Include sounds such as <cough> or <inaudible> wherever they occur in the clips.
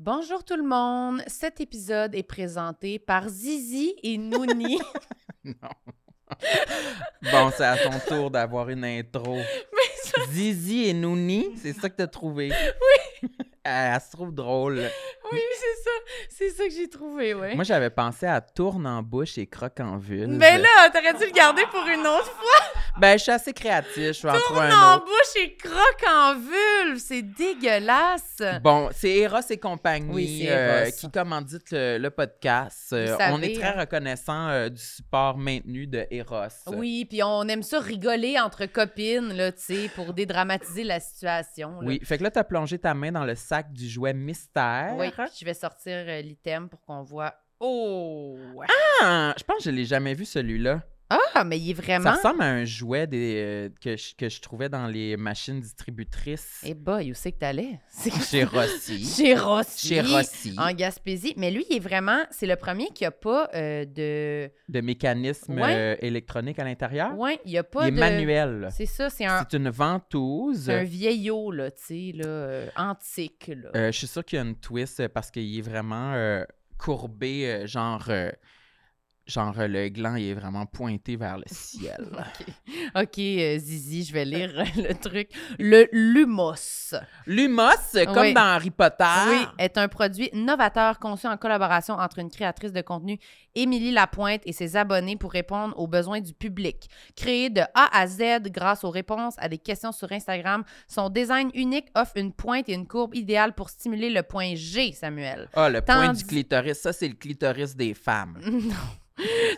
Bonjour tout le monde. Cet épisode est présenté par Zizi et <laughs> Nouni. Bon, c'est à son tour d'avoir une <laughs> intro. Zizi et Nouni, c'est ça que t'as trouvé. Oui. <laughs> Elle, elle se trouve drôle. oui, c'est ça. C'est ça que j'ai trouvé, ouais. Moi, j'avais pensé à tourne en bouche et croque en vulve. Mais Ben là, t'aurais dû le garder pour une autre fois. Ben, je suis assez créatif, je vais en trouver en un autre. bouche et croque en vulve. C'est dégueulasse. Bon, c'est Eros et compagnie Oui, c'est euh, Eros. qui commandite le, le podcast. Euh, Vous savez, on est très hein. reconnaissant euh, du support maintenu de Eros. Oui, puis on aime ça rigoler entre copines, là, tu sais, pour dédramatiser la situation. là. Oui, fait que là, t'as plongé ta main dans le sac du jouet mystère. Oui, puis je vais sortir euh, l'item pour qu'on voit. Oh! Ah, je pense que je l'ai jamais vu celui-là. Ah, mais il est Ça vraiment. ressemble à un jouet des, euh, que, je, que je trouvais dans les machines distributrices Eh boy, où c'est que t'allais? <laughs> C'est chez Rossi. chez Rossi. chez Rossi. En Gaspésie. Mais lui, il est vraiment. C'est le premier qui a pas euh, de. De mécanisme Ouais. euh, électronique à l'intérieur. Ouais, il y a pas Il est de. manuel. C'est ça, c'est un, C'est une ventouse. c'est un vieillot, là, tu sais, là, euh, antique, <laughs> là. Euh, je suis sûre qu'il y a une twist euh, parce qu'il est vraiment euh, courbé, euh, genre, euh, genre euh, le gland il est vraiment pointé vers le <laughs> ciel. OK, Ok, euh, Zizi, je vais lire euh, <laughs> le truc. Le Lumos. Lumos, euh, comme Oui. dans Harry Potter. Oui, est un produit novateur conçu en collaboration entre une créatrice de contenu, Émilie Lapointe, et ses abonnés pour répondre aux besoins du public. Créé de A à Z grâce aux réponses à des questions sur Instagram, son design unique offre une pointe et une courbe idéale pour stimuler le point G, Samuel. <laughs> Ah, le point Tandis- du clitoris, ça c'est le clitoris des femmes. Non.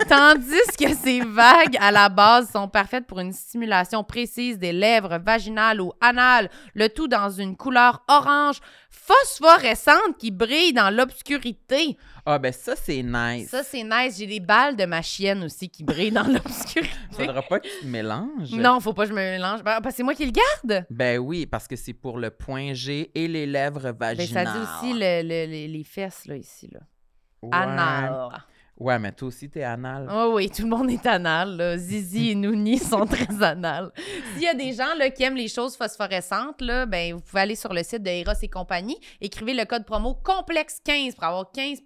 Tandis que ces vagues à la base sont parfaites pour une stimulation précise des lèvres vaginales ou anales, le tout dans une couleur orange phosphorescente qui brille dans l'obscurité. Ah ben ça c'est nice. Ça, c'est nice. J'ai des balles de ma chienne aussi qui brillent dans l'obscurité. <laughs> Faudra pas que tu te mélanges. Non, faut pas que je me mélange. Ben, ben, c'est moi qui le garde. Ben oui, parce que c'est pour le point G et les lèvres Ben, vaginales. ça dit aussi le- le- les- les fesses, là, ici, là. Ouais. Anal. Ouais, mais toi aussi t'es anal. Oh oui, tout le monde est anal. là. Zizi et Nouni <laughs> sont très anal. S'il y a des gens là, qui aiment les choses phosphorescentes, là, ben, vous pouvez aller sur le site de Eros et compagnie. Écrivez le code promo complexe15 pour avoir 15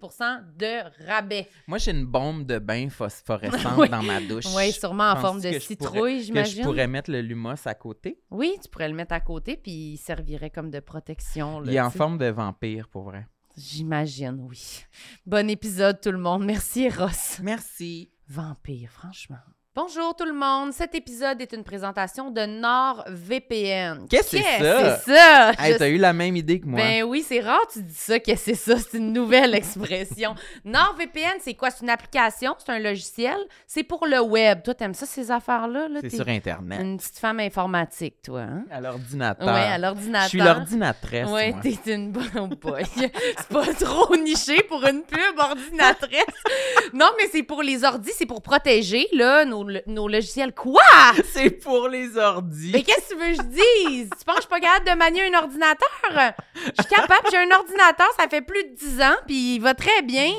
de rabais. Moi j'ai une bombe de <laughs> bain phosphorescente Oui. dans ma douche. Oui, sûrement en Penses-tu forme de que je pourrais- citrouille, que je j'imagine. pourrais mettre le lumos à côté. Oui, tu pourrais le mettre à côté, puis il servirait comme de protection. là, Il est en tu sais. forme de vampire pour vrai. J'imagine, oui. Bon épisode, tout le monde. Merci, Eros. Merci. Vampire, franchement. Bonjour tout le monde, cet épisode est une présentation de NordVPN. Qu'est-ce que c'est ça? C'est ça? Hey, Je- t'as eu la même idée que moi. Ben oui, c'est rare tu dis ça, qu'est-ce que c'est ça? C'est une nouvelle <laughs> expression. NordVPN, c'est quoi? C'est une application, c'est un logiciel, c'est pour le web. Toi, t'aimes ça ces affaires-là? Là? c'est T'es sur internet. une petite femme informatique, toi, hein? À l'ordinateur. Ouais, à je l'ordinateur. suis l'ordinatrice. Ouais, moi. t'es une bonne oh boy. <laughs> c'est pas trop niché pour une pub ordinatrice. non, mais c'est pour les ordis, c'est pour protéger là nos, nos logiciels. Quoi <laughs> C'est pour les ordis. Mais qu'est-ce que tu veux que je dise Tu penses que je suis pas capable de manier un ordinateur Je suis capable, j'ai un ordinateur, ça fait plus de 10 ans, puis il va très bien.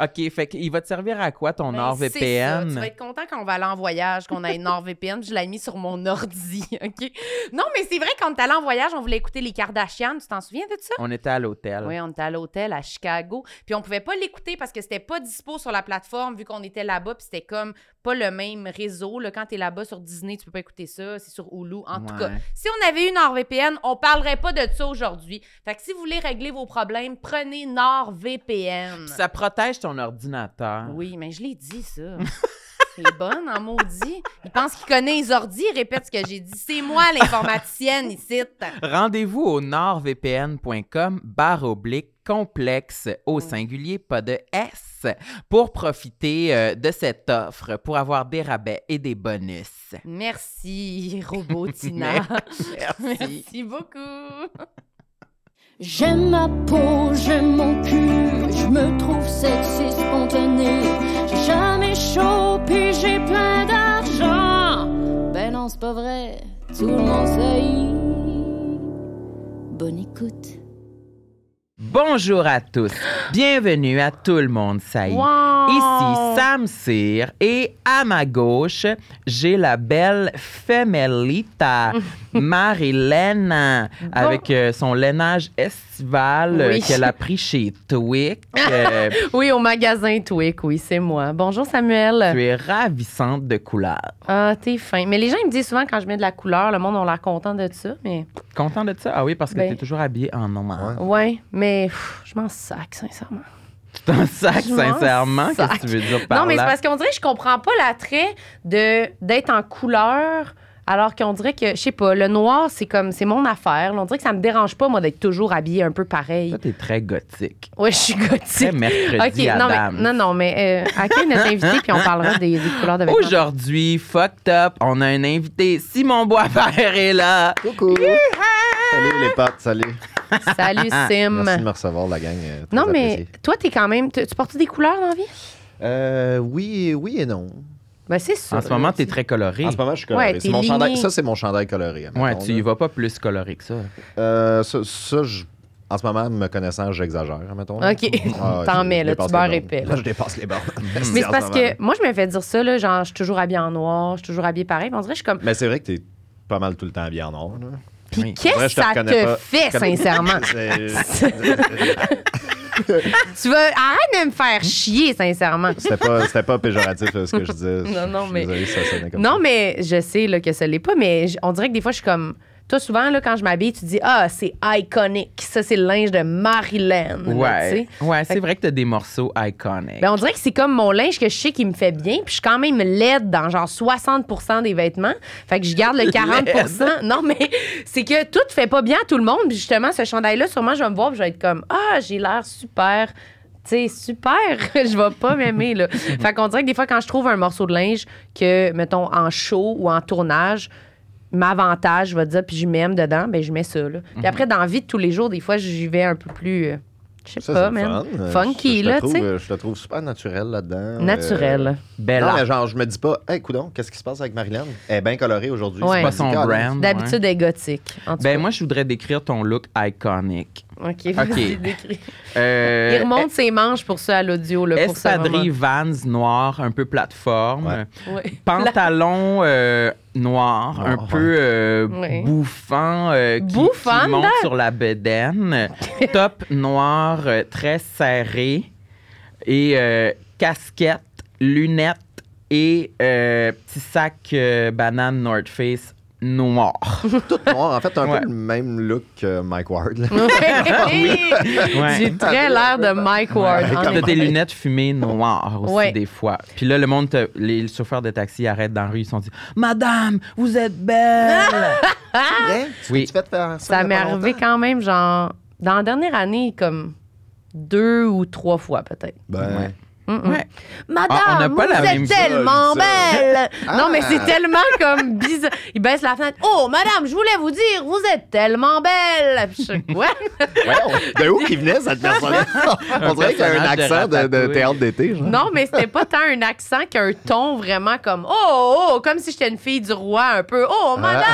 OK, fait qu'il va te servir à quoi ton Ben, NordVPN? c'est ça. Tu vas être content quand on va aller en voyage, qu'on ait NordVPN. puis Je l'ai mis sur mon ordi, <laughs> OK? Non, mais c'est vrai, quand on allé en voyage, on voulait écouter les Kardashians. Tu t'en souviens de ça? On était à l'hôtel. Oui, on était à l'hôtel à Chicago. Puis on pouvait pas l'écouter parce que c'était pas dispo sur la plateforme vu qu'on était là-bas. Puis c'était comme pas le même réseau. Là, quand t'es là-bas sur Disney, tu peux pas écouter ça. C'est sur Hulu. En tout Ouais. cas, si on avait eu NordVPN, on parlerait pas de ça aujourd'hui. Fait que si vous voulez régler vos problèmes, prenez NordVPN. Puis Ça protège ton ordinateur. Oui, mais je l'ai dit, ça. C'est bonne en maudit. Il pense qu'il connaît les ordi, il répète ce que j'ai dit. C'est moi l'informaticienne ici. Rendez-vous au nordvpn.com barre oblique complexe au singulier, pas de S, pour profiter euh, de cette offre, pour avoir des rabais et des bonus. Merci, Robotina. <laughs> Merci. Merci beaucoup. J'aime ma peau, j'aime mon cul, je me trouve sexy spontané. J'ai jamais chaud, puis j'ai plein d'argent. Ben non, c'est pas vrai, tout le monde sait. Bonne écoute. Bonjour à tous. Bienvenue à tout le monde, ça y est. Oh. Ici, Sam Cyr. Et à ma gauche, j'ai la belle <laughs> Femelita, Marilena, avec euh, son lainage estival euh, Oui. qu'elle a pris chez <laughs> Twig. Euh, Oui, au magasin Twig, oui, c'est moi. Bonjour Samuel. tu es ravissante de couleur. Ah, t'es fin. Mais les gens ils me disent souvent quand je mets de la couleur, le monde on l'air content de ça, mais Content de ça? Ah oui, parce que Ben. tu es toujours habillée en noir. ouais, mais pff, je m'en sac sincèrement. Tu t'en sacs, Je m'en sincèrement. sac. Qu'est-ce que tu veux dire par non, mais c'est là? parce qu'on dirait que je comprends pas l'attrait de d'être en couleur alors qu'on dirait que je sais pas, le noir c'est comme c'est mon affaire. là. On dirait que ça me dérange pas moi d'être toujours habillée un peu pareil. Toi, t'es très gothique. Ouais, je suis Très gothique. mercredi OK, non mais, Adams. non non mais euh, à qui est notre invité puis on parlera des, des couleurs de vêtements. Aujourd'hui, fucked up, on a un invité. Simon Boisvert est là. Coucou! Salut les pattes, salut. Salut Sim. Merci de me recevoir, la gang. euh, très Hum. Non, mais apprécié. toi, t'es quand même. Tu tu portes des couleurs dans la vie? Euh, oui, et- oui et non. Ben, c'est sûr. En ce moment, t'es très coloré. En ce moment, je suis Ouais, coloré. t'es c'est mon ligné. chandail. Ça, c'est mon chandail coloré. Ouais, admettons, tu y là. vas pas plus coloré que ça. Euh, ça, ça, je- en ce moment, me connaissant, j'exagère, mettons. là. OK. <laughs> Ah, ouais, T'en je- mets, je là, tu dépasse beurres les bornes. épais, là. Je dépasse <laughs> les bornes. Mais en c'est ce parce moment, là. que moi, je me fais dire ça, là, genre, je suis toujours habillée en noir, je suis toujours habillée pareil. Mais on dirait, que je suis comme. Mais c'est vrai que t'es pas mal tout le temps habillé en or. là. Puis Oui. qu'est-ce Pour vrai, que je te ça reconnais te pas. fait, Comme- sincèrement? <laughs> C'est- <laughs> tu vas. Arrête de me faire chier, sincèrement. C'était pas, c'était pas péjoratif euh, ce que je disais. Non, non, Je suis mais- désolé si ça sonnait comme Non, ça. mais je sais, là, que ça l'est pas, mais j- on dirait que des fois, je suis comme. Toi, souvent, là, quand je m'habille, tu dis Ah, c'est iconique. Ça, c'est le linge de Marilyn. là, tu sais. Ouais. Ouais, Fait- c'est vrai que t'as des morceaux iconiques. Ben, on dirait que c'est comme mon linge que je sais qui me fait bien, puis je suis quand même laide dans genre 60 des vêtements. Fait que je <laughs> garde le 40 Non, mais c'est que tout fait pas bien à tout le monde. Puis justement, ce chandail-là, sûrement, je vais me voir, puis je vais être comme Ah, j'ai l'air super. Tu sais, super, <laughs> je vais pas m'aimer, là. fait qu'on dirait que des fois, quand je trouve un morceau de linge que, mettons, en show ou en tournage, m'avantage, je vais dire, puis je m'aime dedans, ben je mets ça, là. Mhm. Puis après, dans la vie de tous les jours, des fois, j'y vais un peu plus, euh, je sais Ça, pas, c'est le man. fun. Euh, Funky, je- je te là, tu trouve, sais. euh, Je te trouve super naturel là-dedans. Naturel. Euh, Belle Non, mais art. genre, je me dis pas, hey, coudon, qu'est-ce qui se passe avec Marilyn? Elle est bien colorée aujourd'hui. Ouais. C'est pas son calme. brand. D'habitude, elle est gothique. En tout Ben, cas. moi, je voudrais décrire ton look iconique. OK, vas-y, OK. décris. Euh, Il remonte ses manches pour ça à l'audio, là, pour ça. Espadrille Vans noir, un peu plateforme. Ouais. <laughs> Pantalon euh, noir, un Noir, peu euh, Ouais. bouffant, euh, qui- qui, Bouffant, monte là. sur <laughs> la bedaine. Top noir, euh, très serré. Et euh, casquette, lunettes et euh, petit sac euh, banane North Face <laughs> noir. Tout noir. En fait, un Ouais. peu le même look que Mike Ward. là. J'ai très l'air de Mike Ward. Ouais, en T'as comme effet. des lunettes fumées noires aussi hein. Ouais. des fois. Puis là, le monde, te- les chauffeurs de taxi arrêtent dans la rue, ils sont dit « Madame, vous <laughs> êtes belle! <laughs> Hein? Tu- Oui. Tu fais te faire ça. Ah! ça il y a m'est pas arrivé longtemps? quand même, genre, dans la dernière année, comme deux ou trois fois, peut-être. Ben, Ouais. Mm-mm. Ouais. Madame, Ah, on n'a pas vous la êtes même- tellement Ça, ça. belle! Non, mais Ah. c'est tellement comme bizarre. Il baisse la fenêtre. Oh, madame, je voulais vous dire, vous êtes tellement belle! Puis je suis comme, <laughs> What? voyons, de où qui venait cette personne-là? On dirait qu'il y a personnage un de accent de, de Ratatouille. théâtre d'été. genre. Non, mais c'était pas tant un accent qu'un ton vraiment comme Oh, oh, comme si j'étais une fille du roi un peu. Oh, madame!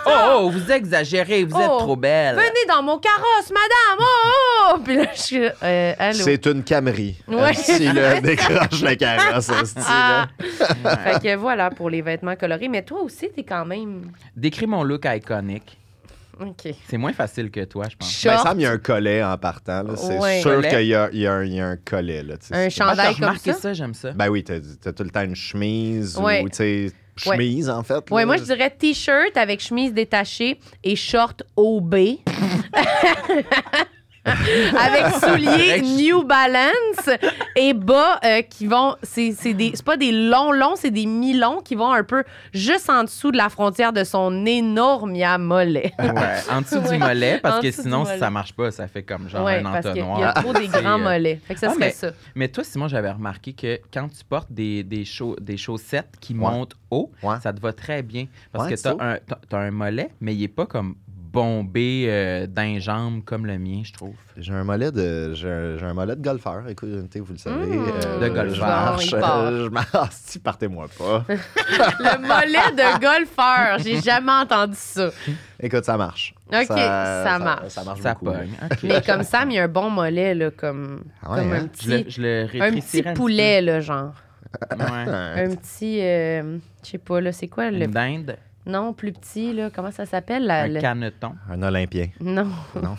« Oh, oh, vous exagérez, vous êtes Ah! Oh, trop belle! Venez dans mon carrosse, madame! Oh, oh! Puis là, je suis. euh, allô? C'est une Camry. Ouais. Si <laughs> le décroche la carrosse, esti, là. Ah! fait que voilà pour les vêtements colorés. Mais toi aussi, t'es quand même. Décris mon look iconique. OK. C'est moins facile que toi, je pense. Ben, Short, Sam, il y a un collet en partant. là. C'est Ouais. sûr Collet. qu'il y a, il y a un, il y a un collet. Là, tu sais. un C'est- Moi, t'as chandail comme remarqué ça. ça, j'aime ça. Ben oui, t'as t'as tout le temps une chemise Ouais. ou, tu sais, chemise, en fait. Ouais, là. moi, je dirais T-shirt avec chemise détachée et short OB. <laughs> avec souliers Correct. New Balance et bas euh, qui vont. C'est c'est des- c'est pas des longs longs, c'est des mi-longs qui vont un peu juste en dessous de la frontière de son énorme à mollet. Ben Ouais, <laughs> en dessous Ouais. du mollet, parce En que dessous du sinon, mollet. ça marche pas, ça fait comme genre Ouais, un parce qu'il entonnoir. y a trop des <laughs> C'est, grands euh, mollets. Fait que ça ah, serait mais- ça. Mais toi, Simon, j'avais remarqué que quand tu portes des, des, chau- des chaussettes qui Ouais. montent haut, Ouais. ça te va très bien. Parce Ouais, que tu as, c'est un t'as- t'as un mollet, mais il n'est pas comme bombé euh, d'un jambe comme le mien, je trouve. J'ai un mollet de j'ai un, j'ai un mollet de golfeur. Écoutez, vous le savez. euh, Mmh. De Je golfeur. marche. Bon, il part. euh, <laughs> Je marche. Si partez-moi <laughs> pas. Le mollet <laughs> de golfeur. J'ai jamais entendu ça. Écoute, ça marche. Ok, ça marche. Ça marche Ça <laughs> beaucoup. pogne. OK. Mais comme Sam, il y a un bon mollet, là, comme, Ah ouais, comme hein? un Je le, petit, je le un rétrécirais petit un petit poulet, là, genre. peu. Ouais. Ouais. Un petit, euh, je sais pas, là, c'est quoi le Une dinde, Non, plus petit, là. Comment ça s'appelle? La, un le- caneton, Un Olympien. Non. Non.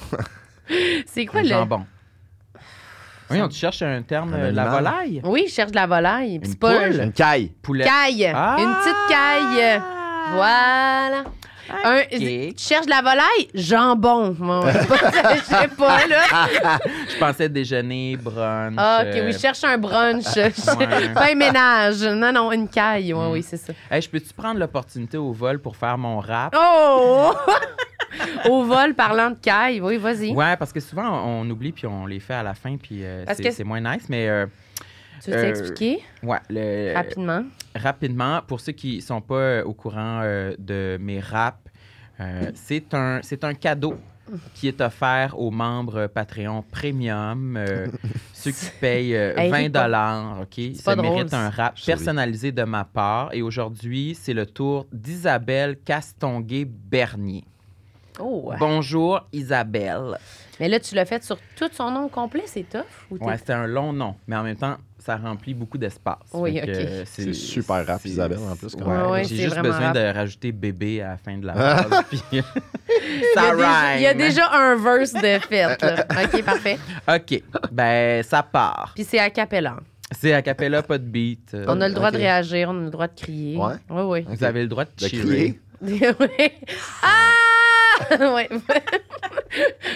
<laughs> c'est quoi un le. jambon. Oui, on te cherche un terme, Un euh, la animal. volaille? Oui, je cherche de la volaille. puis Une C'est pas poule? Une caille. Poulet. caille. Ah! Une petite caille. Voilà. Un, Ok. Tu cherches de la volaille? Jambon. Bon, <laughs> je sais pas, <laughs> je sais pas, là. Ah, Je pensais déjeuner, brunch. Ah, ok, oui, euh, je cherche un brunch. <laughs> <laughs> Ouais. pas un ménage. Non, non, une caille. Oui, Ah. Mm. oui, c'est ça. Hey, je peux-tu prendre l'opportunité au vol pour faire mon rap? Oh! <laughs> Au vol, parlant de caille. Oui, vas-y. Ouais, parce que souvent, on on oublie puis on les fait à la fin, puis euh, Parce c'est que- c'est moins nice. Mais euh, Tu veux Euh, t'expliquer ouais, le- rapidement? rapidement, pour ceux qui sont pas euh, au courant euh, de mes raps, euh, c'est un, c'est un cadeau qui est offert aux membres Patreon Premium, euh, ceux qui payent euh, Hey, 20 ris pas. dollars, ok? Ça drôle, mérite un rap Sorry. personnalisé de ma part. Et aujourd'hui, c'est le tour d'Isabelle Castonguay-Bernier. Oh! Bonjour Isabelle. Mais là, tu l'as fait sur tout son nom complet, c'est tough? Ou t'es- Ouais, c'était un long nom, mais en même temps, ça remplit beaucoup d'espace. Oui, Fait que, ok. euh, C'est super rap, c'est- Isabelle, en plus, quand Ouais, même. Ouais, J'ai c'est juste vraiment besoin rap. de rajouter bébé à la fin de <laughs> la phrase. puis <laughs> Il y ça a déjà- il y a rhyme. déjà un verse de fête. <laughs> là. OK, parfait. OK, ben ça part. Puis c'est a cappella. C'est a cappella, pas de beat. Euh, On a le droit ok. de réagir, on a le droit de crier. Ouais? Oui, Vous avez le droit de, De cheerer. crier. oui. <laughs> Oui. ah! <laughs> Ouais.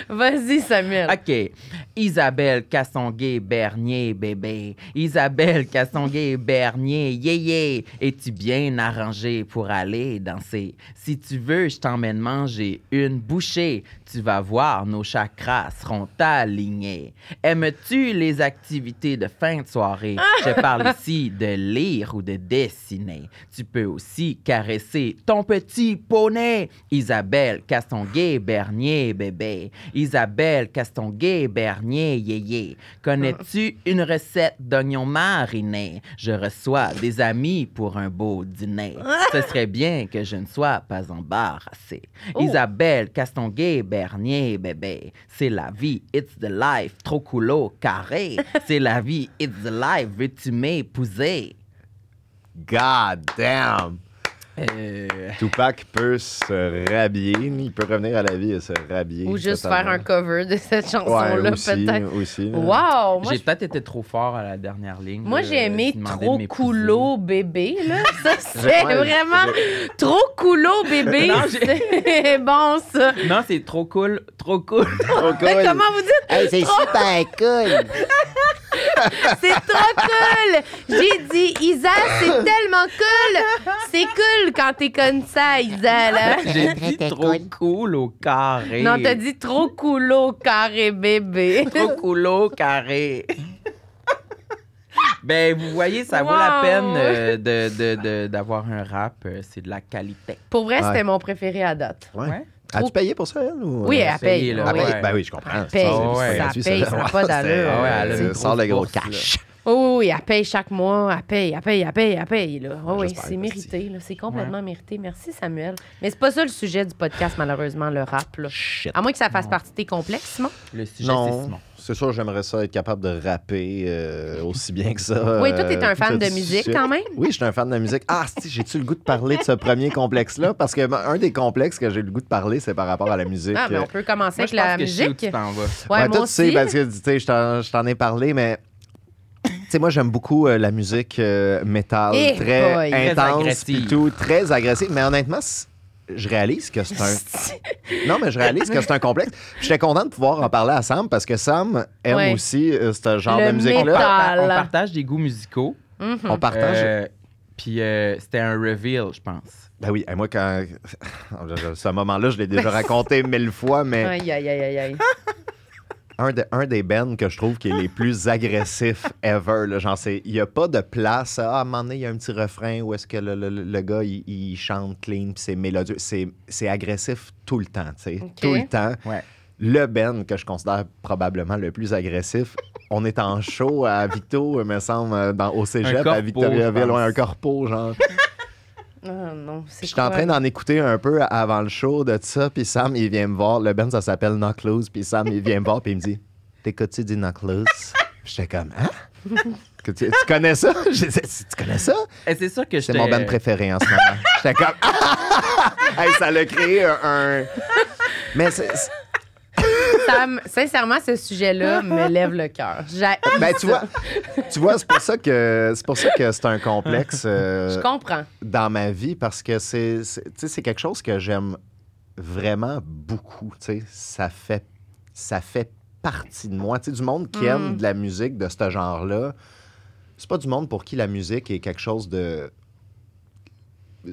Vas-y, Samuel. OK. Isabelle Castonguay-Bernier, bébé. Isabelle Castonguay-Bernier, yé yé. Es-tu bien arrangée pour aller danser? Si tu veux, je t'emmène manger une bouchée. Tu vas voir, nos chakras seront alignés. Aimes-tu les activités de fin de soirée? Je parle ici de lire ou de dessiner. Tu peux aussi caresser ton petit poney. Isabelle Castonguay-Bernier, bébé. Isabelle Castonguay-Bernier, yéyé. Connais-tu une recette d'oignons marinés? Je reçois des amis pour un beau dîner. Ah! Ce serait bien que je ne sois pas embarrassée. Oh. Isabelle Castonguay-Bernier, bébé. C'est la vie, it's the life. Trop coulo, <laughs> carré. C'est la vie, it's the life. Veux-tu m'épouser? God damn! Euh, Tupac peut se rhabiller. Il peut revenir à la vie et se rhabiller. Ou juste totalement. faire un cover de cette Ouais, chanson-là, aussi, peut-être. aussi. là. Wow! Moi, j'ai je- peut-être été trop fort à la dernière ligne. moi, là, j'ai aimé qui demandait de trop m'épouser. coulo bébé, là. <laughs> Ça, c'est Ouais, vraiment trop coulo bébé. Non, j'ai- <laughs> C'est bon, ça. Non, c'est trop cool, <laughs> trop cool. Trop cool. Mais comment vous dites? c'est super cool! C'est trop cool! J'ai dit, Isa, c'est <laughs> tellement cool! C'est cool quand t'es comme ça, Isa, là. J'ai dit trop cool au carré. Non, t'as dit trop cool au carré bébé. <laughs> trop cool au carré. ben, vous voyez, ça vaut la Wow. peine euh, de- de- de- d'avoir un rap. euh, c'est de la qualité. Pour vrai, c'était Ouais. mon préféré à date. Ouais. Ouais. As-tu payé pour ça, elle? Ou... Oui, elle elle paye. essayez, là, Ah ouais. oui. paye. Ben oui, je comprends. Elle paye. C'est- c'est Ouais. gratuit, Ça paye, ça n'a pas d'allure. C'est- Ouais, elle a une c'est- Sors le grosse gros bourse, cash. Oh, oui, oui, elle paye chaque mois. Elle paye, elle paye, elle paye, elle paye. Là. Oh, oui, J'espère c'est que mérité. là. C'est complètement mérité. Merci, Samuel. Mais c'est pas ça le sujet du podcast, malheureusement, le rap. Là. Shit. À moins que ça fasse Non. partie de tes complexes, Simon. Le sujet, c'est Non, Simon. c'est sûr, j'aimerais ça être capable de rapper euh, aussi bien que ça. Oui, toi, t'es euh, un fan tout de suite. musique quand même. Oui, je suis un fan de musique. Ah, si, j'ai-tu le goût de parler de ce premier complexe-là? Parce que ben, un des complexes que j'ai le goût de parler, c'est par rapport à la musique. Ah, mais on Euh, peut commencer Moi, avec je pense la que je sais où musique. tu t'en vas. Ouais, moi ben, toi, tu sais, aussi. parce que tu sais, je t'en- je t'en ai parlé, mais. Tu sais, moi, j'aime beaucoup euh, la musique euh, métal, Eh très boy. Très intense, agressive. puis tout, très agressive. Mais honnêtement, c- je réalise que <laughs> c'est un. Non, mais je réalise que c'est un complexe. J'étais content de pouvoir en parler à Sam parce que Sam aime Ouais. aussi euh, ce genre Le de musique-là. métal. Par- On Voilà. partage des goûts musicaux. Mhm. On partage. Euh, Puis euh, c'était un reveal, je pense. Ben oui, et moi, quand. <laughs> ce moment-là, je l'ai déjà raconté mille fois, mais Aïe, aïe, aïe, aïe, aïe. un, de- un des bands que je trouve qui est les plus agressifs ever. là. Genre, c'est- il n'y a pas de place. Ah, à un moment donné, il y a un petit refrain où est-ce que le, le- le gars, il, il chante clean, puis c'est mélodieux. C'est c'est agressif tout le temps, tu sais. Ok. Tout le temps. Ouais. Le Ben que je considère probablement le plus agressif. On est en show à Victo, me semble, euh, dans, au Cégep, corpo, à je Victoriaville, pense. ouais, un corpo, genre. Ah non, c'est Puis J'étais en train d'en écouter un peu avant le show de ça, puis Sam, il vient me voir. Le band, ça s'appelle Knock Loose, puis Sam, il vient me voir, puis il me dit T'écoutes-tu du Knock Loose J'étais comme Hein Que tu, tu connais ça <laughs> Je disais, Tu connais ça Et c'est sûr que je C'est mon band préféré en ce moment. J'étais comme <laughs> Ah! Hey, Ça l'a créé un. un- Mais c'est. c'est- Sam, sincèrement, ce sujet-là me lève le cœur. J'haïs Ben, ça. tu vois, tu vois c'est pour ça que c'est pour ça que c'est un complexe. euh, Je comprends. dans ma vie parce que c'est c'est- tu sais, c'est quelque chose que j'aime vraiment beaucoup. tu sais. Ça fait, ça fait partie de moi. Tu sais, du monde qui Mm. aime de la musique de ce genre-là, c'est pas du monde pour qui la musique est quelque chose de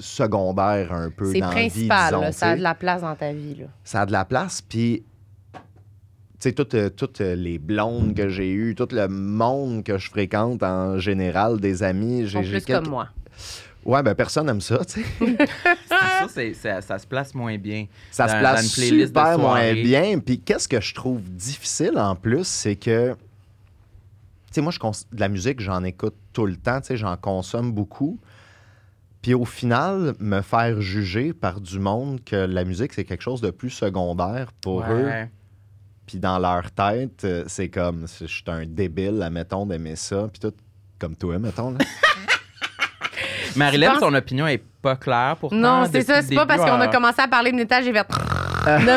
secondaire un peu C'est dans la vie, principal, disons, là, tu ça a sais de la place dans ta vie. Là. ça a de la place. Puis, tu sais, toutes, euh, toutes euh, les blondes que j'ai eues, tout le monde que je fréquente en général, des amis, Ils sont j'ai j'ai plus quelques- comme moi. Ouais, ben personne aime ça, tu sais. Ça, c'est- ça, ça se place moins bien. Ça dans- se dans place une playlist de super moins soirée. bien. Puis qu'est-ce que je trouve difficile en plus, c'est que. Tu sais, moi, je cons- de la musique, j'en écoute tout le temps, tu sais, j'en consomme beaucoup. Puis au final, me faire juger par du monde que la musique, c'est quelque chose de plus secondaire pour eux. Ouais. Puis dans leur tête, euh, c'est comme, je suis un débile, admettons, d'aimer ça. Puis tout, comme toi, mettons. Là. Marilyn, Je pense- son opinion est pas claire pour Non, c'est ça. C'est pas parce qu'on a hein. commencé à parler de métal, j'ai fait. <laughs>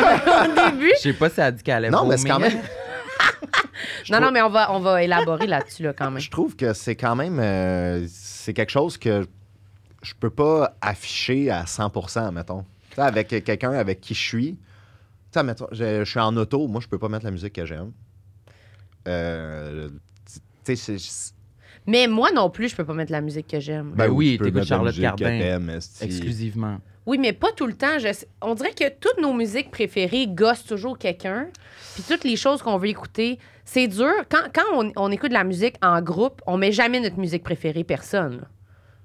Non, mais au début. Je sais pas si elle a dit qu'elle allait non, mais c'est quand vomir. même. <laughs> Je Non, trouve- non, mais on va, on va élaborer là-dessus, là, quand même. Je trouve que c'est quand même euh, c'est quelque chose que je peux pas afficher à 100 mettons. Tu sais, avec quelqu'un avec qui je suis. Tu sais, mettons, je, je suis en auto, moi je peux pas mettre la musique que j'aime. Euh, tu tu sais, c'est- Mais moi non plus, je peux pas mettre la musique que j'aime. Ben oui, tu peux t'écoutes mettre la Charlotte musique que Cardin. t'aimes, esti. Exclusivement. Oui, mais pas tout le temps. Je sais- On dirait que toutes nos musiques préférées gossent toujours quelqu'un. Puis toutes les choses qu'on veut écouter, c'est dur. Quand, quand on, on écoute de la musique en groupe, on met jamais notre musique préférée, personne. là.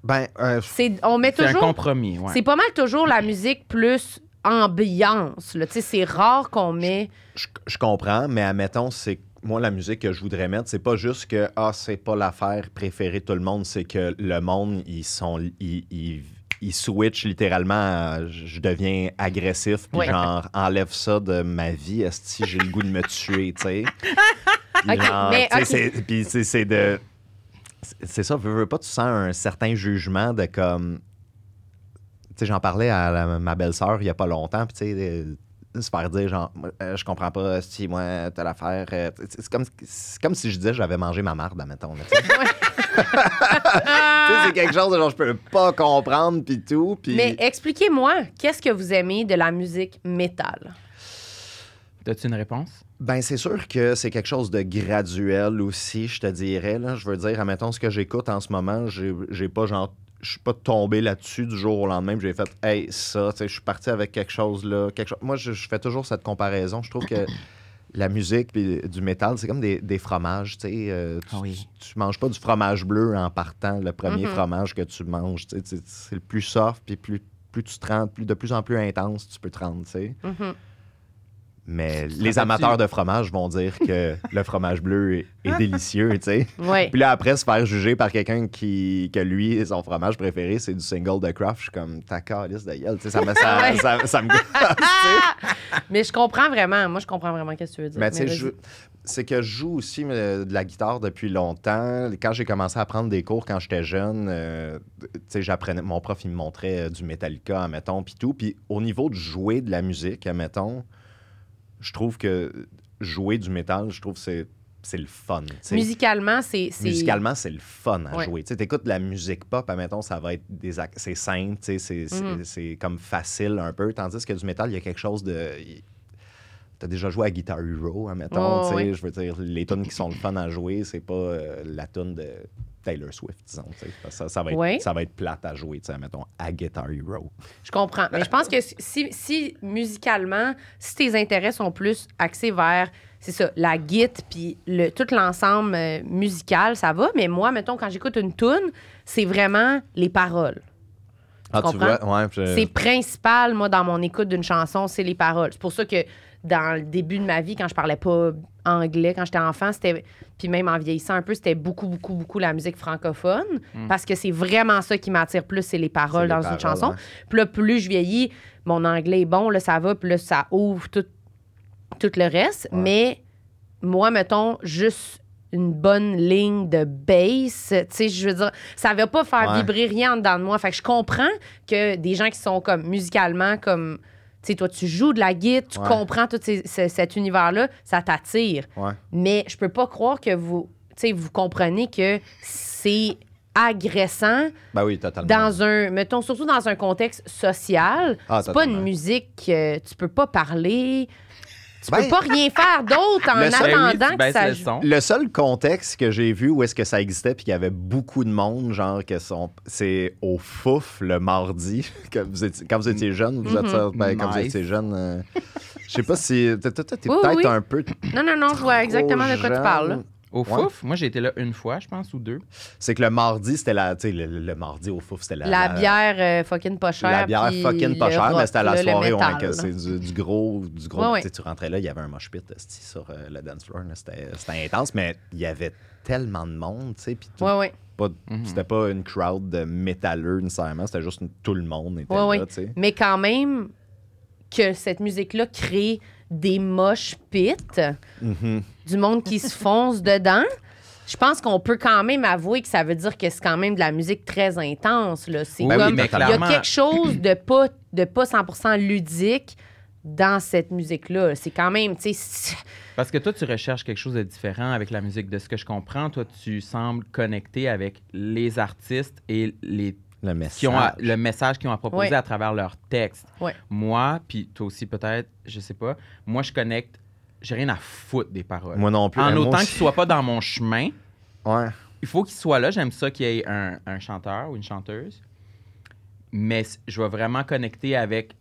Ben, euh, C'est, on met C'est un toujours. compromis, ouais. C'est pas mal toujours la musique plus ambiance. là. Tu sais, c'est rare qu'on met. je, je comprends, mais admettons, c'est moi, la musique que je voudrais mettre, c'est pas juste que ah, c'est pas l'affaire préférée de tout le monde, c'est que le monde, ils sont. Ils, ils, ils switchent littéralement à, je deviens agressif, puis Ouais. genre enlève ça de ma vie, esti, j'ai le goût de me tuer, tu sais. Puis <laughs> Ok, mais, tu sais, ok. c'est- Puis c'est- c'est de. c'est- C'est ça, veux, veux pas, tu sens un certain jugement de comme. Tu sais, j'en parlais à la- ma belle-sœur il y a pas longtemps, puis tu sais, euh, se faire dire genre, Euh, je comprends pas si moi, t'as l'affaire. euh, c'est- c'est comme, c'est comme si je disais j'avais mangé ma marde, admettons. là, tu sais. <laughs> Tu sais, c'est quelque chose de genre, je peux pas comprendre, puis tout. Puis Mais expliquez-moi, qu'est-ce que vous aimez de la musique métal? T'as-tu une réponse? Ben, c'est sûr que c'est quelque chose de graduel aussi, je te dirais. Là. Je veux dire, admettons, ce que j'écoute en ce moment, j'ai j'ai pas genre. Je suis pas tombé là-dessus du jour au lendemain. puis J'ai fait, hey, ça, tu sais, je suis parti avec quelque chose là. Quelque chose... Moi, je, je fais toujours cette comparaison. Je <coughs> trouve que la musique puis du métal, c'est comme des, des fromages. tu sais, euh, tu, Ah oui. tu- tu manges pas du fromage bleu en partant. Le premier fromage que tu manges, tu sais, c'est c'est le plus soft, puis plus, plus tu te rends, plus, de plus en plus intense tu peux te rendre. tu sais. Mhm. Mais te les rappelles-tu- amateurs de fromage vont dire que le fromage bleu est, est délicieux, tu sais. <laughs> Oui. Puis là, après, se faire juger par quelqu'un qui, que lui, son fromage préféré, c'est du single de Kraft, je suis comme, ta calisse de gueule, tu sais, ça me... Ça, Ouais. ça- ça me- <laughs> Mais je comprends vraiment. Moi, je comprends vraiment qu'est-ce que tu veux dire. mais tu sais, vas-y. je- c'est que je joue aussi euh, de la guitare depuis longtemps. Quand j'ai commencé à prendre des cours quand j'étais jeune, euh, tu sais, j'apprenais, mon prof, il me montrait euh, du Metallica, admettons, puis tout. Puis au niveau de jouer de la musique, admettons, je trouve que jouer du métal, je trouve que c'est c'est le fun. tu sais. Musicalement, c'est. c'est- Musicalement, c'est le fun à Ouais. jouer. Tu sais, t'écoutes de la musique pop, admettons, ça va être des ac- c'est simple, tu sais, c'est c'est- Mhm. c'est comme facile un peu, tandis que du métal, il y a quelque chose de il- T'as déjà joué à Guitar Hero, admettons, Oh, tu sais, oui. je veux dire, les tunes qui sont le fun à jouer, c'est pas euh, la tune de Taylor Swift, disons, tu sais, parce que ça, ça va être, Ouais. ça va être plate à jouer, tu sais, admettons, à Guitar Hero. Je comprends. Mais je pense que si, si musicalement, si tes intérêts sont plus axés vers c'est ça, la guite, puis le, tout l'ensemble euh, musical, ça va. Mais moi, mettons, quand j'écoute une tune, c'est vraiment les paroles. Ah, tu comprends? vois, ouais. je- C'est principal, moi, dans mon écoute d'une chanson, c'est les paroles. C'est pour ça que dans le début de ma vie, quand je parlais pas anglais, quand j'étais enfant, c'était. Puis même en vieillissant un peu, c'était beaucoup, beaucoup, beaucoup la musique francophone. Parce que c'est vraiment ça qui m'attire plus, c'est les paroles Mm. les dans paroles, une chanson. hein. Puis là, plus je vieillis, mon anglais est bon, là, ça va, puis là, ça ouvre tout, tout le reste. Ouais. Mais moi, mettons, juste une bonne ligne de bass, tu sais, je veux dire, ça va pas faire Ouais. vibrer rien en dedans de moi. Fait que je comprends que des gens qui sont comme musicalement, comme, tu sais, toi, tu joues de la guitare, tu Ouais. comprends tout ces- ce- cet univers-là, ça t'attire. Ouais. Mais je peux pas croire que vous, tu sais, vous comprenez que c'est agressant Ben oui, totalement. dans un, mettons, surtout dans un contexte social, Ah, c'est pas une totalement. musique que tu peux pas parler, tu Ben- peux pas rien faire d'autre en Le seul- attendant que Ben oui, tu baisses ça le son. Le seul contexte que j'ai vu où est-ce que ça existait puis qu'il y avait beaucoup de monde, genre que sont, c'est au fouf le mardi <laughs> quand vous étiez, quand vous étiez jeune, vous êtes Mm-hmm. ça, ben, quand vous Nice. étiez jeune. euh, je sais pas si t'es, t'es- t'es Oui, peut-être oui. un peu Non, non, non, je vois exactement de quoi tu parles. là. Au Ouais. fouf, moi j'ai été là une fois, je pense, ou deux. C'est que le mardi c'était la, tu sais, le, le mardi au fouf c'était la, La bière euh, fucking pas chère. la bière puis fucking pas le chère, rock, mais c'était à la là, le soirée, ouais, métal, que là. c'est du, du gros. Du gros Ouais, ouais. tu sais, Tu rentrais là, il y avait un mosh pit esti, sur euh, le dance floor. là, C'était c'était intense, mais il y avait tellement de monde, tu sais, puis tout- Ouais, ouais. pas- Mhm. c'était pas une crowd de métalleux nécessairement, c'était juste une- tout le monde était Ouais, là, ouais. tu sais. Mais quand même que cette musique-là crée des moches pits, Mm-hmm. du monde qui se fonce dedans. Je pense qu'on peut quand même avouer que ça veut dire que c'est quand même de la musique très intense. Là. C'est Oui, Ben comme mais il y clairement. a quelque chose de pas de pas 100% ludique dans cette musique-là. C'est quand même, tu sais, <laughs> c'est- Parce que toi, tu recherches quelque chose de différent avec la musique. De ce que je comprends, toi, tu sembles connecté avec les artistes et les Le qui ont à- le message qu'ils ont à proposer Ouais. à travers leur texte. Ouais. Moi, puis toi aussi peut-être, je sais pas, moi je connecte, j'ai rien à foutre des paroles. Moi non plus. en mais moi autant qu'ils aussi. soient pas dans mon chemin, Ouais. il faut qu'ils soient là, j'aime ça qu'il y ait un, un chanteur ou une chanteuse, mais c- je vais vraiment connecter avec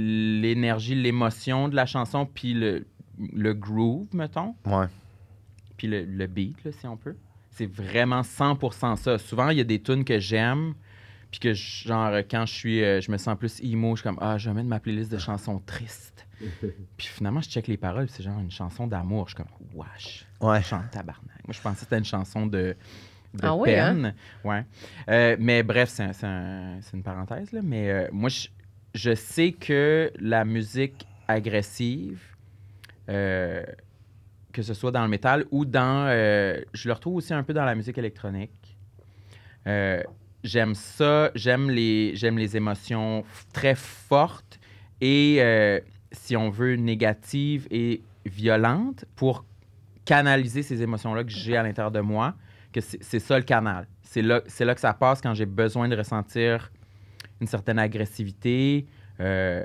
l'énergie, l'émotion de la chanson, puis le, le groove, mettons Ouais. puis le, le beat, là, si on peut. C'est vraiment 100% ça. Souvent, il y a des tunes que j'aime, puis que, je- genre, quand je suis, euh, je me sens plus emo, je suis comme, ah, je vais mettre ma playlist de chansons tristes. puis finalement, je check les paroles, puis c'est genre une chanson d'amour. Je suis comme, wesh, Ouais. chante tabarnak. Moi, je pensais que c'était une chanson de, de Ah oui, peine. Ouais. Euh, mais bref, c'est un- c'est un- c'est une parenthèse, là. Mais euh, moi, je, je sais que la musique agressive, euh, que ce soit dans le métal ou dans. euh, je le retrouve aussi un peu dans la musique électronique. Euh, j'aime ça, j'aime les, j'aime les émotions f- très fortes et, euh, si on veut, négatives et violentes pour canaliser ces émotions-là que j'ai à l'intérieur de moi, que c'est c'est ça le canal. C'est là, c'est là que ça passe quand j'ai besoin de ressentir une certaine agressivité, euh,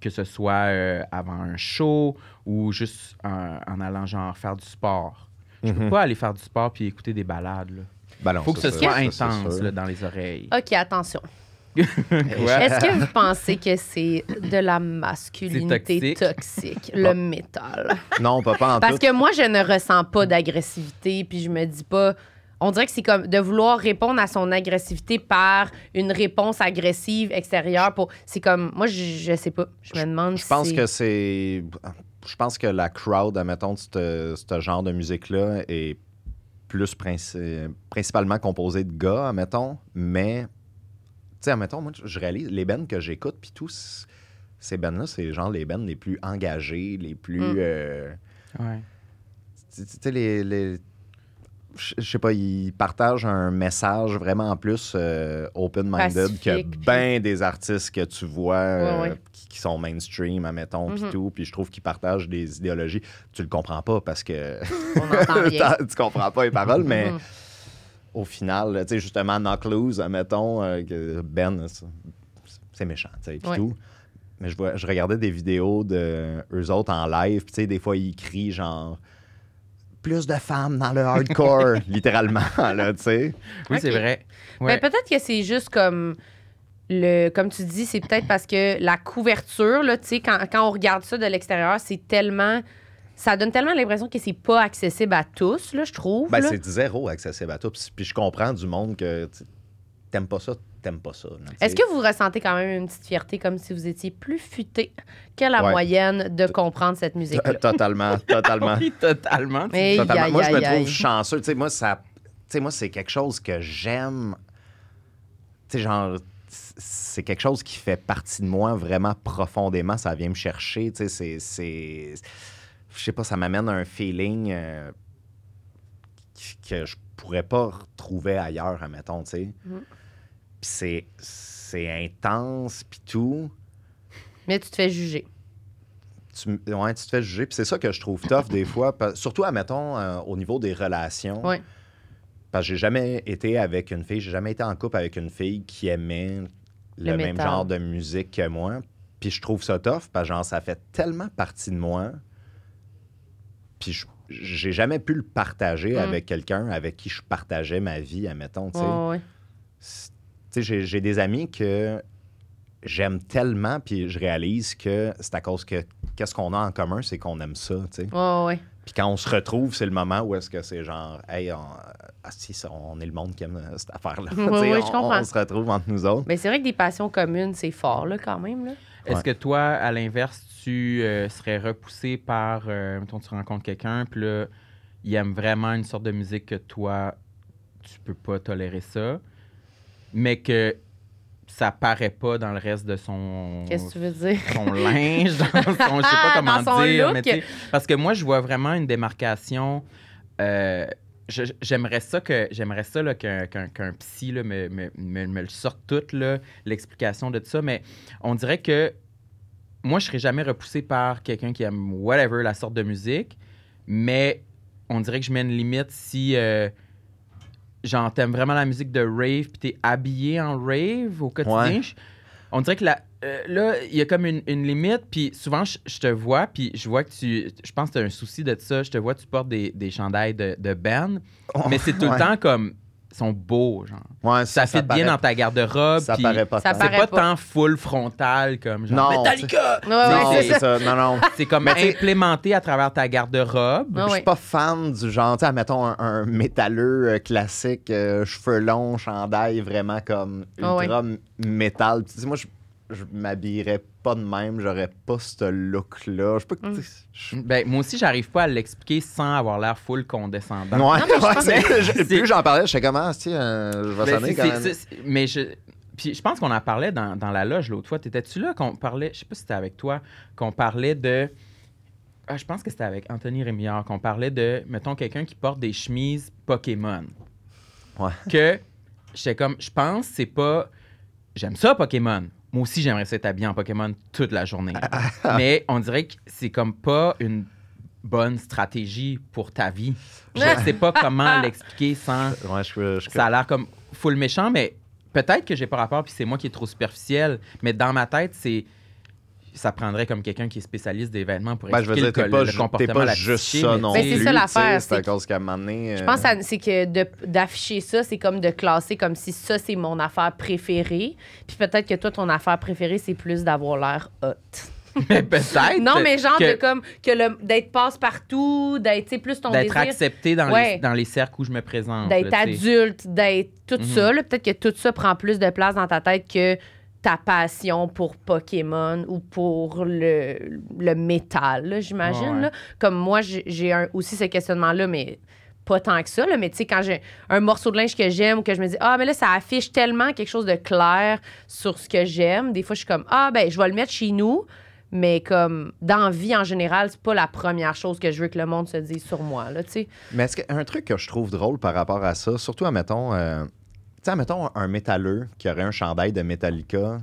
que ce soit euh, avant un show ou juste en, en allant genre faire du sport. Je peux Mhm. pas aller faire du sport puis écouter des balades. là. Ben non, Faut que ça, ce ça, soit ça, c'est intense sûr. là, dans les oreilles. OK, attention. Quoi? Est-ce que vous pensez que c'est de la masculinité C'est toxique, le Ah. métal? Non, pas, pas en Parce tout. que moi, je ne ressens pas d'agressivité, puis je me dis pas. On dirait que c'est comme de vouloir répondre à son agressivité par une réponse agressive extérieure. Pour... C'est comme. Moi, je, je sais pas. Je me demande Je pense si- que c'est. Je pense que la crowd, admettons, de ce ce genre de musique-là est plus princi- principalement composée de gars, admettons, mais. Tu sais, admettons, moi, je réalise les bands que j'écoute, puis tous c- ces bands-là, c'est genre les bands les plus engagés, les plus. Mm. euh, Ouais. tu tu sais, les. les- je je sais pas, ils partagent un message vraiment plus euh, open-minded que Pacifique, puis- ben des artistes que tu vois euh, Ouais, ouais. Qui, qui sont mainstream, admettons, puis Mhm. tout. Puis je trouve qu'ils partagent des idéologies. Tu le comprends pas parce que On entend <laughs> rien. tu comprends pas les paroles, mais Mhm. au final, tu sais, justement, Knock Loose, admettons, euh, que Ben, c'est- c'est méchant, tu sais, puis Ouais. tout. Mais je, vois, je regardais des vidéos de eux autres en live, puis tu sais, des fois, ils crient genre plus de femmes dans <laughs> le hardcore, littéralement, là, tu sais. Oui, Ok. c'est vrai. Ouais. Mais peut-être que c'est juste comme. Le, comme tu dis, c'est peut-être parce que la couverture, là, tu sais, quand, quand on regarde ça de l'extérieur, c'est tellement ça donne tellement l'impression que c'est pas accessible à tous, là, je trouve. Ben, là. c'est zéro accessible à tout. Puis- Puis je comprends du monde que tu sais, t'aimes pas ça, t'aimes pas ça. là, tu sais. Est-ce que vous ressentez quand même une petite fierté comme si vous étiez plus futé que la Ouais. moyenne de comprendre cette Euh, musique-là? Totalement, totalement. <laughs> Oui, totalement. Mais- <laughs> Aïe, Euh, Totalement. aïe, moi, je me aïe, aïe. trouve chanceux. Tu sais, moi, ça, tu sais, moi c'est quelque chose que j'aime. Tu sais, genre, c'est quelque chose qui fait partie de moi vraiment profondément. Ça vient me chercher. Tu sais, c'est- c'est. Je sais pas, ça m'amène un feeling euh, que je pourrais pas retrouver ailleurs, admettons, tu sais. Mhm. Puis c'est- c'est intense, puis tout Mais tu te fais juger. tu, m- ouais, tu te fais juger. Puis c'est ça que je trouve tough des fois. pa- Surtout, admettons, euh, au niveau des relations. Ouais. Parce que j'ai jamais été avec une fille, j'ai jamais été en couple avec une fille qui aimait le, Le même métal. genre de musique que moi. Puis je trouve ça tough, parce que genre, ça fait tellement partie de moi. Puis je- j'ai jamais pu le partager Mm. avec quelqu'un avec qui je partageais ma vie, admettons. tu sais. Ouais, ouais. C'est- tu sais, j'ai- j'ai des amis que j'aime tellement, puis je réalise que c'est à cause que qu'est-ce qu'on a en commun, c'est qu'on aime ça, tu sais. Ouais, ouais. Puis quand on se retrouve, c'est le moment où est-ce que c'est genre, hey, on, ah, si, ça, on est le monde qui aime euh, cette affaire-là. Tu sais, Ouais, ouais, je on- comprends. on se retrouve entre nous autres. Mais c'est vrai que des passions communes, c'est fort, là, quand même. Là. Est-ce Ouais. que toi, à l'inverse, tu euh, serais repoussé par, euh, mettons, tu rencontres quelqu'un, puis là, il aime vraiment une sorte de musique que toi, tu peux pas tolérer ça, mais que ça paraît pas dans le reste de son, Qu'est-ce que tu veux dire? son linge, dans son, je sais pas <laughs> comment Dans son dire, look. mais tu sais, parce que moi, je vois vraiment une démarcation. euh, je- J'aimerais ça que j'aimerais ça là, qu'un qu'un- qu'un psy là, me, me, me- me le sorte toute là, l'explication de tout ça, mais on dirait que moi, je serais jamais repoussé par quelqu'un qui aime whatever la sorte de musique, mais on dirait que je mets une limite si euh, genre t'aimes vraiment la musique de rave puis t'es habillé en rave au quotidien. Ouais. Je- On dirait que la- euh, là, il y a comme une, une limite, puis souvent, je, je te vois, puis je vois que tu... Je pense que tu as un souci de ça. Je te vois, tu portes des, des chandails de, de band, mais c'est tout le Ouais. temps comme... ils sont beaux, genre. Ouais, Ça, fit bien dans ta garde-robe, Ça puis paraît pas Ça tant. c'est paraît pas, pas. tant full frontal comme genre Non, Metallica! Ouais, Non, ouais, c'est ça. c'est ça. Non, non. C'est comme Mais tu sais- implémenté à travers ta garde-robe. Ouais, Je Ah ouais. suis pas fan du genre, tu sais, mettons un, un métalleux euh, classique, euh, cheveux longs, chandail vraiment comme Ah ouais. ultra m- métal. Tu sais, moi, je, je m'habillerais pas de même, j'aurais pas ce look-là. Je peux que. Mm. tu sais, je- Ben, moi aussi, j'arrive pas à l'expliquer sans avoir l'air full condescendant. Ouais, mais je ouais, pense c'est- que- je- c'est- plus j'en parlais, je sais comment, tu sais, euh, je vais Ben, c'est- sonner quand c'est- même. c'est- c'est- mais je. Puis je pense qu'on en parlait dans, dans la loge l'autre fois. T'étais-tu là qu'on parlait, je sais pas si c'était avec toi, qu'on parlait de. Ah, je pense que c'était avec Anthony Rémillard, qu'on parlait de, mettons, quelqu'un qui porte des chemises Pokémon. Ouais. Que j'étais comme, je pense, c'est pas. J'aime ça, Pokémon. Moi aussi, j'aimerais ça être habillé en Pokémon toute la <laughs> journée. mais on dirait que c'est comme pas une bonne stratégie pour ta vie. Je sais pas comment l'expliquer sans Ouais, je, je- ça a l'air comme full méchant, mais peut-être que j'ai pas rapport puis c'est moi qui est trop superficiel. Mais dans ma tête, c'est ça prendrait comme quelqu'un qui est spécialiste des vêtements pour Ben, je veux expliquer dire, t'es le, pas, le ju- t'es comportement pas la juste psyché, ça mais non tu Ben, sais, c'est plus. ça tu sais, l'affaire, C'est c'est à que- cause qu'à un moment donné. Je euh, pense que c'est que de- d'afficher ça, c'est comme de classer comme si ça, c'est mon affaire préférée. Puis peut-être que toi, ton affaire préférée, c'est plus d'avoir l'air hot. <laughs> mais peut-être. Non, mais genre que- de comme que le- d'être passe-partout, d'être tu sais, plus ton d'être désir accepté dans, Ouais. les, dans les cercles où je me présente. d'être là, tu sais. adulte, d'être tout Mhm. ça. là. Peut-être que tout ça prend plus de place dans ta tête que ta passion pour Pokémon ou pour le, le métal, là, j'imagine. Ouais. là. Comme moi, j'ai- j'ai un- aussi ce questionnement-là, mais pas tant que ça. là. Mais tu sais, quand j'ai un morceau de linge que j'aime ou que je me dis, ah, mais là, ça affiche tellement quelque chose de clair sur ce que j'aime, des fois, je suis comme, ah, ben, je vais le mettre chez nous. Mais comme dans la vie en général, c'est pas la première chose que je veux que le monde se dise sur moi, là, tu sais. Mais est-ce qu'un truc que je trouve drôle par rapport à ça, surtout, admettons, euh, tu sais, admettons un métalleux qui aurait un chandail de Metallica,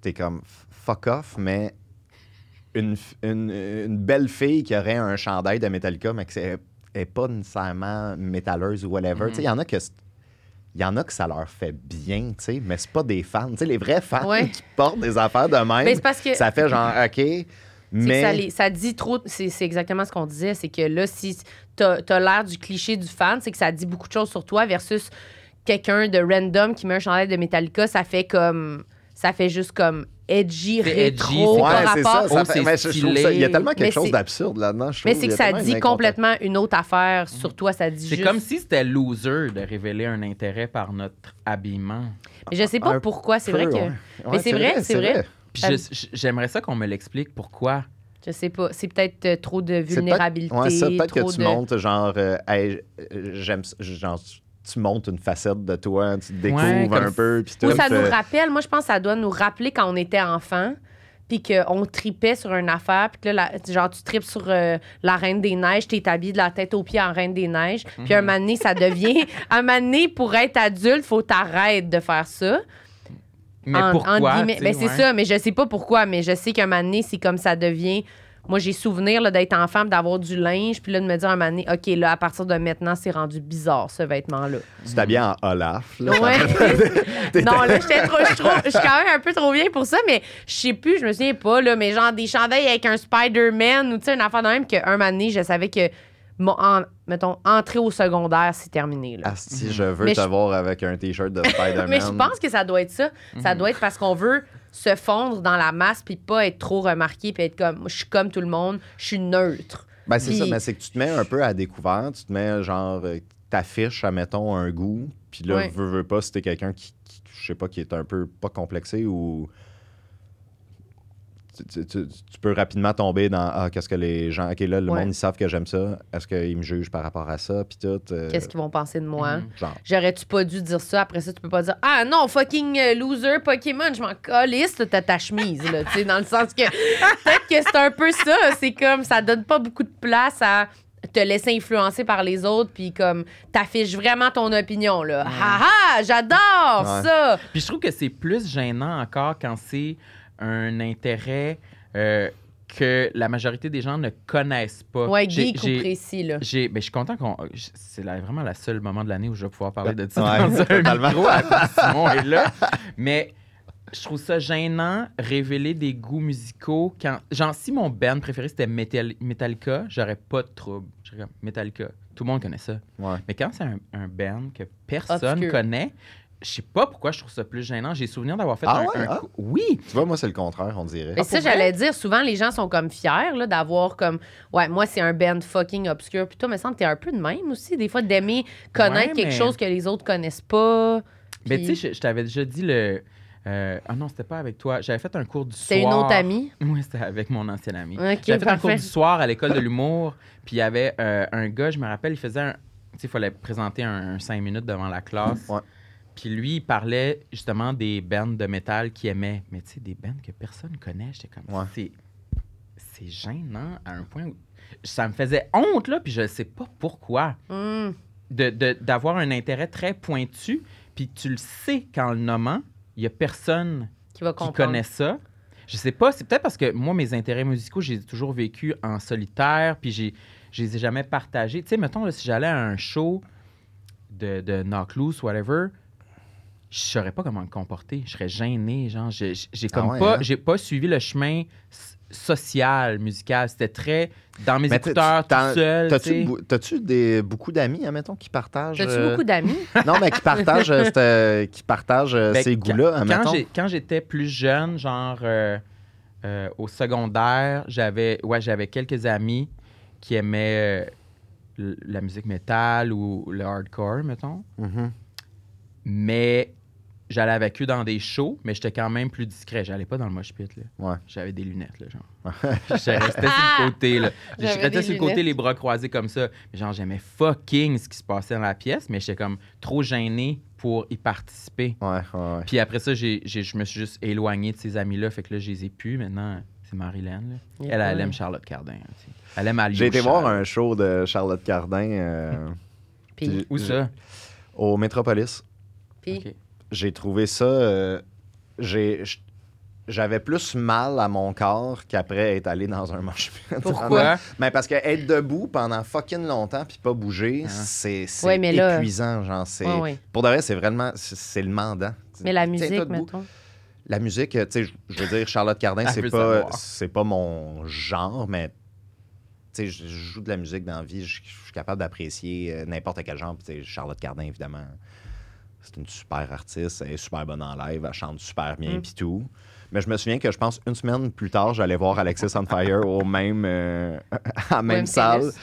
t'es comme f- fuck off, mais une, f- une- une belle fille qui aurait un chandail de Metallica, mais qui est, est pas nécessairement métalleuse ou whatever, Mm-hmm. tu sais, il y en a que. c'est- Il y en a que ça leur fait bien, tu sais, mais c'est pas des fans. Tu sais, les vrais fans Ouais. qui portent des affaires de même, Mais Ben, c'est parce que- ça fait genre, OK, C'est que mais... ça, les- ça dit trop. C'est c'est exactement ce qu'on disait. C'est que là, si t'as as, l'air du cliché du fan, c'est que ça dit beaucoup de choses sur toi versus quelqu'un de random qui met un chandail de Metallica, ça fait comme. Ça fait juste comme edgy, C'est edgy, rétro, c'est par comme- rapport... c'est ça. ça Oh, fait- c'est mais je- je trouve ça- Il y a stylé. tellement quelque Mais chose c'est- d'absurde là-dedans. je Mais trouve. c'est Il y que a ça tellement une Mm. dit incontra- complètement une autre affaire sur toi. Ça dit C'est juste... comme si c'était loser de révéler un intérêt par notre habillement. Mais je sais pas Un pourquoi. C'est vrai peu, que... ouais. Mais Ouais, c'est vrai, c'est vrai. Puis Euh, je- je- j'aimerais ça qu'on me l'explique pourquoi. Je sais pas. C'est peut-être euh, trop de C'est peut-être- vulnérabilité. Ouais, ça, peut-être trop que tu de... montes genre, euh, Hey, euh, j'aime, ça- genre, tu montes une facette de toi, tu te découvres Ouais, comme un peu. puis Ou tout, ça euh, nous rappelle, moi je pense que ça doit nous rappeler quand on était enfant, puis qu'on tripait sur une affaire, puis que là, la- genre tu tripes sur euh, la Reine des Neiges, t'es habillé de la tête aux pieds en Reine des Neiges, puis un Mhm. moment donné, ça <laughs> devient. un moment donné, pour être adulte, faut t'arrêter de faire ça. Mais En- pourquoi? entre guillemets. tu sais, Ben, c'est ouais. ça, mais je sais pas pourquoi, mais je sais qu'un moment donné, c'est comme ça devient. Moi, j'ai souvenir là, d'être enfant, puis d'avoir du linge, puis là, de me dire un moment donné, OK, là, à partir de maintenant, c'est rendu bizarre, ce vêtement-là. Tu t'habilles en Olaf. Là, <laughs> Ouais. non, là, j'étais trop. Je suis trop- je suis quand même un peu trop bien pour ça, mais je sais plus, je me souviens pas, là, mais genre des chandails avec un Spider-Man ou tu sais, une affaire de même qu'un moment donné, je savais que, mon, en- mettons, entrer au secondaire, c'est terminé, là. Ah, si je veux Mais te je- voir avec un t-shirt de Spider-Man. <laughs> mais je pense que ça doit être ça. Ça doit être parce qu'on veut se fondre dans la masse puis pas être trop remarqué puis être comme, je suis comme tout le monde, je suis neutre. Ben, c'est ça, Puis- mais c'est que tu te mets un peu à découvert, tu te mets genre, euh, t'affiches, admettons, un goût, puis là, Ouais. veux, veux pas, si t'es quelqu'un qui, qui- je sais pas, qui est un peu pas complexé ou. tu- Tu, tu- tu peux rapidement tomber dans Ah, qu'est-ce que les gens. Ok, là, le Ouais. monde, ils savent que j'aime ça. Est-ce qu'ils me jugent par rapport à ça? Puis tout. euh, Qu'est-ce qu'ils vont penser de moi? Mhm. Genre. J'aurais-tu pas dû dire ça? Après ça, tu peux pas dire Ah non, fucking euh, loser Pokémon, je m'en calisse, là, t'as ta chemise, là. Tu sais, dans le sens que peut-être que c'est un peu ça. C'est comme ça donne pas beaucoup de place à te laisser influencer par les autres, puis comme t'affiches vraiment ton opinion, là. Ha ha, j'adore Ouais. ça! Puis je trouve que c'est plus gênant encore quand c'est un intérêt euh, que la majorité des gens ne connaissent pas. Ouais, J'ai- geek ou j'ai- précis, là. j'ai- ben, je suis content qu'on. j- C'est la- vraiment le seul moment de l'année où je vais pouvoir parler de ça Ouais, dans un <laughs> totalement. micro à part Simon est là. Mais je trouve ça gênant révéler des goûts musicaux quand. Genre, si mon band préféré c'était Metal- Metallica, j'aurais pas de trouble. J'aurais comme, Metallica. Tout le monde connaît ça. Ouais. Mais quand c'est un, un band que personne Obscur. connaît, je sais pas pourquoi je trouve ça plus gênant. J'ai souvenir d'avoir fait Ah un, ouais, un ah. cou- Oui! Tu vois, moi, c'est le contraire, on dirait. Mais ça, pour vrai? j'allais dire, souvent, les gens sont comme fiers là, d'avoir comme, ouais, moi, c'est un band fucking obscur. Puis toi, me semble que t'es un peu de même aussi, des fois, d'aimer connaître Ouais, quelque mais- chose que les autres connaissent pas. Mais Puis- tu sais, je, je t'avais déjà dit le. euh, ah non, c'était pas avec toi. J'avais fait un cours du soir. C'est une autre amie. Oui, c'était avec mon ancien ami. Ok, J'avais fait un cours parfait. du soir à l'école de l'humour, puis il y avait euh, un gars, je me rappelle, il faisait un. Tu sais, il fallait présenter un, 5 minutes devant la classe. Ouais. Puis lui, il parlait justement des bandes de métal qu'il aimait. Mais tu sais, des bandes que personne connaît. J'étais comme. Ouais. C'est, c'est gênant à un point où. Ça me faisait honte, là, puis je sais pas pourquoi. Hmm. De, de- d'avoir un intérêt très pointu, puis tu le sais qu'en le nommant, il y a personne qui va qui comprendre. connaît ça. Je sais pas, c'est peut-être parce que moi, mes intérêts musicaux, j'ai toujours vécu en solitaire, puis j'ai, je les ai jamais partagés. Tu sais, mettons, là, si j'allais à un show de, de Knock Loose, whatever, je saurais pas comment me comporter. Je serais gêné, genre, j'ai, j'ai- j'ai Ah comme ouais, pas, hein? j'ai pas suivi le chemin s- social, musical. C'était très dans mes Mais t'as- écouteurs, tout t'as- seul. tu T'as-tu, sais. bou- t'as-tu des, beaucoup d'amis, admettons, qui partagent. T'as-tu euh, beaucoup d'amis? Non, mais qui <laughs> partagent, euh, cette, euh, qui partagent euh, Ben, ces quand- goûts-là, quand, admettons. j'ai- quand j'étais plus jeune, genre euh, euh, au secondaire, j'avais ouais, j'avais quelques amis qui aimaient euh, l- la musique métal ou le hardcore, mettons. Mhm. Mais j'allais avec eux dans des shows, mais j'étais quand même plus discret. J'allais pas dans le mosh pit, là. Ouais. J'avais des lunettes, là, genre. Je restais sur le côté, là. Je Ah! J'avais restais des sur le côté, lunettes. les bras croisés comme ça. Mais Genre, j'aimais fucking ce qui se passait dans la pièce, mais j'étais comme trop gêné pour y participer. Ouais, ouais, ouais. Puis après ça, j'ai, j'ai- je me suis juste éloigné de ces amis-là. Fait que là, je les ai plus. Maintenant, c'est Marilyn. là. Yeah, <laughs> Elle, elle ouais. aime Charlotte Cardin. hein, tu sais. Elle aime Aliou. J'ai été Charles. voir un show de Charlotte Cardin euh, Puis, Où ça? au Metropolis. puis Ok. J'ai trouvé ça. euh, j'ai, j- j'avais plus mal à mon corps qu'après être allé dans un manche. Pourquoi? Mais parce que être debout pendant fucking longtemps puis pas bouger, Ah. c'est, c'est Ouais, mais là- épuisant. Genre, c'est, Ouais, ouais. Pour de vrai, c'est vraiment. C'est, c'est le mandant. mais la Tiens-toi musique, debout. mettons. La musique, euh, tu sais, je- je veux dire, Charlotte Cardin, Elle c'est veut pas, euh, savoir. c'est pas mon genre, mais tu sais, je je joue de la musique dans la vie, je je suis capable d'apprécier euh, n'importe quel genre. Puis, tu sais, Charlotte Cardin, évidemment, c'est une super artiste, elle est super bonne en live, elle chante super bien, Mm. pis tout. Mais je me souviens que je pense une semaine plus tard, j'allais voir Alexis on Fire au même, euh, <laughs> à la même, même salle. tennis.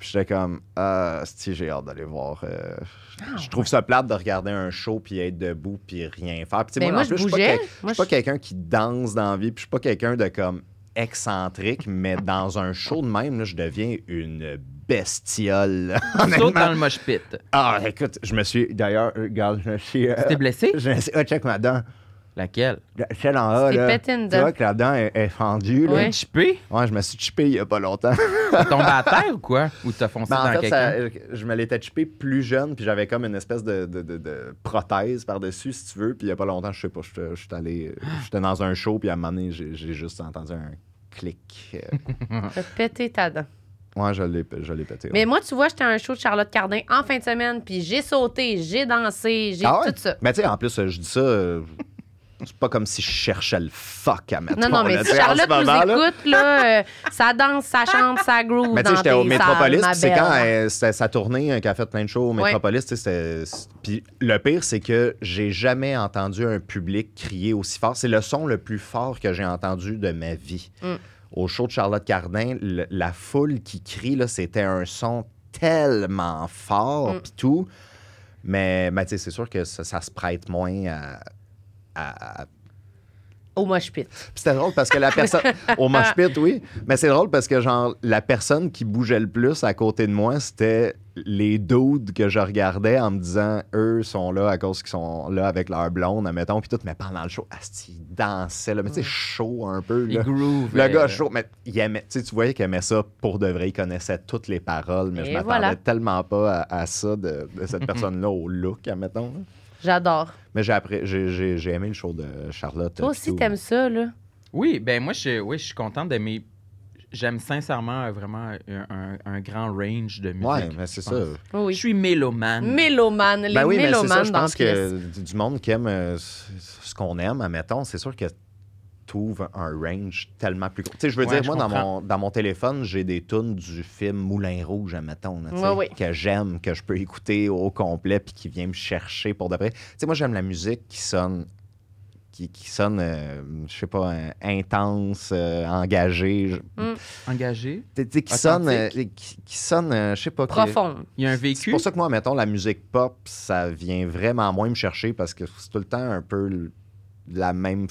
Puis j'étais comme, ah, si j'ai hâte d'aller voir. euh, Ah, je trouve ça plate de regarder un show puis être debout puis rien faire. Puis tu sais, Ben, moi, en je plus, suis pas bougeais. quel- je Moi, suis pas je- quelqu'un qui danse dans la vie, puis je suis pas quelqu'un de comme excentrique, mais dans un show de même, là, je deviens une bestiole. <laughs> là. Tu sautes <laughs> Honnêtement. dans le moche pit. Ah, écoute, je me suis. D'ailleurs, euh, regarde, je me suis. euh, Tu t'es blessé? je me suis. Ah, check ma dent. Laquelle? La- Celle en haut, Tu t'es là. pété une Tu dent. vois que la dent est, est fendue, là. Ouais. Chippé? Ouais, je me suis chippé il y a pas longtemps. T'es tombé à terre ou quoi? Ou t'as foncé Ben, en dans fait, ça- quelqu'un? je me l'étais chippé plus jeune, puis j'avais comme une espèce de, de- de- de prothèse par-dessus, si tu veux. Puis il y a pas longtemps, je sais pas, j'étais j'étais allé. J'étais dans un show, puis à un moment donné, j'ai j'ai juste entendu un clic. Euh, T'as pété ta dent. Ouais, je l'ai je l'ai pété. ouais. Mais moi, tu vois, j'étais à un show de Charlotte Cardin en fin de semaine, puis j'ai sauté, j'ai dansé, j'ai Ah ouais? tout ça. Mais tu sais, en plus, euh, je dis ça. euh, C'est pas comme si je cherchais le fuck à mettre Non, non, mais si Charlotte nous écoute, là, euh, ça danse, ça chante, ça groove. Mais tu sais, j'étais au Métropolis, puis c'est quand euh, elle... elle- c'était sa tournée hein, qu'elle a fait plein de shows au Ouais. Métropolis. tu sais, c'était- c'est- Puis le pire, c'est que j'ai jamais entendu un public crier aussi fort. C'est le son le plus fort que j'ai entendu de ma vie. Mm. Au show de Charlotte Cardin, le- la foule qui crie, là, c'était un son tellement fort, Mm. puis tout. Mais, mais tu sais, c'est sûr que ça, ça se prête moins à- à- à Au mosh pit. puis c'était drôle parce que la <laughs> personne. Au mosh pit, oui. Mais c'est drôle parce que, genre, la personne qui bougeait le plus à côté de moi, c'était les dudes que je regardais en me disant, eux sont là à cause qu'ils sont là avec leur blonde, admettons, puis tout. Mais pendant le show, asti, ils dansaient, là. Mais tu sais, chaud un peu, Il là. groove. Le euh, gars chaud, mais il aimait, tu sais, tu voyais qu'il aimait ça pour de vrai. Il connaissait toutes les paroles, mais Et je m'attendais voilà. tellement pas à, à ça de, de <laughs> cette personne-là au look, admettons. là. J'adore. Mais j'ai appré- j'ai j'ai- j'ai aimé le show de Charlotte. Toi euh, aussi, tout. t'aimes ça, là. Oui, ben moi, je, oui, je suis content d'aimer. J'aime sincèrement euh, vraiment un, un- un grand range de musique. Ouais, mais c'est je ça. pense. Je Oui. suis mélomane. Mélomane, les Ben oui, mais c'est ça, mélomanes je dans pense le que du du monde qui aime euh, ce ce qu'on aime, admettons, c'est sûr que trouve un range tellement plus gros. Tu sais, je veux Ouais, dire, je moi, dans comprends. mon, dans mon téléphone, j'ai des tunes du film Moulin Rouge, admettons, là, tu sais, Ouais, ouais. que j'aime, que je peux écouter au complet, puis qui vient me chercher pour de vrai. Tu sais, moi, j'aime la musique qui sonne, qui, qui sonne, euh, je sais pas, euh, intense, euh, engagée, je- Mm. Engagé. tu sais, qui sonne, euh, Authentique. qui, qui sonne, euh, je sais pas, que- Profonde. Il y a un c'est vécu. pour ça que moi, mettons, la musique pop, ça vient vraiment moins me chercher parce que c'est tout le temps un peu l- la même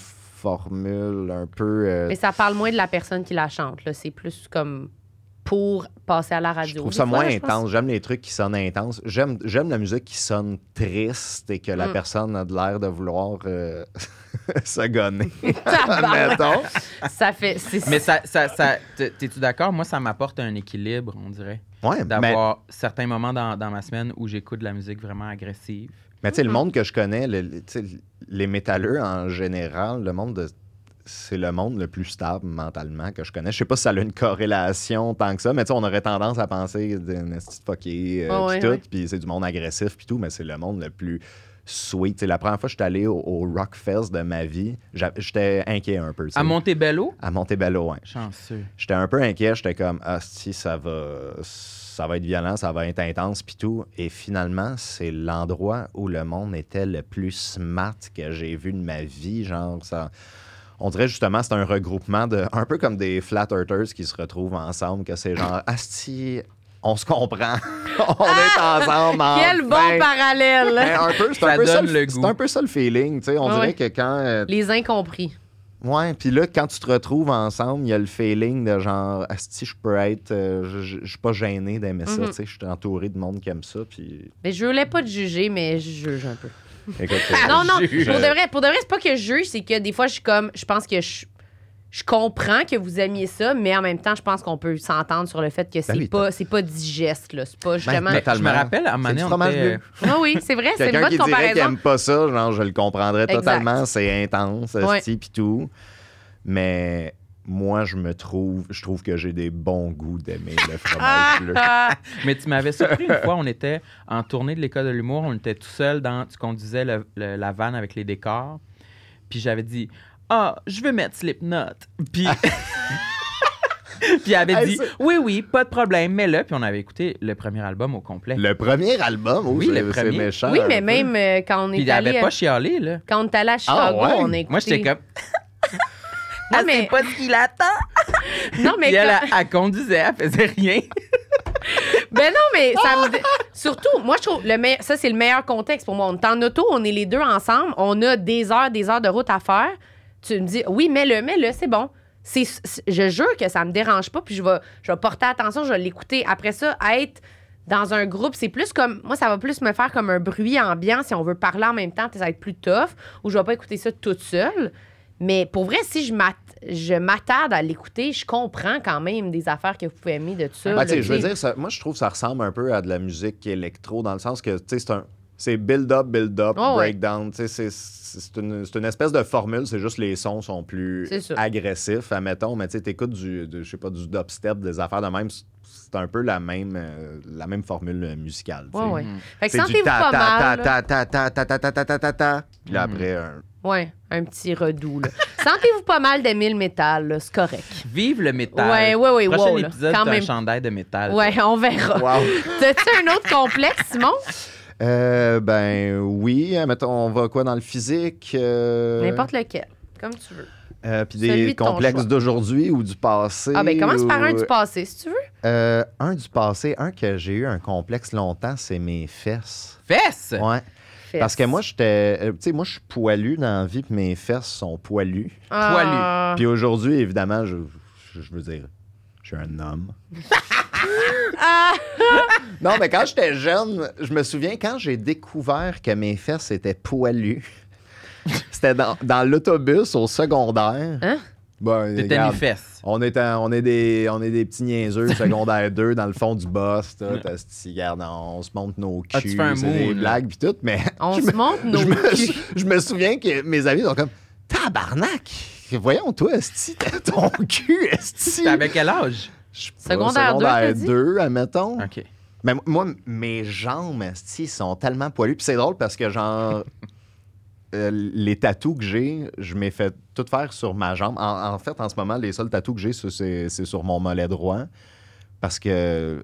formule, un peu. euh, Mais ça parle moins de la personne qui la chante, là. C'est plus comme pour passer à la radio. je trouve Des ça fois, moins là, je pense- <laughs> intense. J'aime les trucs qui sonnent intenses. J'aime j'aime la musique qui sonne triste et que la Mm. personne a de l'air de vouloir euh, <laughs> se gonner. Tabarnak. mettons. Ah, bah. ça fait. c'est- Mais ça, ça, ça t'es- t'es-tu d'accord? Moi, ça m'apporte un équilibre, on dirait. Ouais, mais, D'avoir certains moments dans, dans ma semaine où j'écoute de la musique vraiment agressive. mais tu Mm-hmm. sais, le monde que je connais, le- le- tu sais, les métalleux en général, le monde de. c'est le monde le plus stable mentalement que je connais. Je sais pas si ça a une corrélation tant que ça, mais tu sais, on aurait tendance à penser d'un esti de fucké, euh, Ah ouais, pis tout, ouais. puis c'est du monde agressif, puis tout, mais c'est le monde le plus sweet. Tu sais, la première fois que je suis allé au, au Rockfest de ma vie, j'a- j'étais inquiet un peu. tu sais. À Montebello? à Montebello, ouais. Chanceux. J'étais un peu inquiet, j'étais comme ah si ça va ça va être violent, ça va être intense puis tout et finalement, c'est l'endroit où le monde était le plus smart que j'ai vu de ma vie, genre ça on dirait justement c'est un regroupement de un peu comme des flat earthers qui se retrouvent ensemble que c'est genre asti on se comprend. <laughs> on est ensemble. Ah! Quel bon enfin. parallèle! Mais un peu, c'est Ça un peu ça donne le- le c'est goût. un peu ça le feeling, tu sais, on Ah dirait ouais. que quand euh, Les incompris. Ouais, puis là, quand tu te retrouves ensemble, il y a le feeling de genre, si je peux être, euh, je- je je suis pas gêné d'aimer ça, Mhm. tu sais, je suis entouré de monde qui aime ça, <laughs> puis. Mais je voulais pas te juger, mais je juge un peu. Écoute, Ah, Non, non, juge. pour de vrai, pour de vrai, c'est pas que je juge, c'est que des fois, je suis comme, je pense que je, je comprends que vous aimiez ça, mais en même temps, je pense qu'on peut s'entendre sur le fait que c'est Ben oui, pas, c'est pas digeste, là. C'est pas Mais Ben, justement. je me Totalement. rappelle, à un moment C'est donné, du on fromage était, bleu. <laughs> Ah oui, c'est vrai, c'est une Quelqu'un bonne qui dirait qu'il comparaison. aime pas ça, genre, je le comprendrais Exact. totalement, c'est intense, Ouais. esti, puis tout. Mais moi, je me trouve, je trouve que j'ai des bons goûts d'aimer le fromage bleu. Ah, Mais tu m'avais surpris <laughs> une fois, on était en tournée de l'école de l'humour, on était tout seul dans, tu conduisais le- le- la vanne avec les décors, <laughs> puis j'avais dit, ah, je veux mettre Slipknot. Puis <laughs> Puis elle avait Hey, dit ça- Oui, oui, pas de problème, mais là. Puis on avait écouté le premier album au complet. Le premier album, Oui, oui, c'est- le c'est premier. méchant. Oui, un mais peu. même euh, quand on Puis est elle avait allé pas à, chialé, là. quand on est allé à Chicago, Ah ouais? on a écouté. Moi, j'étais <laughs> comme Non, Ah, c'est mais, pas ce qu'il attend. non, <laughs> mais Puis elle, quand- elle, elle conduisait, elle faisait rien. Ben non, mais ça me... dé- Surtout, moi, je trouve... Le meille- Ça, c'est le meilleur contexte pour moi. On est en auto, on est les deux ensemble, on a des heures, des heures de route à faire. Tu me dis, oui, mets-le, mets-le, c'est bon. C'est... c'est- Je jure que ça me dérange pas, puis je vais, je vais porter attention, je vais l'écouter. Après ça, être dans un groupe, c'est plus comme... Moi, ça va plus me faire comme un bruit ambiant. Si on veut parler en même temps, ça va être plus tough, ou je vais pas écouter ça toute seule. Mais pour vrai, si je m'at- je m'attarde à l'écouter, je comprends quand même des affaires que vous pouvez aimer de ça. Ben, là, tu sais, je veux tu sais. dire, ça- moi, je trouve que ça ressemble un peu à de la musique électro, dans le sens que, tu sais, c'est un... C'est build-up, build-up, Oh, ouais. breakdown. Tu sais, C'est, c'est- c'est une, c'est une espèce de formule, c'est juste les sons sont plus C'est ça. agressifs, admettons. Mais tu sais, t'écoutes du, de- je sais pas, du dubstep, des affaires de même, c'est- c'est un peu la même, euh, la même formule euh, musicale. tu sais. Ah Ouais, ouais. Fait que C'est du sentez-vous ta pas ta ta mal. là. ta ta ta ta ta ta ta ta ta. Puis là, après, un- Ouais, un petit redoux. là. sentez-vous pas mal d'aimer le métal, là, c'est correct. <laughs> Vive le métal. Ouais, ouais, ouais, Prochain wow, là. épisode, Quand t'as un même. chandail de métal. Ouais, on verra. Wow. <laughs> T'as-tu un autre complexe, Simon? Euh, ben oui, mettons, on va quoi dans le physique? euh, N'importe lequel. Comme tu veux. Euh, puis Celui des de ton complexes choix. d'aujourd'hui ou du passé. Ah, ben commence ou- par un du passé, si tu veux. Euh, un du passé, un que j'ai eu un complexe longtemps, c'est mes fesses. Fesse! Ouais. Fesses. Parce que moi, j'étais. euh, Tu sais, moi, je suis poilu dans la vie, puis mes fesses sont poilues. Ah, Puis aujourd'hui, évidemment, je, je- je veux dire, je suis un homme. Ah! Non, mais quand j'étais jeune, je me souviens quand j'ai découvert que mes fesses étaient poilues. <laughs> C'était dans, dans l'autobus au secondaire. Hein? Ben, T'étais regarde, mis fesse. On est, en- on, est des, on est des petits <laughs> niaiseux secondaire 2 dans le fond du boss. là. T'as ce petit- regarde, on se monte nos culs, Ah, tu fais un c'est mood, des là. blagues puis tout, mais On <laughs> je, se me, montre nos je, me, culs. je me souviens que mes amis sont comme « Tabarnak! Voyons, toi, Esti, t'as ton <laughs> cul, Esti! » T'avais quel âge? Je sais pas, Secondaire deux, t'as secondaire dit? 2, admettons. OK. Mais moi, moi, mes jambes, esti, sont tellement poilues. Puis c'est drôle parce que, genre, euh, les tatous que j'ai, je m'ai fait tout faire sur ma jambe. En, en fait, en ce moment, les seuls tatous que j'ai, c'est- c'est c'est sur mon mollet droit. Parce que,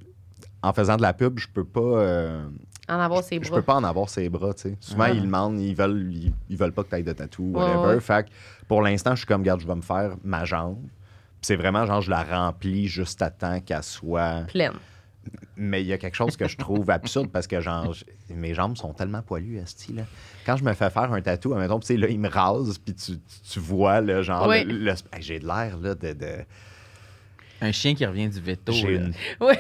en faisant de la pub, je peux pas. euh, En avoir ses je bras. peux pas en avoir ses bras, tu sais. Souvent, Ah. ils demandent, ils veulent, ils, ils veulent pas que t'ailles de tatou, whatever. Ouais, ouais. Fait que pour l'instant, je suis comme, garde, je vais me faire ma jambe. Puis c'est vraiment, genre, je la remplis juste à temps qu'elle soit. Pleine. Mais il y a quelque chose que je trouve absurde parce que genre, j- mes jambes sont tellement poilues, esti, là. Quand je me fais faire un tatou, admettons, tu sais, là, il me rase, puis tu, tu- tu vois, là, genre, Oui. le- le- hey, j'ai de l'air, là, de... de- Un chien qui revient du veto. j'ai là. une... <laughs> Oui.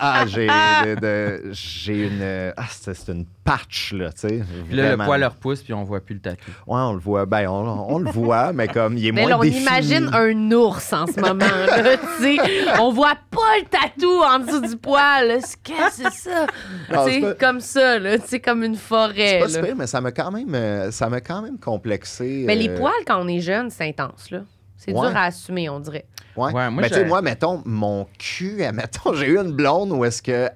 Ah, ah, j'ai de- de- j'ai une... Ah, c'est c'est une patch, là, tu sais. Puis là, le vraiment. poil leur pousse, puis on voit plus le tatou. Ouais, on le voit. Ben, on, on le voit, mais comme, il est Mais moins là, on défini. imagine un ours en ce moment. <laughs> Là, tu sais. on voit pas le tatou en dessous du poil. là. C'est- Qu'est-ce que c'est ça? Non, Tu Ah, c'est sais, pas- Comme ça, là. Tu sais, comme une C'est forêt. pas là. super, mais ça m'a quand même... euh, Ça m'a quand même complexé. Mais Ben, les euh, poils, quand on est jeune, c'est intense, là. C'est Ouais. dur à assumer, on dirait. Ouais. Ouais, moi, moi, je- tu sais, moi, mettons, mon cul, <laughs> admettons, j'ai eu une blonde où est-ce que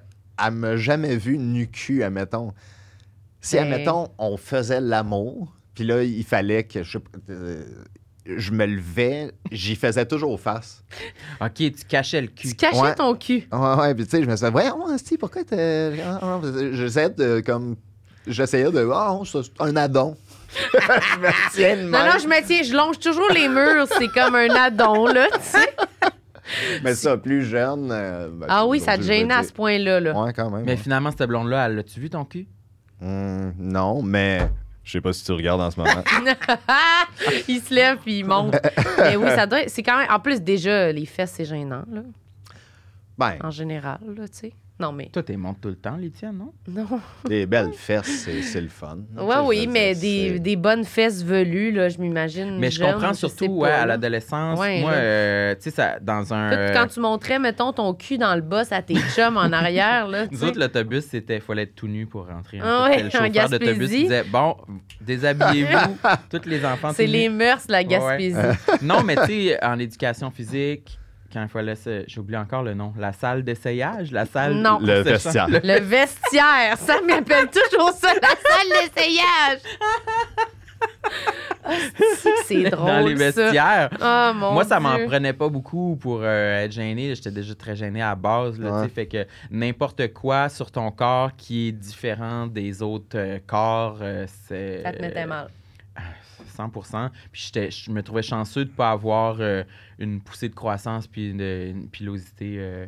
elle m'a jamais vu nu cul, admettons. Si, Ben- admettons, on faisait l'amour, puis là, il fallait que je, euh, je me levais, j'y faisais toujours face. OK, tu cachais le cul. Tu cachais Ouais. ton cul. Ouais, ouais, puis tu sais, je me disais, voyons, Asti, pourquoi t'es. J'essayais de, comme. J'essayais de. Ah, oh, ça, c'est un addon. <laughs> je me tiens de Non, même. non, je me tiens, je longe toujours les murs. C'est comme un addon, là, tu <laughs> sais. Mais ça, plus jeune. euh, ben, Ah oui, ça te aujourd'hui, je gênait me à dis- ce point-là, là. Ouais, quand même. Mais ouais. finalement, cette blonde-là, elle l'a-tu vu ton cul? Hmm, non, mais je sais pas si tu regardes en ce <laughs> moment. <laughs> il se lève puis il monte. Mais oui, ça doit être- C'est quand même. En plus, déjà, les fesses, c'est gênant, là, ben, en général, là, tu sais. Non, mais. <laughs> Toi, t'es monte tout le temps, les tiennes, non? Non. des belles fesses, c'est c'est le fun. Ouais, Ça, je veux oui, dire, mais c'est- des, des bonnes fesses velues, là, je m'imagine. Mais je jeune, comprends sais surtout, pas, ouais, à là. l'adolescence, Ouais, moi, là. euh, tu sais, ça- dans un... Toi, euh, Quand tu montrais, mettons, ton cul dans le boss à tes chums en arrière, là, tu <laughs> Nous sais. autres, l'autobus, c'était fallait être tout nu pour rentrer. Ah fait. ouais, le en chauffeur d'autobus Gaspésie. disait Bon, déshabillez-vous, <laughs> tous les enfants. C'est tout les nus. mœurs, la Ouais. Gaspésie. <laughs> Non, mais tu sais, en éducation physique, quand il fallait. se- J'oublie encore le nom. La salle d'essayage, la salle. Non. pour Le se vestiaire. changer- Le vestiaire, ça m'appelle toujours ça, la salle d'essayage. Ah, C'est drôle. dans les vestiaires. Ça. Oh, mon Moi, ça m'en Dieu. prenait pas beaucoup pour euh, être gênée. J'étais déjà très gênée à la base. Là, Ouais. tu sais, Fait que n'importe quoi sur ton corps qui est différent des autres euh, corps, euh, c'est. Ça te mettait mal. 100 Puis j'étais- je me trouvais chanceux de pas avoir euh, une poussée de croissance puis une, une pilosité. euh,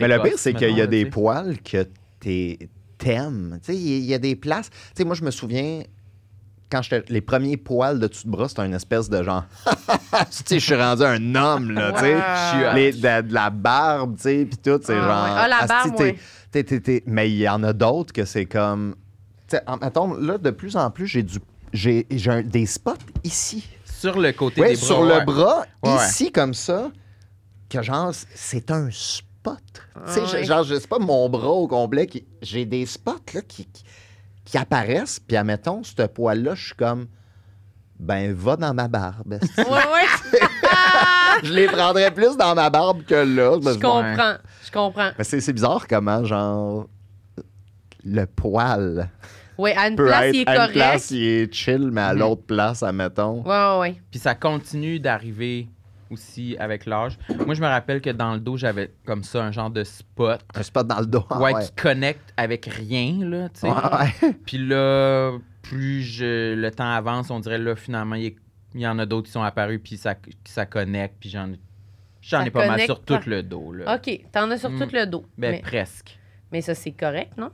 Mais le précoce, pire, c'est mettons, qu'il y a là, des tu sais. poils que t'es- t'aimes. Tu sais, il y a des places. Tu sais, moi, je me souviens, quand j'étais. Les premiers poils de dessus de bras, c'était une espèce de genre. <laughs> tu sais, je suis rendu un homme, là, tu sais. Je suis- Les- de, de la barbe, tu sais, puis tout, c'est Ah, genre. ouais. Ah, la asti, barbe, t'es- ouais. t'es- t'es- t'es- Mais il y en a d'autres que c'est comme. Tu sais, en- mettons, là, de plus en plus, j'ai du. J'ai j'ai un- des spots ici. Sur le côté Ouais, des bras. sur ouais. le bras, Ouais, ouais. ici, comme ça, que genre, c'est un spot. Tu sais, Ah je- ouais. genre, je sais pas, mon bras au complet, qui- j'ai des spots là, qui, qui, qui apparaissent, puis admettons, ce poil-là, je suis comme, ben, va dans ma barbe. <laughs> esti. Ouais, <laughs> ouais. je les prendrais plus dans ma barbe que là. Je parce que- comprends. Je comprends. Mais c'est c'est bizarre comment, genre, le poil Oui, à une peut place, il est être à une place, correct. Mm. il est chill, mais à Mhm. l'autre place, admettons. Ouais, ouais, ouais. Puis ça continue d'arriver aussi avec l'âge. Moi, je me rappelle que dans le dos, j'avais comme ça un genre de spot. Un spot dans le dos. ah ouais, ouais. qui connecte avec rien, là, tu sais. Ouais, ouais. Puis là, plus je- le temps avance, on dirait là, finalement, il y, il y en a d'autres qui sont apparus, puis ça, ça connecte, puis j'en j'en Ça ai pas mal connecte sur pas. tout le dos, là. OK, t'en as sur Mm. tout le dos. Ben, mais, presque. mais ça, c'est correct, non?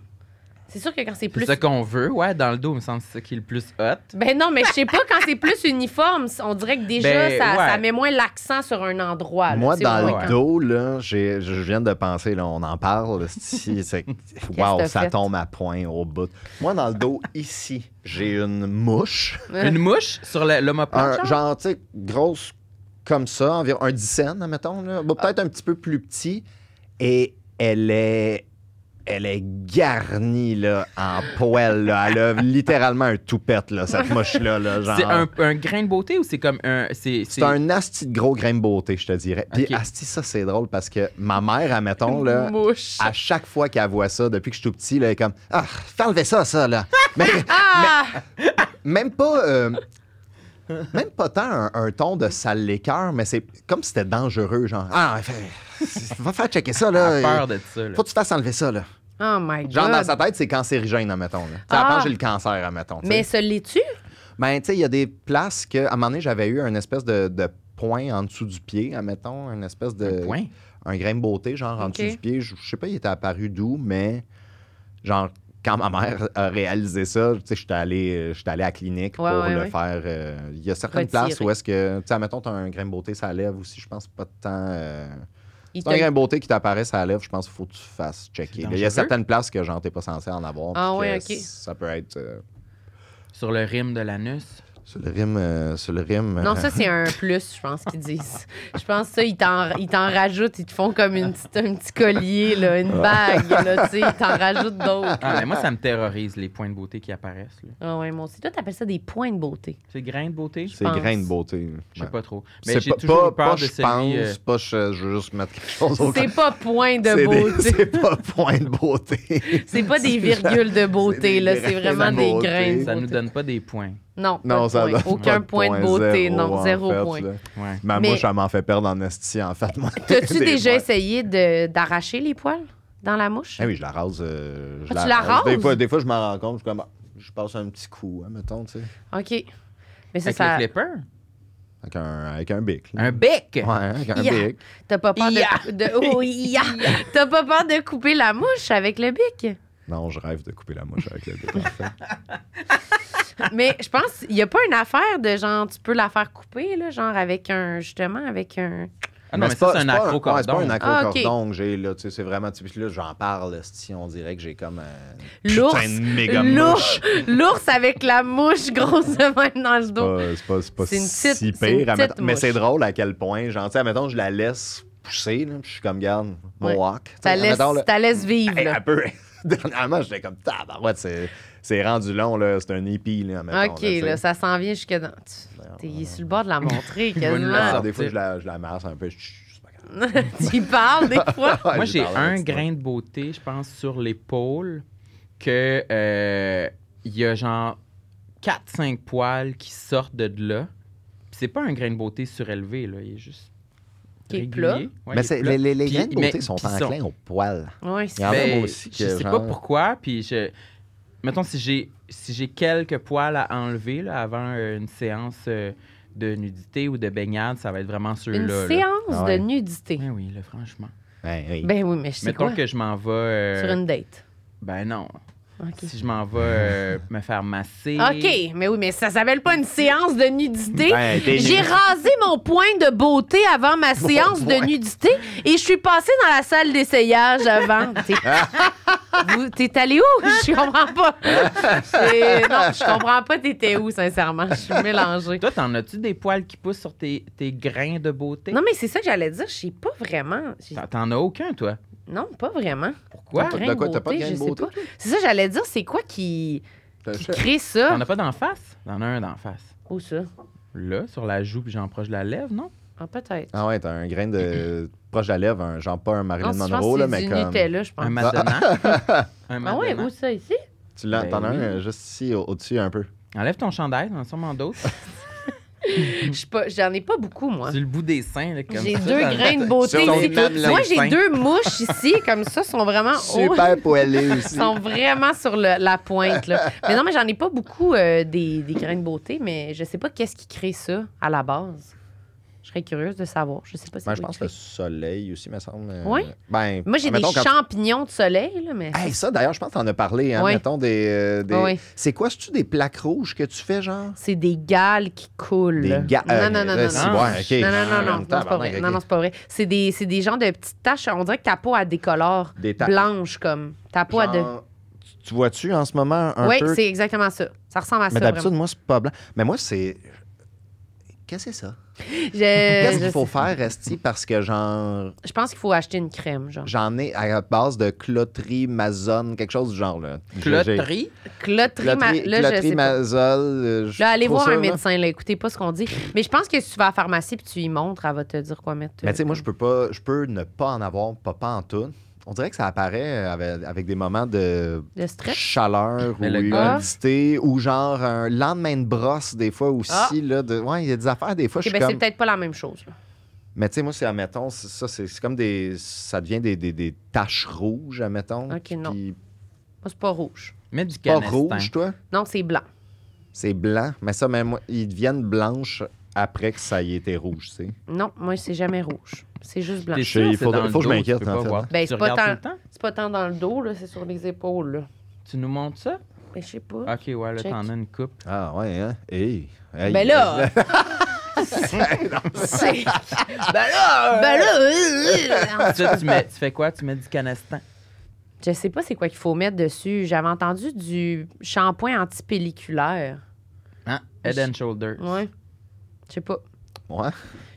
C'est sûr que quand c'est C'est plus... ça qu'on veut, ouais, dans le dos, il me semble que c'est ça qui est le plus hot. Ben non, mais je sais pas, quand c'est plus uniforme, on dirait que déjà, Ben, ça, ouais. ça met moins l'accent sur un endroit. Ah, là, Moi, tu sais, dans ouais, le ouais. dos, là, j'ai- je viens de penser, là, on en parle, <laughs> si, c'est- wow, t'as ça fait? tombe à point au bout. Moi, dans le dos, ici, j'ai une mouche, Une mouche sur la- un, l'omoplate, genre? genre, tu sais, grosse comme ça, environ un 10 cents, admettons, là, Bon, peut-être un petit peu plus petit, et elle est... Elle est garnie là, en poêle. là. Elle a littéralement un toupette, là, cette mouche-là. là, genre. C'est un, un grain de beauté ou c'est comme un... C'est C'est un asti de gros grain de beauté, je te dirais. Puis Ok. asti, ça, c'est drôle parce que ma mère, admettons, là, <laughs> Une mouche. à chaque fois qu'elle voit ça, depuis que je suis tout petit, là, elle est comme Ah, fais enlever ça, ça, là. Mais, Ah! mais même pas. euh, même pas tant un, un ton de sale l'écœur, mais c'est comme si c'était dangereux, genre Ah, fais- va faire checker ça, là. a peur de ça, là. Faut que tu fasses enlever ça, là. Oh my God. Genre, dans sa tête, c'est cancérigène, admettons. Là. Ah. Ça pense que j'ai le cancer, admettons. tu sais. Mais ça l'est-tu? Ben, tu sais, il y a des places que, à un moment donné, j'avais eu un espèce de, de point en dessous du pied, admettons, un espèce de. Un point. un grain de beauté, genre, en Ok. dessous du pied. Je, je sais pas, il était apparu d'où, mais, genre, quand ma mère a réalisé ça, tu sais, j'étais allé, euh, j'étais allé à la clinique Ouais, pour ouais, le ouais. faire. euh, Il y a certaines Retirer. places où est-ce que, tu sais, admettons, t'as un grain de beauté, ça lève aussi, je pense pas tant. euh, Il c'est un te- grain de beauté qui t'apparaît, ça lève, je pense qu'il faut que tu fasses checker. C'est Il y a dangereux. certaines places que, genre, t'es pas censé en avoir. Ah puis ouais, que ok. Ça peut être. euh, Sur le rime de l'anus. sur le rime. euh, sur le rime Non, euh, ça, c'est un plus, je pense qu'ils disent. Je pense que ça, ils t'en, ils t'en rajoutent. Ils te font comme une petite, un petit collier, là, une Ah. bague. Là, tu sais, ils t'en rajoutent d'autres. Ah, mais moi, ça me terrorise, les points de beauté qui apparaissent, là. Ah ouais, moi aussi. Toi, t'appelles ça des points de beauté. C'est grain de beauté? C'est pense. grain de beauté. Je sais Ouais. pas trop. Mais C'est j'ai pas, toujours pas, eu peur pas de je celui... euh, pense, pas je, je veux juste mettre quelque chose au C'est pas point de C'est des- beauté. C'est pas point de beauté. C'est pas des virgules de beauté, des là. C'est grains vraiment de des beauté. grains. de Ça nous beauté. donne pas des points. Non, pas Non, de ça point. donne Aucun pas point de beauté, zéro, non, en zéro fait, point. là. Ouais. Ma Mais- mouche, elle m'en fait perdre en esti, en fait. moi. <laughs> T'as-tu Des déjà fois. essayé de, d'arracher les poils dans la mouche? Ah oui, je la rase. euh, je Ah, tu la Des rases? fois, des fois, je m'en rends compte, je suis comme, ah, je passe un petit coup, hein, mettons, tu sais, OK. Mais ça, Avec ça. le Ah, clipper? avec un, avec un bic. là. Un bec! Ouais, avec un Yeah. bic. T'as pas peur Ya. de. de- <laughs> oh, ya. T'as pas peur de couper la mouche avec le bic? Non, je rêve de couper la mouche avec le bic. <laughs> en fait. Ah Mais je pense, il y a pas une affaire de genre, tu peux la faire couper, là, genre avec un. Justement, avec un. Ah non, mais, ça, c'est un pas accro ouais, C'est pas un Ah, ok. acrocordon que j'ai, là, tu sais, c'est vraiment typique. Là, j'en parle, esti, on dirait que j'ai comme un. L'ours. Putain de méga mouche. L'ours. L'ours avec la mouche grosse de même dans le dos. pas- c'est pas, c'est pas C'est une si petite- c'est une pire. admettons. petite mais mouche. c'est drôle à quel point. Genre, tu sais, admettons, je la laisse pousser, là, puis je suis comme, garde, mon Ouais. walk. Tu sais, Ça laisse, admettons, là, ça laisse vivre, hey, ah, là. un peu. <laughs> Dernièrement, j'étais comme, tabarouette, c'est, c'est rendu long, là, c'est un épi, ben, là, admettons, OK, tu sais. là, ça s'en vient jusque dans. tu- T'es sur le bord de <laughs> la montrer, la quasiment. Alors, des fois, sortir. je la, je la masse un peu. je- je- c'est pas grave. <laughs> tu y parles des fois. <laughs> Ouais, Moi, je j'ai parle un avec toi. grain de beauté, je pense, sur l'épaule que euh, il y a genre 4-5 poils qui sortent de là. Puis c'est pas un grain de beauté surélevé, là. Il est juste. Qui est régulier. plat. Ouais, mais il est c'est- plat. les, les, les Puis- graines de mais- beauté sont puis ils enclins au poil. Ouais, c'est- Il y en a Ben, moi aussi Je que sais genre- pas pourquoi, puis je. Mettons, si j'ai si j'ai quelques poils à enlever là, avant euh, une séance euh, de nudité ou de baignade, ça va être vraiment une ceux-là. là. séance Ah ouais. de nudité. Ben oui, là, franchement. Ouais, oui. Ben oui, mais je sais Mettons quoi. que je m'en vais. euh, Sur une date. Ben non. OK. Si je m'en vais euh, me faire masser. OK, mais oui, mais ça s'appelle pas une séance de nudité. Ben, t'es J'ai nu. rasé mon point de beauté avant <laughs> ma séance de point. nudité et je suis passée dans la salle d'essayage <laughs> avant. T'es- Vous- T'es allé où? <laughs> Je comprends pas. C'est- Non, je comprends pas t'étais où, sincèrement. Je suis mélangée. Toi, t'en as-tu des poils qui poussent sur tes, tes grains de beauté? Non, mais c'est ça que j'allais dire. Je sais pas vraiment. J'ai- T'en- T'en as aucun, toi? Non, pas vraiment. Pourquoi? T'as pas- Grain de quoi, t'as pas de beauté, grain de je sais beauté? pas. C'est ça que j'allais dire. C'est quoi qui, T'as- qui crée ça? T'en as pas d'en face? T'en as un d'en face. Où ça? Là, sur la joue, puis j'en proche de la lèvre, non? Ah, peut-être. Ah ouais, t'as un grain de proche de la lèvre, un, genre pas un Marilyn Non, je pense Monroe, que là, c'est mais du comme. Nutella, je pense. Un <laughs> Madonna? un Ah ouais, Madonna. où ça, ici? Tu l'as, Ben t'en as un oui. euh, juste ici, au- au-dessus un peu. Enlève ton chandail, t'en as sûrement d'autres. Je suis pas- J'en ai pas beaucoup, moi. Sur le bout des seins, là, comme J'ai ça, deux dans- grains <laughs> de beauté sur ton ici. mamelon. Moi, j'ai Fin. deux mouches ici, comme ça, sont vraiment hauts. Super poilé aussi. sont vraiment sur le- la pointe. Là. Mais non, mais j'en ai pas beaucoup euh, des, des grains de beauté, mais je sais pas qu'est-ce qui crée ça à la base. Je serais curieuse de savoir. Je sais pas si Ben, je pense que le soleil aussi, me semble. euh, Ouais. Ben, Moi, j'ai des mettons quand tu- champignons de soleil, là, mais. Hey, ça, d'ailleurs, je pense que t'en as parlé, hein, Ouais. mettons, des... euh, des- Ouais. C'est quoi, c'est-tu des plaques rouges que tu fais, genre? C'est des gales qui coulent. Des euh, gars... Non, non, non, non, non. non. ouais, Non, OK. non, non, non, En non, même c'est temps, pas vrai. pardon, Non, non, ok. c'est pas vrai. C'est des, c'est des gens de petites taches. On dirait que ta peau, a décolore. Des taches. Blanche, comme. Ta peau, a de. Genre, tu- Tu vois-tu en ce moment un Oui, peu... c'est exactement ça. Ça ressemble à Mais ça, d'habitude, vraiment. moi, c'est pas blanc. Mais moi, c'est... Qu'est-ce que c'est ça? Je, Qu'est-ce Euh, je- qu'il faut faire, Esti? Parce que, genre, je pense qu'il faut acheter une crème, genre. j'en ai à la base de cloterie, mazone, quelque chose du genre, là. J'ai- j'ai- Cloterie? Clotrima- Cloterie, là, je cloterie, sais pas. mazole... euh, je suis Là, allez trop voir sûr, un là. médecin, là. Écoutez pas ce qu'on dit. Mais je pense que si tu vas à la pharmacie puis tu y montres, elle va te dire quoi mettre. euh, Mais tu sais, moi, je peux pas, je peux ne pas en avoir, pas, pas en tout. On dirait que ça apparaît avec, avec des moments de De stress. chaleur ou Mais le gars- humidité ou genre un lendemain de brosse des fois aussi. Ah. Là, de, ouais, il y a des affaires des fois. Ok, je suis ben, c'est comme- peut-être pas la même chose. là. Mais tu sais, moi, c'est, admettons, c'est- ça, c'est, c'est comme des. Ça devient des, des, des taches rouges, admettons. Ok, non. Puis Moi, c'est pas rouge. Mets du pas canestin. rouge, toi. Non, c'est blanc. C'est blanc. Mais ça, même, ils deviennent blanches après que ça y était rouge, tu sais. Non, moi, c'est jamais rouge. C'est juste blanc. T'es Je sais, sûr, il c'est faut- dans le faut que je dos, m'inquiète, tu hein, peux en pas fait. voir. Ben, tu c'est pas regardes tant- tout le temps? C'est pas tant dans le dos, là, c'est sur les épaules, là. Tu nous montres ça? Mais je sais pas. Ok, ouais, là, Check. t'en as une coupe. <laughs> Ah, ouais, hein. Hey. Hey. Ben là! <laughs> C'est- ben là! Ben là! euh, euh, euh. Ça, tu, mets- tu fais quoi? Tu mets du canestan. Je sais pas c'est quoi qu'il faut mettre dessus. J'avais entendu du shampoing antipelliculaire. Hein? Head and shoulders. Ouais. Je sais pas. Ouais.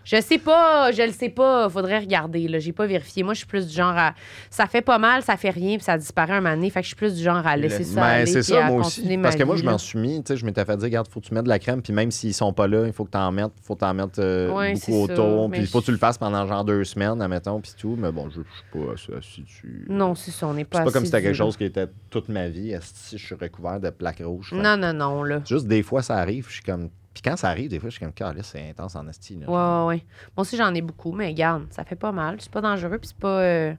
Je sais pas, je le sais pas. Faudrait regarder, là. J'ai pas vérifié. Moi, je suis plus du genre à. Ça fait pas mal, ça fait rien, puis ça disparaît un moment donné. Fait que je suis plus du genre à laisser Le- ça. Ben, aller, c'est puis ça, à moi aussi. continuer ma Parce que moi, vie, je là. m'en suis mis. Tu sais, je m'étais fait dire, regarde, faut que tu mettes de la crème. Puis même s'ils sont pas là, il faut que tu en mettes. faut que tu en mettes euh, Ouais, c'est beaucoup ça, autour. mais Puis il faut que je- tu le fasses pendant genre deux semaines, admettons. Puis tout. Mais bon, je je suis pas assez assidu. Non, c'est ça, on n'est pas. C'est pas comme si assez c'était quelque dur. chose qui était toute ma vie. Si je suis recouvert de plaques rouges. Fait Non, non, non, là. que Juste des fois, ça arrive. Je suis comme. Puis quand ça arrive, des fois, je suis comme, Calais, c'est intense en esti. là. Ouais, ouais, ouais. Moi aussi, j'en ai beaucoup, mais garde, ça fait pas mal. C'est pas dangereux, puis c'est pas. euh,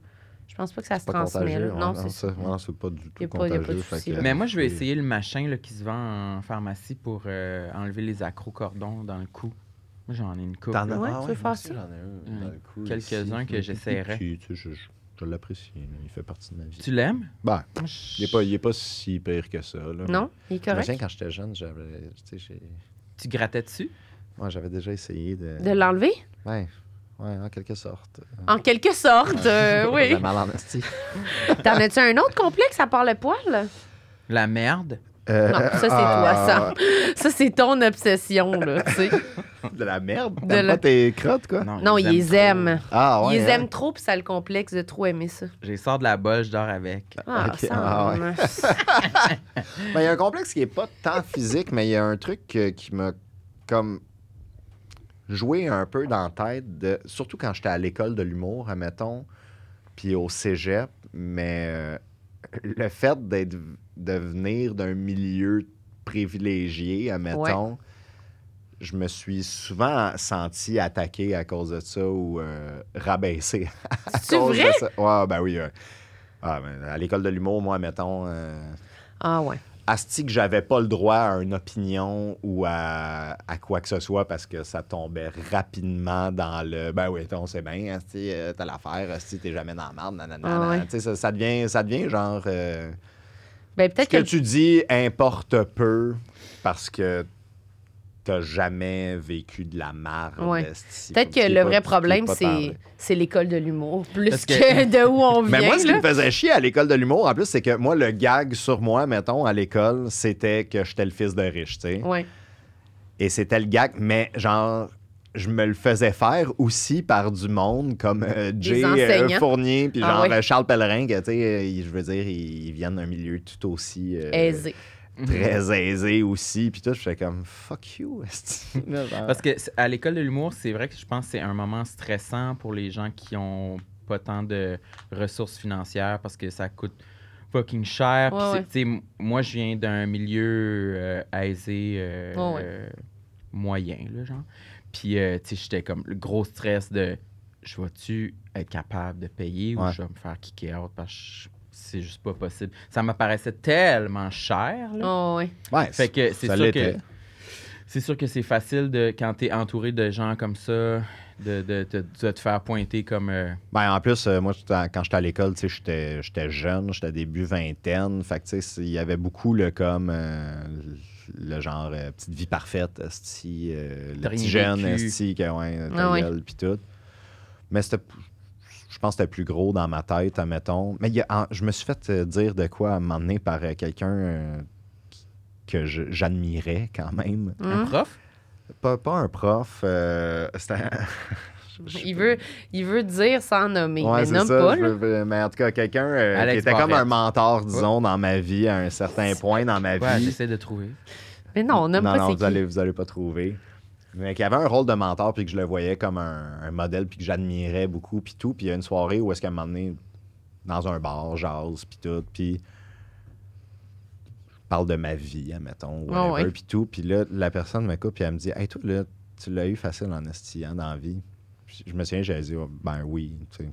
Je pense pas que ça se Pas transmet. contagieux. là. ouais, Non, c'est ça. ça. ouais, c'est pas du Y tout a pas- y a pas de contagieux. fait souci, que- là. Mais moi, je vais Et- essayer le machin là, qui se vend en pharmacie pour euh, enlever les accrocordons dans le cou. Moi, j'en ai une coupe. T'en as là. Ouais, ah tu veux moi faire aussi, ça? j'en ai un, dans le cou, Quelques-uns ici. que j'essaierais. Puis, tu sais, Je, je- je l'apprécie. là. Il fait partie de ma vie. Tu l'aimes? Ben, Moi, je- il n'est pas, il est pas si pire que ça. Là. Non, il est Je me correct. souviens quand j'étais jeune, j'avais, tu sais, j'ai- Tu grattais dessus? moi, j'avais déjà essayé de. De l'enlever? Ouais, ouais, en quelque sorte. En quelque sorte, euh, oui. J'avais mal en esti. T'en as-tu un autre complexe à part le poil? La merde? Euh, Non, ça, c'est ah, toi, ça. Ça, c'est ton obsession, là, tu sais. <laughs> De la merde. De De la- pas tes crottes, quoi. Non, ils les aiment. Ah, ouais. ils les hein. aiment trop, puis ça a le complexe de trop aimer ça. Je les sors de la bolle, je dors avec. Ah, Ok, ça, ah <laughs> ouais. maman. Ben, il y a un complexe qui est pas tant physique, mais il y a un truc euh, qui m'a comme joué un peu dans la tête, de- surtout quand j'étais à l'école de l'humour, admettons, puis au cégep, mais euh, le fait d'être de venir d'un milieu privilégiée, admettons, je me suis souvent senti attaqué à cause de ça ou euh, rabaissé à C'est cause vrai? de ça. Ouais, ben oui. euh. Ah, ben, à l'école de l'humour, moi, admettons, euh, Ah ouais. Asti que j'avais pas le droit à une opinion ou à, à quoi que ce soit parce que ça tombait rapidement dans le ben oui, on sait bien, Asti, euh, t'as l'affaire, Asti, t'es jamais dans la merde, nanana. Ah ouais. Tu sais, ça, ça devient, ça devient genre. euh, Ben ce peut-être que que. tu dis importe peu parce que t'as jamais vécu de la marde. Ouais. asti. Peut-être Tu que t'es le pas- vrai tu t'es problème, pas c'est parlé. c'est l'école de l'humour, plus Parce que... que- de où on vient. <laughs> Mais moi, ce qui là. me faisait chier à l'école de l'humour, en plus, c'est que moi, le gag sur moi, mettons, à l'école, c'était que j'étais le fils de riche, tu sais. Ouais. Et c'était le gag, mais genre, je me le faisais faire aussi par du monde comme euh, Jay euh, enseignants. Fournier, puis Ah genre ouais. euh, Charles Pellerin, que tu sais, euh, ils- je veux dire, ils, ils viennent d'un milieu tout aussi. euh, Aisé. Très aisé aussi, puis tout, je fais comme fuck you. esti. Parce que c- à l'école de l'humour, c'est vrai que je pense que c'est un moment stressant pour les gens qui ont pas tant de ressources financières parce que ça coûte fucking cher. Puis Ouais, c'est- ouais. tu sais, m- moi, je viens d'un milieu euh, aisé euh, Ouais, ouais. euh, moyen, là, genre. Puis, euh, tu sais, j'étais comme le gros stress de je vais-tu être capable de payer ou Ouais. je vais me faire kicker out parce que je- c'est juste pas possible. Ça m'apparaissait tellement cher, là. Ah ouais. Ouais, Fait que c'est ça sûr que l'était. c'est sûr que c'est facile de quand t'es entouré de gens comme ça de, de, de- de te faire pointer comme euh, Ben, en plus, euh, moi, j'étais à- quand j'étais à l'école, tu sais, j'étais j'étais jeune, j'étais début vingtaine. Fait que, tu sais, c'est- il y avait beaucoup le comme, euh, le genre euh, petite vie parfaite, esti, euh, T'as le rien petit jeune, vécu. esti, que, ouais, ta Ah ouais. gueule, puis tout. Mais c'était, je pense que c'était plus gros dans ma tête, admettons. Mais il y a- en- je me suis fait euh, dire de quoi à un moment donné par euh, quelqu'un euh, qui- que je- j'admirais quand même. un Hum. prof. Pas, pas un prof, euh, c'était... je sais Il pas. veut, il veut dire sans nommer, Ouais, mais c'est nomme ça, pas. je là. veux- veux- mais en tout cas, quelqu'un euh, qui Alex était comme Barrette. un mentor, disons, dans ma vie, à un certain point dans ma Ouais, vie. j'essaie de trouver. Mais non, on nomme non, pas non, c'est vous qui. allez, vous allez pas trouver. Mais qui avait un rôle de mentor, puis que je le voyais comme un, un modèle, puis que j'admirais beaucoup, puis tout. Puis il y a une soirée où est-ce qu'à un moment donné, dans un bar, jase, puis tout, puis je parle de ma vie, admettons, Ah whatever, ouais. puis tout. Puis là, la personne me coupe, puis elle me dit « Hey, toi, là, tu l'as eu facile en estillant dans la vie. » Puis Je me souviens, j'avais dit Oh, Ben oui, tu sais.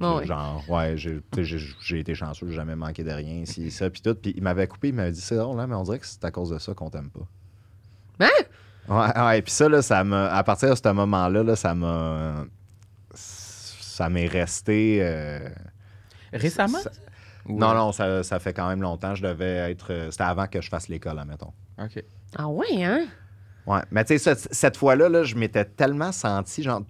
Ah ouais. Genre, ouais, j'ai tu sais, j'ai- j'ai été chanceux, j'ai jamais manqué de rien, ici, ça, puis tout. Puis il m'avait coupé, il m'avait dit, c'est drôle, là, mais on dirait que c'est à cause de ça qu'on t'aime pas. Hein? Ouais, ouais, puis ça, là, ça m'a. À partir de ce moment-là, là, ça m'a. Ça m'est resté. euh, Récemment ça- Ou- Non, non, ça, ça fait quand même longtemps. Je devais être. euh, C'était avant que je fasse l'école, admettons. OK. Ah ouais, hein? Ouais, mais tu sais, ce- cette fois-là, là, je m'étais tellement senti, genre.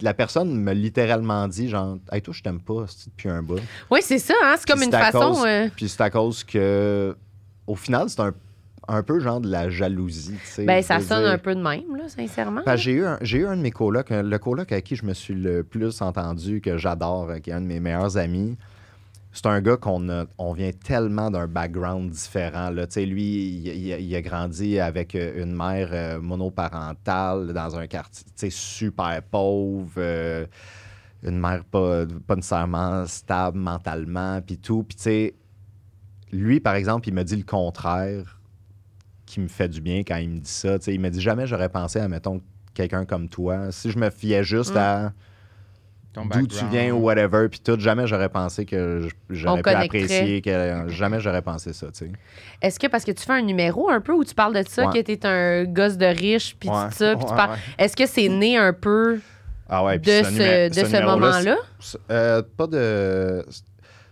La personne me littéralement dit, genre, hey, toi, je t'aime pas, c'est-tu, depuis un bout. Oui, c'est ça, hein? C'est comme Puis une c'est à façon. cause- euh, Puis c'est à cause que, au final, c'est un, un peu genre de la jalousie, tu sais. Ben, je ça veux sonne dire. un peu de même, là, sincèrement. Parce que j'ai eu, un, j'ai eu un de mes colocs, un- le coloc à qui je me suis le plus entendu, que j'adore, euh, qui est un de mes meilleurs amis. C'est un gars qu'on a- on vient tellement d'un background différent. Là. Tu sais, Lui, il, il- il a grandi avec euh, une mère euh, monoparentale dans un quartier tu sais, super pauvre. euh, une mère pas, pas nécessairement stable mentalement, puis tout. Puis tu sais, lui, par exemple, il me dit le contraire qui me fait du bien quand il me dit ça. Tu sais, il me dit jamais j'aurais pensé à, mettons, quelqu'un comme toi. Si je me fiais juste Mm. à Ton d'où tu background. viens ou whatever, puis tout, jamais j'aurais pensé que j- On j'aurais pu connecterait. apprécier, que jamais j'aurais pensé ça, tu sais. Est-ce que parce que tu fais un numéro un peu où tu parles de ça, Ouais. que t'es un gosse de riche, puis Ouais, tout ça, puis tu ouais, parles. ouais. Est-ce que c'est né un peu Ah ouais, puis de ce ce, numé- de ce ce, numéro-là, moment-là? c'est- euh, pas de.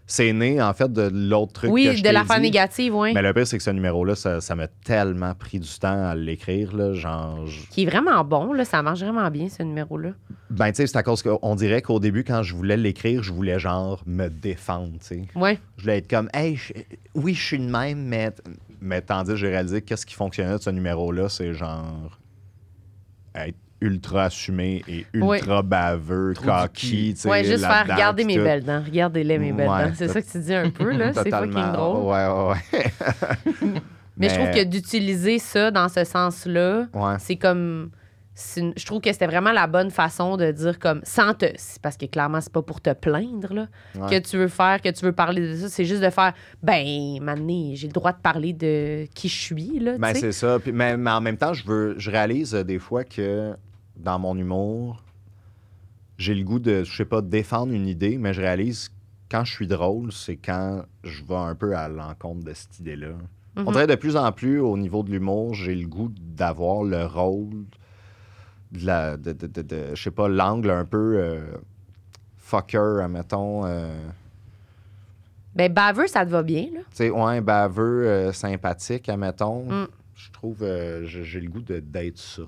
C'est né, en fait, de l'autre truc. que Oui, je de t'ai l'affaire dit. négative, oui. Mais le pire, c'est que ce numéro-là, ça ça m'a tellement pris du temps à l'écrire. Là, genre, je- Qui est vraiment bon, là. Ça marche vraiment bien, ce numéro-là. Ben, tu sais, c'est à cause qu'on dirait qu'au début, quand je voulais l'écrire, je voulais genre me défendre, tu sais. Ouais. Je voulais être comme, hey, je- oui, je suis de même, mais. Mais tandis que j'ai réalisé que qu'est-ce qui fonctionnait de ce numéro-là, c'est genre. être ultra assumé et ultra baveux, Trop cocky, tu sais. Ouais, juste faire là-dedans, regarder puis mes tout. belles dents. Regardez-les, mes belles Ouais, dents. C'est ça que tu dis un peu, là. C'est <laughs> Totalement. fucking drôle. Ouais, ouais, ouais. <laughs> Mais je trouve Mais- que d'utiliser ça dans ce sens-là, Ouais. c'est comme c'est une- je trouve que c'était vraiment la bonne façon de dire comme sans te c'est parce que clairement c'est pas pour te plaindre là, Ouais. que tu veux faire que tu veux parler de ça c'est juste de faire ben mané j'ai le droit de parler de qui je suis là tu Ben, sais. c'est ça. Puis, mais, mais en même temps, je, veux, je réalise euh, des fois que dans mon humour, j'ai le goût de, je sais pas, défendre une idée, mais je réalise quand je suis drôle, c'est quand je vais un peu à l'encontre de cette idée-là. Mhm. On dirait de plus en plus, au niveau de l'humour, j'ai le goût d'avoir le rôle, de, la, de, de- de- de- je sais pas, l'angle un peu euh, fucker, admettons. euh, ben baveux ça te va bien là tu sais, ouais, baveux, euh, sympathique, admettons. Mm. Je trouve, euh, j'ai j'ai le goût de- d'être ça.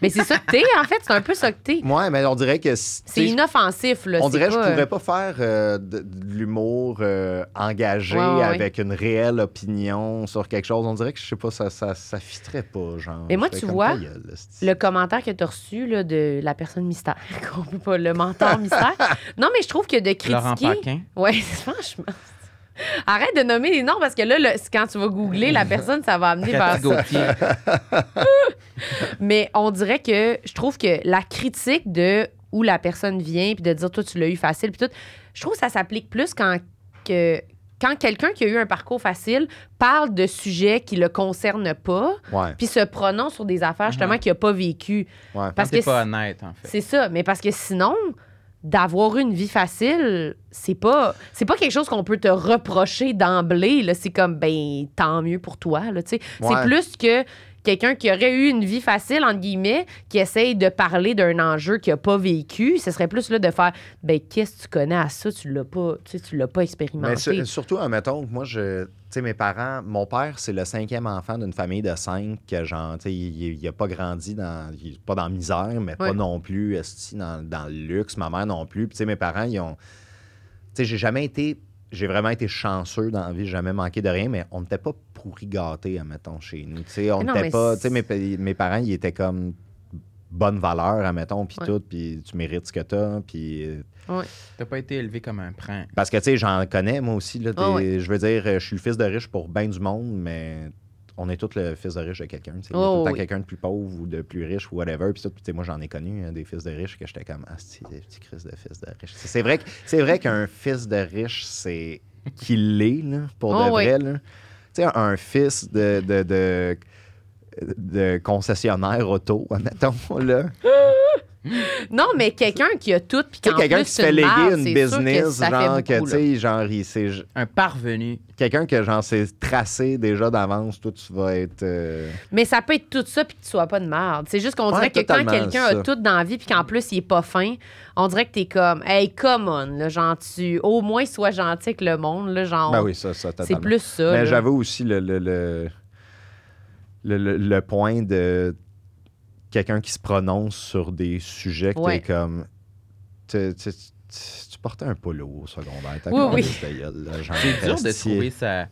mais c'est ça que t'es en fait c'est un peu ça que <laughs> t'es Ouais, mais on dirait que. si- c'est tu sais, inoffensif là On c'est dirait que je pas- euh, pourrais pas faire euh, de, de l'humour euh, engagé Ouais, ouais, ouais. avec une réelle opinion sur quelque chose. On dirait que, je sais pas, ça, ça, ça fitterait pas, genre. Mais moi, Je fais tu comme vois, ta gueule, là, c'ti. Le commentaire que tu as reçu là, de la personne mystère, <laughs> qu'on peut pas, le mentor <laughs> mystère. Non, mais je trouve que de Laurent critiquer. Paquin. Oui, <laughs> franchement. Arrête de nommer les noms parce que là, le- quand tu vas googler la personne, ça va amener vers Cathy ça. Gauthier. Mais on dirait que je trouve que la critique de où la personne vient puis de dire toi tu l'as eu facile puis tout, je trouve que ça s'applique plus quand que quand quelqu'un qui a eu un parcours facile parle de sujets qui le concernent pas Ouais, puis se prononce sur des affaires justement qu'il a pas vécu. ouais. Parce Quand t'es que pas honnête, en fait. C'est ça, mais parce que sinon, d'avoir une vie facile, c'est pas c'est pas quelque chose qu'on peut te reprocher d'emblée. là. C'est comme ben tant mieux pour toi. là, tu sais. Ouais. C'est plus que quelqu'un qui aurait eu une vie facile entre guillemets, qui essaye de parler d'un enjeu qu'il a pas vécu, ce serait plus là de faire ben qu'est-ce que tu connais à ça, tu l'as pas, tu sais, tu l'as pas expérimenté. Mais sur- surtout, admettons que moi, je, tu sais, mes parents, mon père, c'est le cinquième enfant d'une famille de cinq, que genre, tu sais, il n'a pas grandi dans, il est pas dans la misère, mais pas Ouais. non plus esti, dans, dans le luxe, ma mère non plus. Puis, tu sais, mes parents, ils ont. Tu sais, j'ai jamais été. J'ai vraiment été chanceux dans la vie, j'ai jamais manqué de rien, mais on n'était pas pourri gâté, admettons, chez nous. Tu sais, on Mais non, n'était mais pas. Tu c'est- sais, mes, pa- mes parents, ils étaient comme bonne valeur, admettons, puis Ouais. tout, puis tu mérites ce que tu as, puis euh, T'as pas été élevé comme un prince. parce que, tu sais, j'en connais, moi aussi. Là, des- Ah Je veux dire, je suis le fils de riche pour bien du monde, mais on est tous le fils de riche de quelqu'un. tu sais. Il y a Oh, tout le temps oui. quelqu'un de plus pauvre ou de plus riche ou whatever. Puis ça, tu sais, moi, j'en ai connu hein, des fils de riche que j'étais comme, ah, c'est des petits Christ de fils de riche. C'est c'est vrai, que- c'est <laughs> vrai qu'un fils de riche, c'est qu'il l'est, là, pour de Oh, oui. vrai. là. Tu sais, un fils de. de, de de concessionnaire auto, admettons, là. Non, mais quelqu'un qui a tout puis Tu sais, qu'en quelqu'un plus, qui se c'est fait léguer marde, c'est une sûr que business, ça fait genre, beaucoup, que, tu là. sais, genre, il s'est Un parvenu. quelqu'un que genre c'est tracé déjà d'avance, toi tu vas être. euh, Mais ça peut être tout ça puis que tu sois pas de merde. C'est juste qu'on Ouais, dirait que quand totalement, quelqu'un ça. a tout dans la vie puis qu'en plus il est pas fin, on dirait que t'es comme hey come on là, genre tu au moins sois gentil avec le monde là, genre Ben oui, ça, ça c'est totalement. plus ça. là. Mais j'avoue aussi le le, le, le- le- le point de quelqu'un qui se prononce sur des sujets que Ouais. t'es comme. t'es- t'es- t'es- tu portais un polo au secondaire. t'as Oui, comme oui. des tailleuls, là, genre, C'est dur de esti. trouver sa,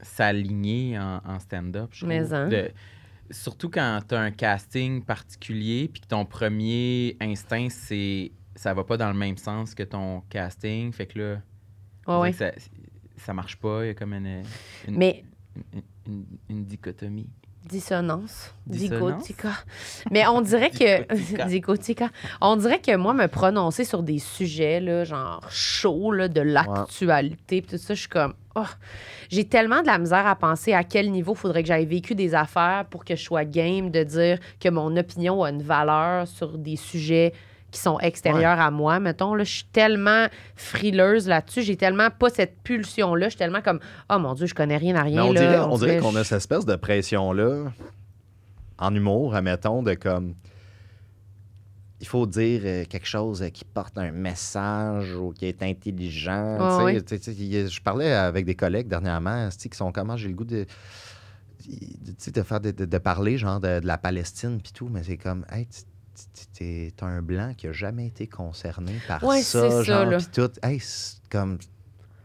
sa lignée en, en stand-up. je trouve. Mais, hein. De- surtout quand tu as un casting particulier puis que ton premier instinct, c'est ça va pas dans le même sens que ton casting. Fait que là, Ouais, on ouais. dirait que ça, ça marche pas. Il y a comme une, une, Mais une- une- une dichotomie. dissonance, Dissonance? digotica. Mais on dirait <laughs> Digotica. que <laughs> digotica. On dirait que moi me prononcer sur des sujets là, genre chaud là, de l'actualité pis tout ça, je suis comme oh, j'ai tellement de la misère à penser à quel niveau faudrait que j'aille vécu des affaires pour que je sois game de dire que mon opinion a une valeur sur des sujets qui sont extérieurs à moi, mettons. Là, je suis tellement frileuse là-dessus. J'ai tellement pas cette pulsion-là. Je suis tellement comme, oh mon Dieu, je connais rien à rien. Mais on là. dirait, on dirait qu'on je- a cette espèce de pression-là, en humour, admettons, de comme. Il faut dire euh, quelque chose euh, qui porte un message ou qui est intelligent. Ah tu sais, oui. tu sais, tu sais, il y a- je parlais avec des collègues dernièrement tu sais, qui sont comment j'ai le goût de. tu sais, de faire des- de, de parler genre de, de la Palestine puis tout mais c'est comme hey, tu- tu- tu- t'es t'es un blanc qui a jamais été concerné par Ouais, c'est ça ça, genre là. puis tout hey, c'est comme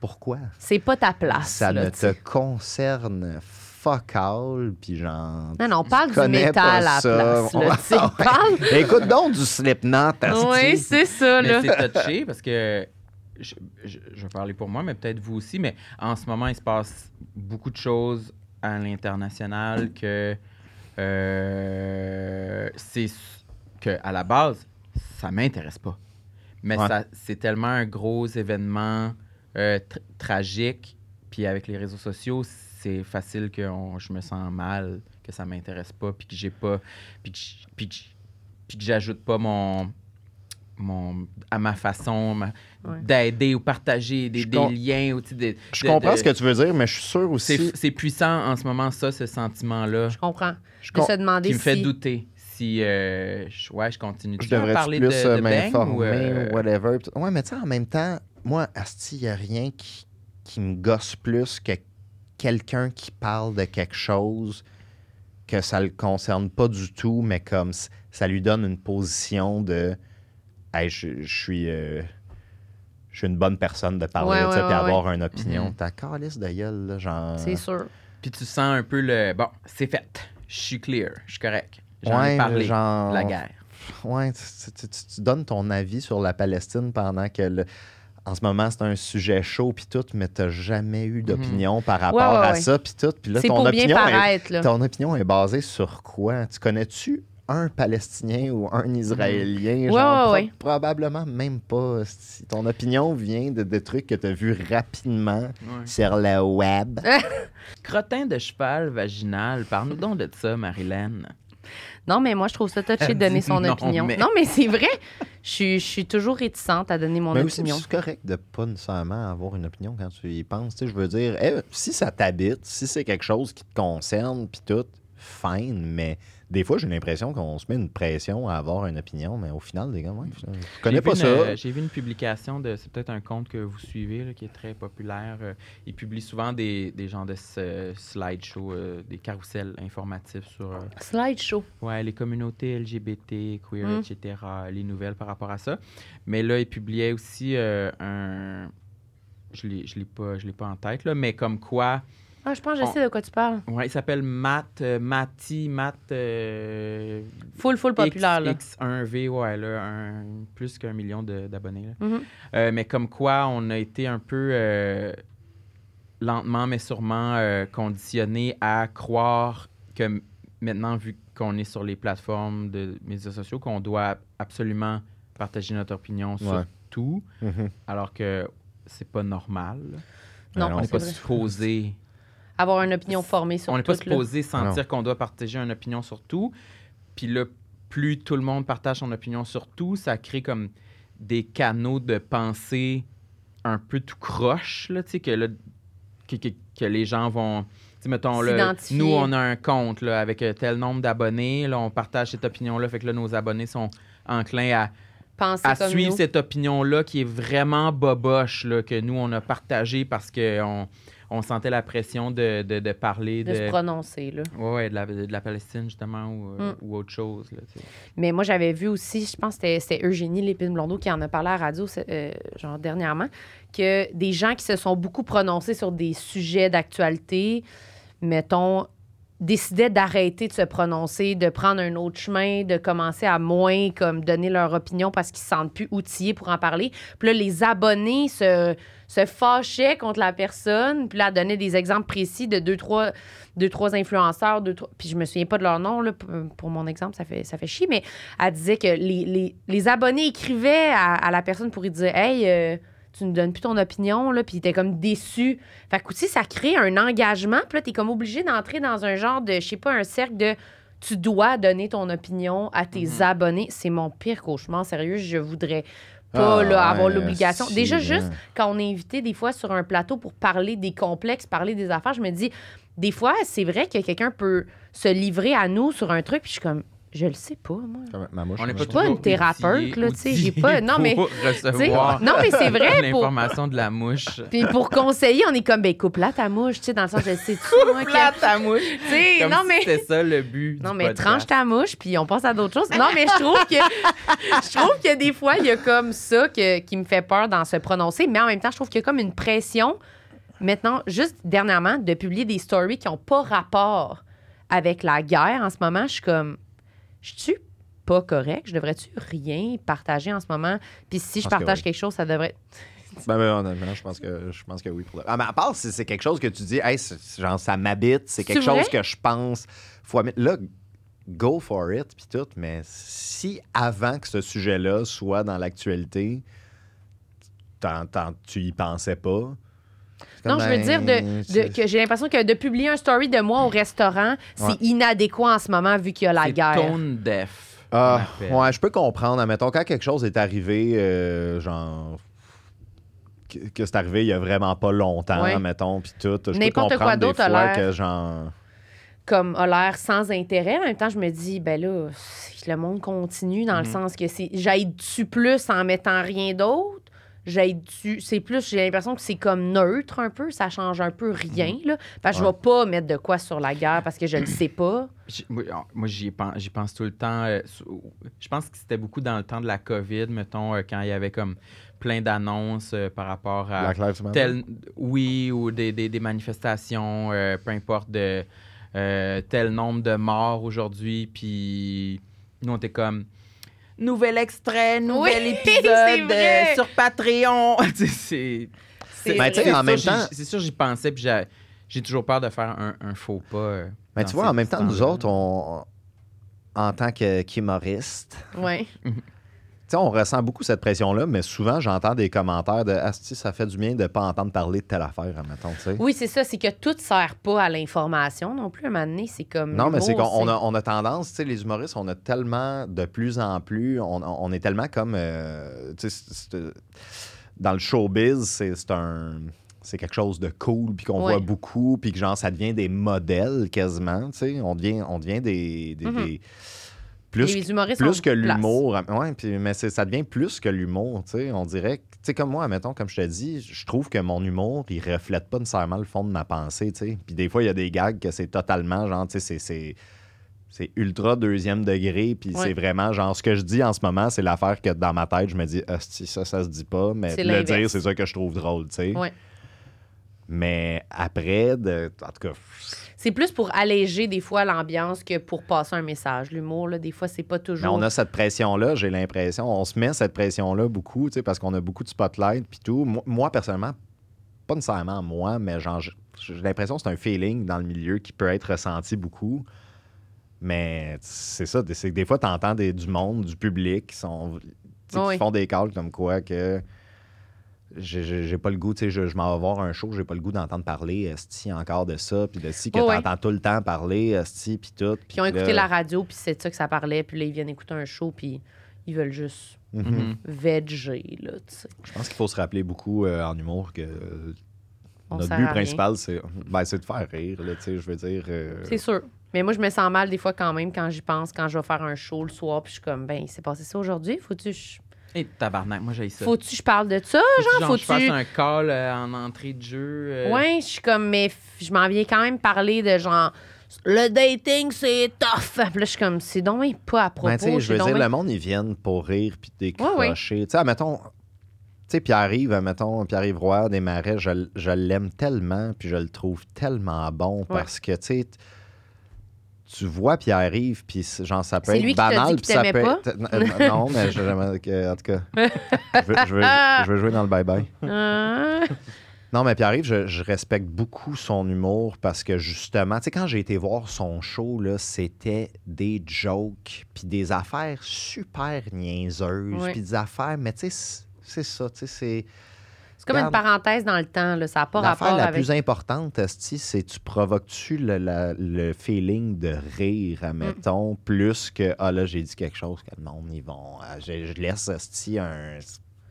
pourquoi C'est pas ta place. ça là, ne tu sais. te concerne fuck all, puis genre... Non, non, on parle du connais métal à pas la ça. place. Là, <laughs> tu sais, on parle. Écoute donc du Slipknot, asti. Oui, c'est ça, là. Ah, Mais c'est touché parce que je, je- je vais parler pour moi, mais peut-être vous aussi. Mais en ce moment, il se passe beaucoup de choses à l'international que euh, c'est s- que à la base, ça m'intéresse pas. Mais Ouais. ça, c'est tellement un gros événement euh, tr- tragique. Puis avec les réseaux sociaux, c'est facile que on- je me sens mal, que ça m'intéresse pas, puis que j'ai pas, puis que j- puis que j- puis que j'ajoute pas mon mon à ma façon ma- Ouais. d'aider ou partager des, Je des com- liens ou tu sais, des- Je de- comprends de- ce que tu veux dire, mais je suis sûr c'est aussi. c'est puissant en ce moment ça ce sentiment là Je comprends. Je, De com- se demander qui me fait si- douter si euh, je, ouais, je continue je de devrais parler plus de, euh, de bang m'informer ou, ou, euh, whatever. Pis- Ouais, mais tu sais, en même temps, moi, Asti, il n'y a rien qui, qui me gosse plus que quelqu'un qui parle de quelque chose que ça le concerne pas du tout, mais comme s- ça lui donne une position de Hey, je, je suis. euh, je suis une bonne personne de parler Ouais, de ouais, ça puis ouais, avoir une opinion. Mhm. T'as calice de gueule, là, genre. Ah. C'est sûr. Puis tu sens un peu le bon, c'est fait. Je suis clear, je suis correct. J'en Ouais, ai mais parlé genre- de la guerre. Ouais, tu, tu- tu- tu donnes ton avis sur la Palestine pendant que le- en ce moment c'est un sujet chaud puis tout, mais t'as jamais eu d'opinion par rapport Mhm. ouais, à ouais. ça puis tout, puis là C'est ton pour bien opinion est, paraître, là. ton opinion est basée sur quoi Tu connais-tu un Palestinien ou un Israélien Mhm. Ouais, genre, ouais, ouais. probablement même pas. Si ton opinion vient de, de trucs que t'as vu rapidement Ouais. sur le web. Crottin de cheval vaginal, parle-nous donc de ça, Marilyn. Non, mais moi, je trouve ça touché Elle de donner dit son non, opinion. mais- Non, mais c'est vrai. Je suis- je suis toujours réticente à donner mon Mais aussi, opinion. c'est correct de pas nécessairement avoir une opinion quand tu y penses. Tu sais, je veux dire, eh, si ça t'habite, si c'est quelque chose qui te concerne, puis tout, fine, mais des fois, j'ai l'impression qu'on se met une pression à avoir une opinion, mais au final, les gars, ouais, finalement, je connais J'ai pas vu ça. une- euh, J'ai vu une publication de. C'est peut-être un compte que vous suivez là, qui est très populaire. Euh, il publie souvent des, des genres de s- slideshows, euh, des carousels informatifs sur euh, Slideshow. ouais, les communautés LGBT, queer, Mm. etc., les nouvelles par rapport à ça. Mais là, il publiait aussi euh, un. Je ne l'ai pas, je l'ai pas en tête, là, mais comme quoi. Ah, je pense que je sais de quoi tu parles. Ouais, il s'appelle Matt, euh, Matty, Matt. euh, Full, full populaire, là. X, 1V, ouais, là, un- plus qu'un million de- d'abonnés. là. Mhm. Euh, mais comme quoi, on a été un peu euh, lentement, mais sûrement euh, conditionné à croire que m- maintenant, vu qu'on est sur les plateformes de médias sociaux, qu'on doit absolument partager notre opinion sur Ouais. tout, Mhm. alors que c'est pas normal. là. Mais Non, on non, n'est Ah, c'est pas vrai. supposé Avoir une opinion formée sur on n'est tout. pas là. supposé sentir qu'on doit partager une opinion sur tout. Puis là, plus tout le monde partage son opinion sur tout, ça crée comme des canaux de pensée un peu tout croche, là, tu sais, que, là, que, que- que les gens vont... Tu sais, mettons, là, S'identifier. nous, on a un compte là, avec euh, tel nombre d'abonnés. Là, on partage cette opinion-là. Fait que là, nos abonnés sont enclins à Penser à comme suivre nous. cette opinion-là qui est vraiment boboche, là, que nous, on a partagée parce qu'on on sentait la pression de, de- de parler de, De se prononcer, là. Ouais, ouais, de, la, de la Palestine, justement, ou, euh, Mm. ou autre chose. Là, tu sais. Mais moi, j'avais vu aussi, je pense que c'était- c'était Eugénie Lépine Blondeau qui en a parlé à la radio c'est- euh, genre dernièrement, que des gens qui se sont beaucoup prononcés sur des sujets d'actualité, mettons, décidaient d'arrêter de se prononcer, de prendre un autre chemin, de commencer à moins comme donner leur opinion parce qu'ils se sentent plus outillés pour en parler. Puis là, les abonnés se, se fâchaient contre la personne, puis là, elle donnait des exemples précis de deux, trois, deux, trois influenceurs, deux, trois... Puis je me souviens pas de leur nom, là, pour, pour mon exemple, ça fait, ça fait chier, mais elle disait que les, les- les abonnés écrivaient à, à la personne pour lui dire « Hey, euh, tu ne donnes plus ton opinion, là, puis il était comme déçu. Fait que aussi, ça crée un engagement, puis là, t'es comme obligé d'entrer dans un genre de, je sais pas, un cercle de tu dois donner ton opinion à tes Mhm. abonnés. C'est mon pire cauchemar, sérieux, je voudrais pas Ah, là, avoir ouais, l'obligation. si, Déjà, hein. juste quand on est invité des fois sur un plateau pour parler des complexes, parler des affaires, je me dis, des fois, c'est vrai que quelqu'un peut se livrer à nous sur un truc, puis je suis comme, je le sais pas, moi. Quand même, ma mouche, On n'est moi, pas je- pas toujours une thérapeute, outillés- là, tu sais, outillés j'ai pas- non, <laughs> mais- pour Tu sais, recevoir Non, mais c'est <laughs> vrai. pour- l'information de <laughs> la mouche. Puis pour conseiller, on est comme, ben, coupe là ta mouche, tu sais, dans le sens, je sais, tu moi, quel- Plate ta mouche. tu sais, Comme non, si mais. C'était ça le but. Non, du mais podcast. tranche ta mouche, puis on passe à d'autres choses. Non, mais je trouve <laughs> que je trouve que des fois, il y a comme ça que- qui me fait peur d'en se prononcer, mais en même temps, je trouve qu'il y a comme une pression, maintenant, juste dernièrement, de publier des stories qui n'ont pas rapport avec la guerre en ce moment. Je suis comme, je suis pas correct, je devrais-tu rien partager en ce moment? Puis si je pense que partage oui. quelque chose, ça devrait... Ben, ben, honnêtement, je pense que je pense que oui. Pour le- Ah, mais à part si c'est quelque chose que tu dis, hey, c'est- c'est genre ça m'habite, c'est quelque C'est vrai? chose que je pense. Faut admettre- là, go for it, puis tout, mais si avant que ce sujet-là soit dans l'actualité, t'en- t'en- tu y pensais pas. c'est comme, Non, je veux ben, dire de, de- c'est- que j'ai l'impression que de publier un story de moi au restaurant, c'est Ouais. inadéquat en ce moment vu qu'il y a la C'est guerre. tone deaf. Ah, on appelle. ouais, je peux comprendre. Admettons, quand quelque chose est arrivé, euh, genre. que que c'est arrivé il y a vraiment pas longtemps, Ouais. mettons, puis tout. Je peux N'importe quoi comprendre des d'autre a fois l'air. que, genre. Comme a l'air sans intérêt. En même temps, je me dis, ben là, c'est- le monde continue dans le Mhm. sens que c'est j'aide-tu plus en mettant rien d'autre? J'aide-tu. C'est plus, j'ai l'impression que c'est comme neutre un peu, ça change un peu rien, là. Parce que Mhm. Ouais. je vais pas mettre de quoi sur la guerre parce que je le sais pas. J- oui, on- Moi, j'y pense, j'y pense tout le temps. euh, sou- je pense que c'était beaucoup dans le temps de la COVID, mettons, euh, quand il y avait comme plein d'annonces euh, par rapport à Black Lives Matter. tel, oui, ou des, des- des manifestations, euh, peu importe, de euh, tel nombre de morts aujourd'hui, puis nous, on était comme... Nouvel extrait, nouvel <laughs> c'est épisode vrai. euh, sur Patreon. <laughs> Tu sais, c'est C'est Ben, tu sais, c'est en sûr, même j'y- temps- c'est sûr, j'y pensais, puis j'ai- j'ai toujours peur de faire un, un faux pas. euh, Mais dans Ben, tu vois, ces en même temps, nous temps-là. autres, on, en tant que qu'humoristes, Ouais. tu sais, on ressent beaucoup cette pression-là, mais souvent, j'entends des commentaires de Asti, ça fait du bien de pas entendre parler de telle affaire, admettons, tu sais. Oui, c'est ça, c'est que tout sert pas à l'information non plus. À un moment donné, c'est comme. Non, mais c'est qu'on l'humour, on a, on a tendance, tu sais, les humoristes, on a tellement, de plus en plus, on, on est tellement comme, euh, tu sais, c'est- c'est- dans le showbiz, c'est c'est un... C'est quelque chose de cool, puis qu'on Ouais. voit beaucoup, puis que genre, ça devient des modèles quasiment, tu sais. On devient, on devient des... des- Mm-hmm. Mhm. des- plus les humoristes ont plus que de place. l'humour. Ouais, puis, mais c'est- ça devient plus que l'humour, tu sais. On dirait, que- tu sais, comme moi, mettons, comme je te dis, je trouve que mon humour, il reflète pas nécessairement le fond de ma pensée, tu sais. Puis des fois, il y a des gags que c'est totalement, genre, tu sais, c'est- c'est... C'est ultra deuxième degré, puis Ouais. c'est vraiment genre ce que je dis en ce moment, c'est l'affaire que dans ma tête, je me dis, si ça, ça se dit pas, mais C'est le l'inverse. dire, c'est ça que je trouve drôle, tu sais. Ouais. Mais après, de, en tout cas, C'est plus pour alléger des fois l'ambiance que pour passer un message. L'humour, là, des fois, c'est pas Mais toujours. on a cette pression-là, j'ai l'impression. On se met cette pression-là beaucoup, tu sais, parce qu'on a beaucoup de spotlight puis tout. Moi, moi, personnellement, pas nécessairement moi, mais genre, j'ai j'ai l'impression que c'est un feeling dans le milieu qui peut être ressenti beaucoup. Mais c'est ça, c'est que des fois, tu entends du monde, du public qui, sont, tu sais, qui Oui. font des calls comme quoi que j'ai- j'ai j'ai pas le goût, tu sais, je, je m'en vais voir un show, j'ai pas le goût d'entendre parler, esti, encore de ça, puis de si que Oh, ouais. t'entends tout le temps parler, esti, puis tout. Puis ils ont écouté là- la radio, puis c'est de ça que ça parlait, puis là, ils viennent écouter un show, puis ils veulent juste Mhm. Mhm. veger, là, tu sais. Je pense qu'il faut se rappeler beaucoup euh, en humour que euh, On notre sert but à rien. principal, c'est ben, c'est de faire rire. là, tu sais, je veux dire. euh, C'est sûr. Mais moi, je me sens mal des fois quand même quand j'y pense, quand je vais faire un show le soir, puis je suis comme, ben, c'est passé ça aujourd'hui, faut-tu je... Et tabarnak, moi j'ai ça. faut-tu que je parle de ça? Faut-tu, genre, je fasse faut-tu- un call euh, en entrée de jeu. euh, Ouais, je suis comme, mais f- je m'en viens quand même parler de genre, le dating, c'est tough. <laughs> Puis là, je suis comme, c'est donc bien pas à propos. ben, tu sais, je c'est veux donc dire, bien- le monde, ils viennent pour rire puis Ouais, décrocher. Tu sais, admettons, tu sais, Pierre-Yves, admettons, Pierre-Yves Roy, des Marais, je, l- je l'aime tellement puis je le trouve tellement bon parce que, tu sais, t- tu vois Pierre-Yves, puis c'est- genre, ça peut C'est être lui qui t'a dit banal, qu'il puis ça peut t'aimait être... Euh, Non, mais je- j'aimerais que- en tout cas, je veux- <laughs> je veux- je veux jouer dans le bye-bye. Ah. Non, mais Pierre-Yves, je, je respecte beaucoup son humour parce que justement, tu sais, quand j'ai été voir son show, là, c'était des jokes, puis des affaires super niaiseuses, Ouais. puis des affaires, mais tu sais, c'est- c'est ça, tu sais, c'est C'est comme une Regarde. parenthèse dans le temps, là. Ça n'a pas rapport l'affaire la avec. plus importante, Asti, c'est tu provoques-tu le, la- le feeling de rire, Mm. admettons, plus que, ah là, j'ai dit quelque chose que le monde, ils vont, ah, je, je laisse Asti un...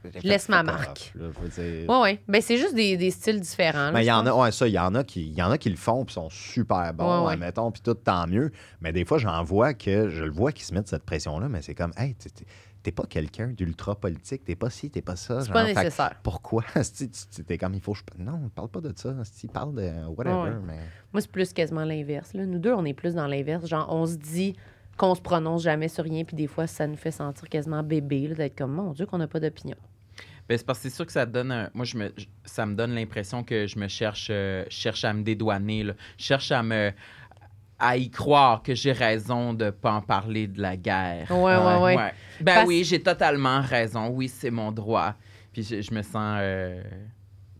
Je laisse ma Fuck off, marque. là, je veux dire. Oui, oui. Ben, c'est juste des, des styles différents. là, Mais Ben, il y hein, je en a, pense. ouais, ça, il y en a qui, il y en a qui le font puis sont super bons, Ouais, ouais. admettons, puis tout tant mieux. Mais des fois, j'en vois que je le vois qui se mettent cette pression-là, mais c'est comme, hey, t'es- t'es- t'es pas quelqu'un d'ultra politique, t'es pas ci, t'es pas ça. C'est pas genre, fait que nécessaire. pourquoi? <laughs> Asti, tu- tu- T'es comme, il faut. que je- Non, parle pas de ça. Asti, parle de whatever. Ouais. Mais... Moi, c'est plus quasiment l'inverse. là. Nous deux, on est plus dans l'inverse. Genre, on se dit qu'on se prononce jamais sur rien, puis des fois, ça nous fait sentir quasiment bébé, là, d'être comme, mon Dieu, qu'on n'a pas d'opinion. ben, c'est parce que c'est sûr que ça donne. un- Moi, je me, je- ça me donne l'impression que je me cherche, euh, je cherche à me dédouaner. là. Je cherche à me à y croire que j'ai raison de pas en parler de la guerre. Ouais, ouais, ouais. Ben Parce- oui, j'ai totalement raison. Oui, c'est mon droit. Puis je, je me sens euh,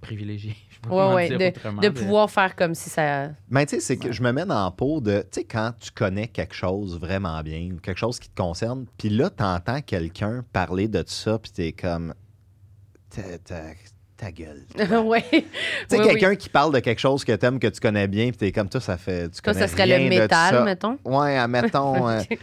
privilégié. <laughs> Je sais pas Ouais, comment ouais, dire autrement, de mais- pouvoir faire comme si ça. <laughs> Mais tu sais, c'est que je me mène en peau de, tu sais, quand tu connais quelque chose vraiment bien, ou quelque chose qui te concerne, puis là, t'entends quelqu'un parler de ça, puis t'es comme, ta, ta- ta gueule. toi. ouais. Tu sais, Oui, oui. quelqu'un qui parle de quelque chose que t'aimes, que tu connais bien, puis t'es comme, toi, ça fait, tu Ça, connais ça serait rien le de ça. métal, mettons. Ouais, <laughs> admettons. euh, Ok. tu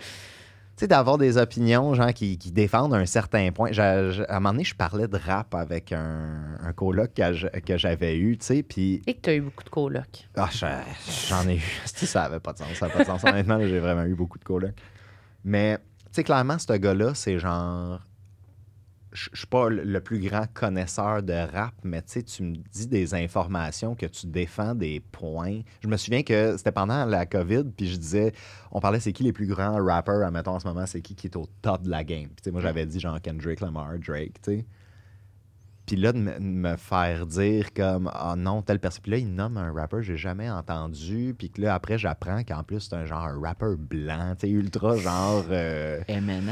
sais, d'avoir des opinions, genre, qui, qui défendent un certain point. J'a- j'a- à un moment donné, je parlais de rap avec un, un coloc que j'- que j'avais eu, tu sais, puis Et que t'as eu beaucoup de colocs. ah, je- j'en ai eu. <laughs> Asti, ça avait pas de sens. Ça avait pas de sens. Honnêtement, là, j'ai vraiment eu beaucoup de colocs. Mais, tu sais, clairement, ce gars-là, c'est genre. Je je suis pas le- le plus grand connaisseur de rap, mais tu sais, tu me dis des informations, que tu défends des points. Je me souviens que c'était pendant la COVID, puis je disais, on parlait c'est qui les plus grands rappers, admettons en ce moment, c'est qui qui est au top de la game. Puis tu sais, moi j'avais dit genre Kendrick Lamar, Drake, tu sais. Puis là, de me, de me faire dire comme Ah non, telle personne. Puis là, il nomme un rappeur, j'ai jamais entendu. Puis que là, après, j'apprends qu'en plus, c'est un genre un rappeur blanc, tu sais, ultra genre. euh, M&M?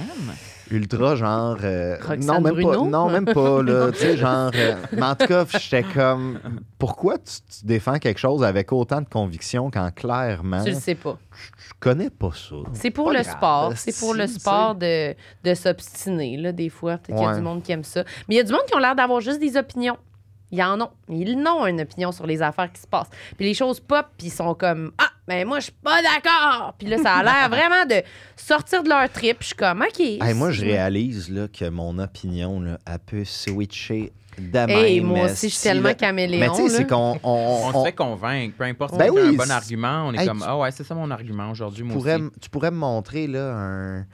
ultra genre. euh, Roxane non, même Bruno? pas. Non, <laughs> même pas, là. tu sais, genre. euh, mais en tout cas, j'étais comme Pourquoi tu, tu défends quelque chose avec autant de conviction quand clairement. Tu le sais pas. Je connais pas ça. C'est pour pas le grave, sport. C'est pour le si, sport de, de s'obstiner, là, des fois. Peut-être qu'il y a Ouais. du monde qui aime ça. Mais il y a du monde qui ont l'air d'avoir juste des opinions. Ils en ont. Ils n'ont une opinion sur les affaires qui se passent. Puis les choses pop, puis ils sont comme Ah, mais moi, je suis pas d'accord. Puis là, ça a <laughs> l'air vraiment de sortir de leur trip. Je suis comme OK. Hey, moi, je réalise là, que mon opinion, là, elle peut switcher d'amène. Hey, moi aussi, je suis tellement caméléon. Mais tu sais, là. c'est qu'on on, <laughs> On, on se fait convaincre. Peu importe si Ben t'as oui, un bon c'est- argument, on est Hey, comme tu- Ah ouais, c'est ça mon argument aujourd'hui, moi pourrait aussi. m- tu pourrais me montrer là, un,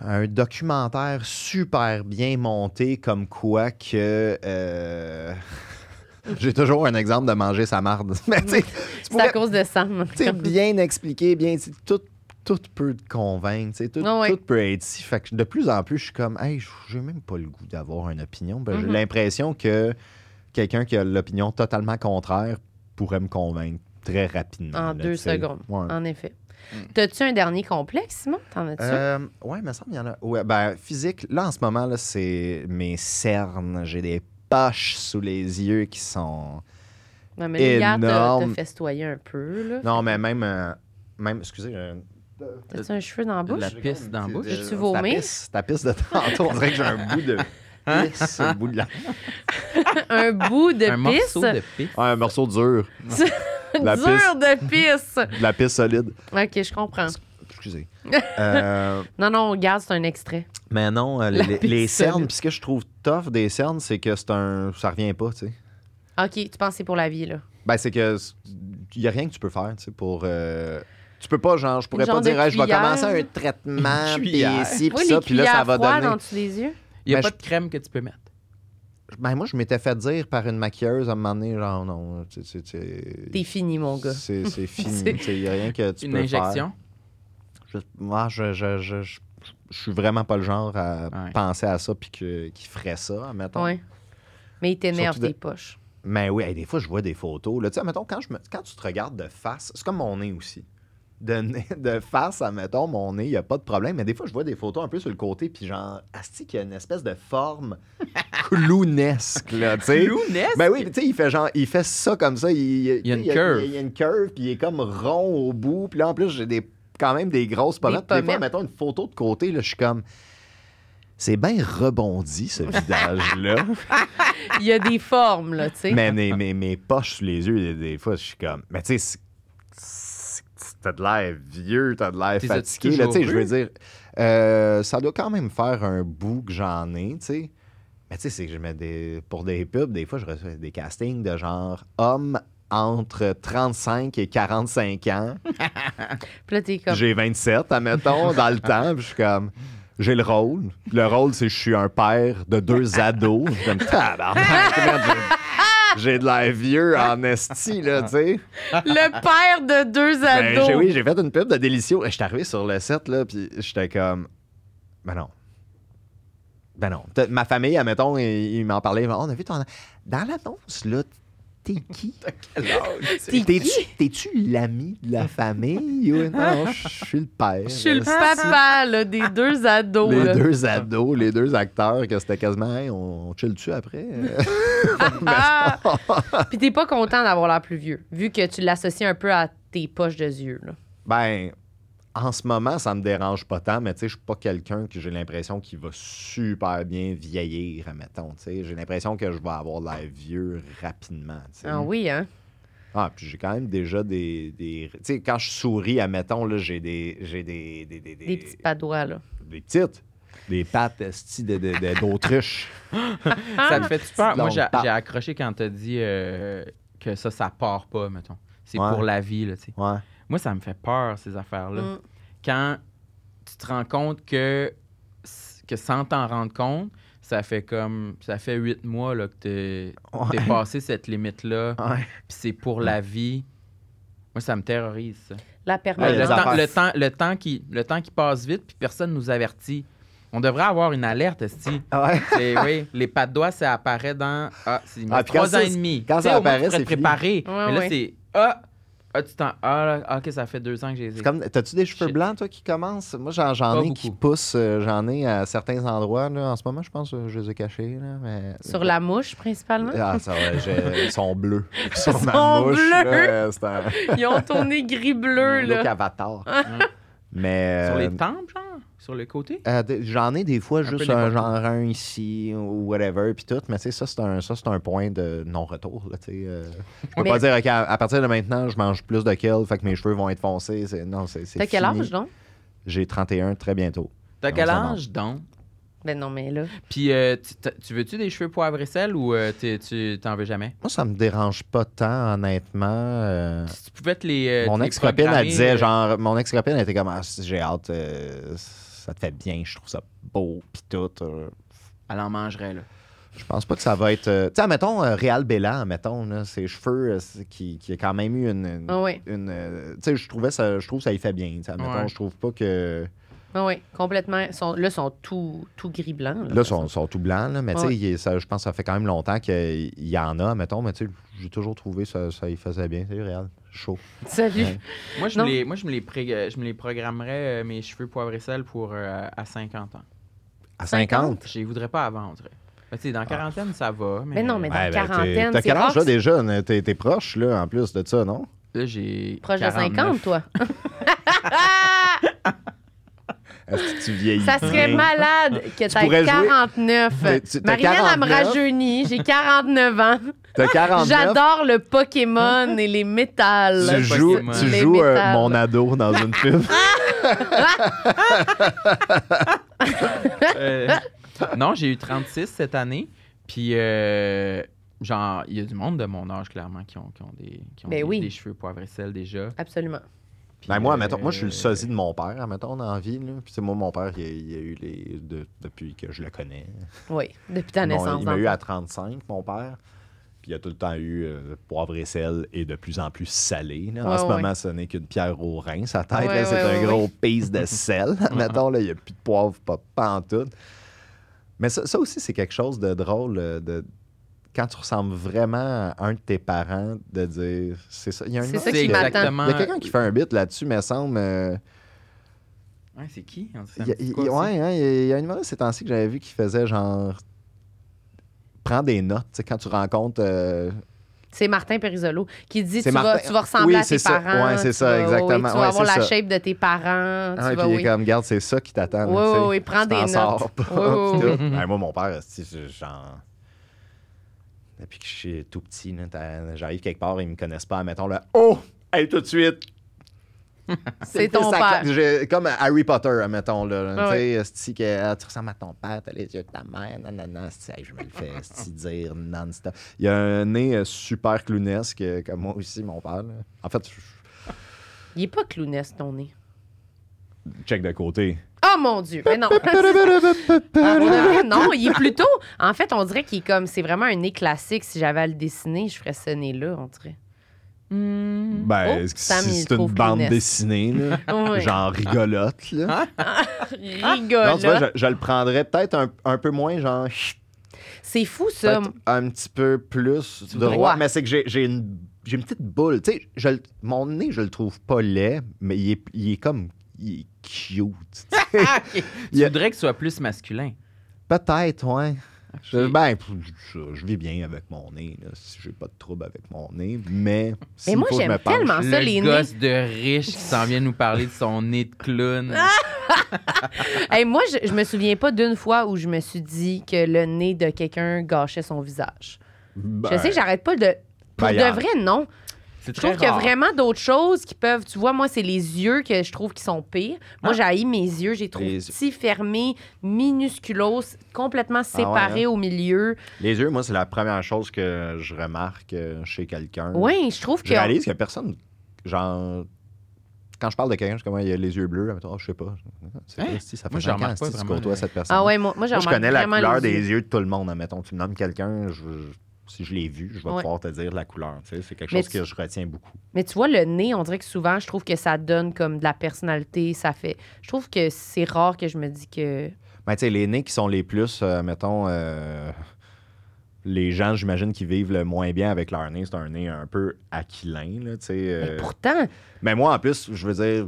un documentaire super bien monté comme quoi que... euh, <laughs> J'ai toujours un exemple de manger sa marde. <laughs> Mais tu sais, tu C'est à pourrais- cause de Sam. tu sais, bien expliqué, bien tu sais, tout, tout peut te convaincre, tu sais, tout, Ah ouais. tout peut être si. Fait que de plus en plus, je suis comme, hey, j- j'ai même pas le goût d'avoir une opinion. Ben, J'ai Mhm. l'impression que quelqu'un qui a l'opinion totalement contraire pourrait me convaincre très rapidement. En là, deux tu sais. secondes. Ah, Ouais. En effet. T'as-tu un dernier complexe, Simon? T'en as-tu? un? Hmm. Euh, ouais, il me semble qu'il y en a. Ouais, ben, physique, là, en ce moment, là, c'est mes cernes. J'ai des poches sous les yeux qui sont. Ouais, mais regarde, t'as- t'as énorme. festoyé un peu. Là. Non, mais même. euh, même excusez, euh, j'ai un- T'as-tu un cheveu dans la bouche? La pisse dans la bouche. J'ai-tu C'est vomi? Ta pisse, ta pisse de <laughs> tantôt. On dirait que j'ai un bout de pisse sur le bout de la... <laughs> un bout de un pisse? morceau de pisse. Ouais, un morceau dur. La <laughs> Dur pisse. de pisse! De la pisse solide. OK, je comprends. Excusez. Euh, Non, non, regarde, c'est un extrait. <laughs> mais non, euh, La les, pisse les cernes, solide. puis ce que je trouve tough des cernes, c'est que c'est un... ça revient pas, tu sais. OK, tu penses que c'est pour la vie, là. Ben, c'est que il n'y a rien que tu peux faire, tu sais, pour... euh, Tu peux pas, genre, je pourrais genre pas de dire, Hey, je vais cuillère. commencer un traitement, Une puis cuillère. ci, puis Oui, ça, les puis là, ça cuillères va froides donner... en dessous des yeux. Il n'y a Ben, pas de je- crème que tu peux mettre. Ben, moi, je m'étais fait dire par une maquilleuse à un moment donné, genre, non, tu sais, tu sais... T'es fini, mon gars. <laughs> C'est C'est- c'est fini. Il n'y a rien que tu Une peux injection. faire. Je- Moi, je, je, je, je, je suis vraiment pas le genre à Ouais. penser à ça puis que, qui ferait ça, mettons. Ouais. Mais il t'énerve Surtout de- tes poches. Mais oui, hey, des fois, je vois des photos. Là, tu sais, mettons, quand, je me, quand tu te regardes de face, c'est comme mon nez aussi. De, nez- <laughs> de face, admettons, mon nez, il n'y a pas de problème. Mais des fois, je vois des photos un peu sur le côté, puis genre, asti, qu'il y a une espèce de <laughs> forme clownesque, là, tu sais. Clownesque? Ben oui, tu sais, il fait genre, il fait ça comme ça. Il, y a une il curve. Il y a une curve, puis il est comme rond au bout. Puis là, en plus, j'ai des, quand même des grosses pommettes. Des, fois, pommettes. mettons une photo de côté, là, je suis comme. C'est bien rebondi, ce visage-là. Il y a des formes, là, tu sais. mais mes, mes- mes poches sous les yeux, des, des fois, je suis comme. Mais tu sais, c'est- c'est- c'est- t'as de l'air vieux, t'as de l'air T'es-tu fatigué. là, Tu sais, je toujours veux dire, euh, ça doit quand même faire un bout que j'en ai, tu sais. Mais tu sais, c'est que je mets des. Pour des pubs, des fois, je reçois des castings de genre homme entre 35 et 45 ans. Puis là, t'es comme... J'ai 27, admettons, dans le temps. Puis je suis comme. J'ai le rôle. Le rôle, c'est que je suis un père de deux ados. Je suis comme, tabarnak, merde, j'ai- J'ai de l'air vieux en esti, là, tu sais. Le père de deux Ben, ados! j'ai- oui, j'ai fait une pub de Délicieux. Je suis arrivé sur le set, là, puis j'étais comme... Ben non. oh, Ben non. T'as- Ma famille, admettons, ils, ils m'en parlaient. ils m'ont dit, On a vu ton... Dans l'annonce, là, t'es <laughs> qui? T'es T'es-tu t'es-tu l'ami de la famille? ou- Non, je suis le père. Ah. Je suis le papa là, des deux ados. Les là. deux ados, les deux acteurs, que c'était quasiment, Hey, on, on chill-tu après? <laughs> Ah! Puis t'es pas content d'avoir l'air plus vieux, vu que tu l'associes un peu à tes poches de yeux. Là. Ben, en ce moment, ça me dérange pas tant, mais tu sais, je suis pas quelqu'un que j'ai l'impression qu'il va super bien vieillir, admettons. tu sais. J'ai l'impression que je vais avoir l'air vieux rapidement. tu sais. Ah Mm. oui, hein? Ah, puis j'ai quand même déjà des. des- Tu sais, quand je souris, admettons, là, j'ai des. J'ai des. Des, des, Des petits padois, là. des petites. Des pattes esti, de- de- de- d'autruche. Ah. Ça te fait peur? Moi, Longue j'ai bah. patte. j'ai accroché quand t'as dit euh, que ça, ça part pas, mettons. C'est Ouais. pour la vie, là, tu sais. ouais. Moi, ça me fait peur, ces affaires-là. Mm. Quand tu te rends compte que, que sans t'en rendre compte, ça fait comme. Ça fait huit mois là, que t'es Ouais. Ah. t'es passé cette limite-là. Ouais. Puis c'est pour la vie. Moi, ça me terrorise, ça. La Ah, Ouais, le, les permanence. temps, affaires. le, temps, le, temps qui, le temps qui passe vite, puis personne nous avertit. On devrait avoir une alerte, Esti. Ouais. C'est- oui, les pattes doigts, ça apparaît dans ah, c'est- il me Ah, reste puis quand trois ans ça- et demi. quand Tu sais, ça au moins, tu apparaît, pourrais c'est te préparer. Ouais, mais là, ouais. c'est ah, ah, tu t'en ah, là, ok, ça fait deux ans que j'ai. C'est comme, t'as-tu des cheveux Shit. blancs, toi, qui commencent? Moi, j'en, j'en Pas ai qui beaucoup. poussent, euh, j'en ai à certains endroits. Là. En ce moment, je pense euh, que je les ai cachés. Là, mais... Sur la mouche, principalement. Ah, ça <laughs> va, j'ai- ils sont bleus. Ils sont, sont bleus. là, <laughs> c'est un <laughs> Ils ont tourné gris-bleu, look là. avatar. <laughs> mais... sur euh, les tempes, genre, sur le côté. Euh, de- J'en ai des fois peu juste un n'importe genre un ici ou whatever, puis tout, mais tu sais, ça, c'est un, ça, c'est un point de non-retour. là, tu sais, euh. je peux Mais- pas dire, OK, à, à partir de maintenant, je mange plus de kale, fait que mes cheveux vont être foncés. C'est- Non, c'est. c'est T'as quel fini. âge, donc? J'ai 31 très bientôt. T'as non, quel ça âge donc Ben non, mais là. Puis euh, tu- t'as- tu veux-tu des cheveux poivre et sel ou euh, t'es- tu t'en veux jamais Moi, ça me dérange pas tant, honnêtement. euh. Si tu pouvais te les euh, mon te les ex-copine, elle programmer, disait, euh, genre, mon ex-copine, elle était comme, ah, j'ai hâte, euh, ça te fait bien, je trouve ça beau, puis tout. euh. elle en mangerait là. Je pense pas que ça va être. euh, Tu sais, mettons Real Bella, mettons, là, ses cheveux euh, c'est- qui, qui a quand même eu une. une- Ah oui, une, euh, tu sais, je trouvais ça, je trouve ça y fait bien. Mettons, Ouais. je trouve pas que. ah oui, complètement. Ils Sont, là, ils sont tout, tout gris-blanc. Là, Là, ils sont, sont tout blancs, là, mais tu sais, Ouais. il est- ça- je pense que ça fait quand même longtemps qu'il y en a, mettons, mais tu sais, j'ai toujours trouvé ça, ça y faisait bien. Salut, Real. Chaud. Salut. Ouais. Moi, je Non. me les, moi, je me les, pré- euh, je me les programmerais euh, mes cheveux poivre et sel pour euh, à 50 ans. À 50. Je les voudrais pas avant, on dirait. Ben, tu sais, dans Ah. la quarantaine, ça va. Mais, Mais non, mais dans Ouais, ben, t'es- quarantaine, T'as c'est quel âge, rare là, que- déjà? N- T'es t'es proche, là, en plus de ça, non? Là, j'ai. proche de 49. 50, <laughs> toi. Est-ce que tu vieillis? Ça serait bien? malade que t'aies pourrais jouer- 49. Mais tu- t'as Marianne, elle me 49. rajeunit. J'ai 49 ans. T'as 49. J'adore le Pokémon et les Tu métals. joues, Pokémon. tu Les joues euh, métals. mon ado <laughs> dans une film. hein? Euh, non, j'ai eu 36 cette année. Puis, euh, genre, il y a du monde de mon âge, clairement, qui ont, qui ont, des, qui ont Ben des, oui. des cheveux poivre et sel déjà. Absolument. Puis, Ben moi, euh, mettons, moi, je suis le sosie de mon père, mettons, dans la vie. Là. Puis, tu sais, moi, mon père, il a, il a eu les. de- depuis que je le connais. Oui, depuis ta Mon- naissance. il m'a dans- eu à 35, mon père. Puis, il a tout le temps eu euh, poivre et sel et de plus en plus salé. là. en Ouais, ce ouais. moment, ce n'est qu'une pierre au rein, sa tête. Ouais, là, c'est ouais, un ouais, gros <laughs> pisse de sel. <laughs> mettons, là, il n'y a plus de poivre, pas, pas en tout. Mais ça, ça aussi, c'est quelque chose de drôle. euh, De, quand tu ressembles vraiment à un de tes parents, de dire. C'est ça. Il y a un C'est autre ça qui C'est que- m'attend. exactement. il y a quelqu'un qui fait un bit là-dessus, mais semble. euh, Ouais, c'est qui On sait un il y a- petit il- quoi, ça? ouais, hein, il y a- il y a une mauvaise ces temps-ci que j'avais vu qui faisait genre. Prends des notes, tu sais, quand tu rencontres. euh, C'est Martin Perisolo qui dit C'est tu, vas, Martin. tu vas ressembler Oui, à c'est tes ça. parents. Ouais, c'est tu ça, vas- oui, exactement. Tu Ouais, vas avoir c'est la ça. shape de tes parents. ah, tu puis vas, il est oui. comme, regarde, c'est ça qui t'attend. là, Oui, tu sais, oui, oui, prends tu t'en des sors notes. pas, Oui, oui, puis tout. Ben, moi, mon père, c'est- c'est genre. Depuis que je suis tout petit, là, t'as- j'arrive quelque part, ils me connaissent pas. Mettons là, oh, hey, tout de suite, C'est ton Ça père. claque. J'ai- Comme Harry Potter, admettons. Là, Ah tu sais, esti, que, ah, tu ressembles à ton père, t'as les yeux de ta mère, nanana, esti, hey, je me le fais <laughs> esti, dire non-stop. Il y a un nez euh, super clownesque, euh, comme moi aussi, mon père. là. En fait, je Il est pas clownesque, ton nez. check <laughs> de côté. Ben, Oh mon Dieu, mais <laughs> non. Ah, pour de vrai, non, il est plutôt. En fait, on dirait qu'il est comme. C'est vraiment un nez classique. Si j'avais à le dessiner, je ferais ce nez-là, on dirait. Ben, Oh, si Sam, il c'est une trouve bande clownesque. <laughs> dessinée, là, Oui. genre rigolote. Là. Rigole. Ah Non, tu vois, je, je le prendrais peut-être un, un peu moins, genre. C'est fou, ça. Peut-être un petit peu plus droit, droit. mais c'est que j'ai j'ai une, j'ai une petite boule. Tu sais, je le- mon nez, je le trouve pas laid, mais il est, il est comme. Il est cute. <laughs> Ah, ok. Tu Il y a- voudrais que ce soit plus masculin. Peut-être, ouais. Je, Ok. ben, pff, je, je vis bien avec mon nez, là, si j'ai pas de trouble avec mon nez, mais. s'il Mais moi, faut que je j'aime me penche- tellement ça, les Le nez. gosse de riche qui s'en vient nous parler de son nez de clown. Ah! Hey, moi, je, je me souviens pas d'une fois où je me suis dit que le nez de quelqu'un gâchait son visage. je Ben, sais, j'arrête pas de. Pour ben, y de en- vrai, non. C'est Je très trouve qu'il y a rare. vraiment d'autres choses qui peuvent. Tu vois, moi, c'est les yeux que je trouve qui sont pires. Moi, j'ai mes yeux. J'ai trouve Ah. Les- petits, fermés, minusculos, complètement Ah hein? séparés au milieu. Les yeux, moi, c'est la première chose que je remarque euh, chez quelqu'un. Oui, je trouve que. Je réalise qu'il y a personne. Genre. Quand je parle de quelqu'un, je suis comme, il a les yeux bleus. mettons, Ah, je sais pas. C'est Hein? vrai, si, ça fait Moi, je cinq remarque ans, pas si, tu vraiment, côtoies là. cette personne. Ah ouais, moi, moi, je Moi, je remarque connais la vraiment couleur les yeux. des yeux de tout le monde. Mettons, tu me nommes quelqu'un, je- si je l'ai vu, je vais Ouais. pouvoir te dire la couleur. tu sais, C'est quelque Mais chose tu- que je retiens beaucoup. Mais tu vois, le nez, on dirait que souvent, je trouve que ça donne comme de la personnalité. Ça fait. Je trouve que c'est rare que je me dis que. Mais Ben, tu sais, les nez qui sont les plus, euh, mettons, euh, les gens, j'imagine, qui vivent le moins bien avec leur nez, c'est un nez un peu aquilin. Là, tu sais, Mais euh, pourtant, Mais moi, en plus, je veux dire,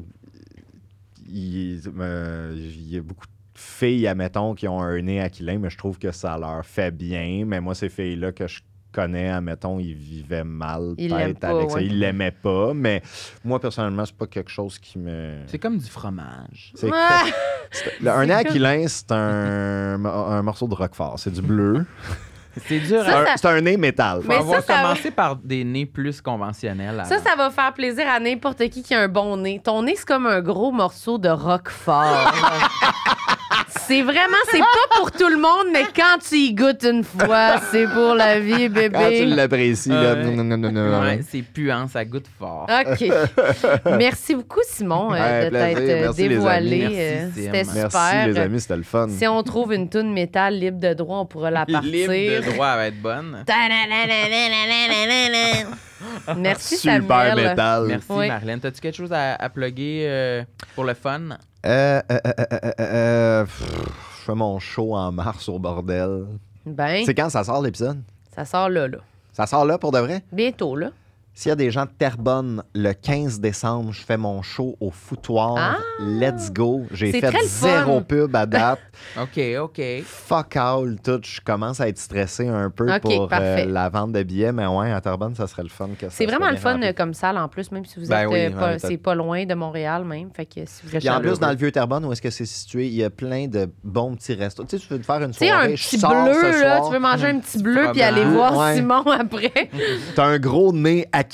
il, euh, il y a beaucoup de filles, admettons, qui ont un nez aquilin, mais je trouve que ça leur fait bien. Mais moi, ces filles-là que je connais, admettons, ils vivaient mal, Ils l'aiment peut-être, pas, avec ça. ouais. Ils l'aimaient pas, mais moi, personnellement, c'est pas quelque chose qui me... C'est comme du fromage. c'est- Ah! c'est- le- un C'est nez aquilin, c'est un, un morceau de roquefort. C'est du bleu. C'est dur. Ça, à- Un- ça- C'est un nez métal. Faut Mais ça, avoir ça va- commencé par des nez plus Ah conventionnels. ça, avant. ça va faire plaisir à n'importe qui qui a un bon nez. Ton nez, c'est comme un gros morceau de roquefort. <laughs> c'est vraiment, c'est pas pour tout le monde, mais quand tu y goûtes une fois, c'est pour la vie, Quand Ah, tu bébé. l'apprécies, là, Ouais. non, non, non, non, non. Ouais, c'est puant, ça goûte fort. OK. Merci beaucoup, Simon, euh, Ouais, de plaisir. t'être euh, Merci, les dévoilé. amis. euh, Merci, Sim. C'était super. Merci, les amis, c'était le fun. Si on trouve une toune métal libre de droit, on pourra <laughs> la partir. Libre de droit à être bonne. Merci Super Samuel. métal. <laughs> Merci Oui. Marlène. T'as-tu quelque chose à, à plugger euh, pour le fun? Euh, euh, euh, euh, euh, euh, pff, je fais mon show en mars au bordel. Ben, C'est quand ça sort l'épisode? ça sort là, là. Ça sort là pour de vrai? Bientôt, là. S'il y a des gens de Terrebonne, le 15 décembre, je fais mon show au foutoir. Ah! Let's go. J'ai C'est fait très le fun. zéro pub à <laughs> date. OK, OK. Fuck all, tout. Je commence à être stressé un peu Ok, pour euh, parfait. la vente de billets, mais ouais, à Terrebonne, ça serait le fun. que ça C'est soit vraiment le bien fun rempli. euh, comme salle en plus, même si vous Ben êtes oui, euh, ouais, pas, t'as- c'est pas loin de Montréal même. Fait que si vous êtes Puis en chaleureux. plus, dans le vieux Terrebonne, où est-ce que c'est situé, il y a plein de bons petits restos. Tu sais, tu veux te faire une Tu sais, un soirée, je petit sors ce bleu, là. soir. Tu veux manger un <laughs> petit bleu fromage. puis aller voir Ouais. Simon <laughs> après. T'as un gros nez aquilin.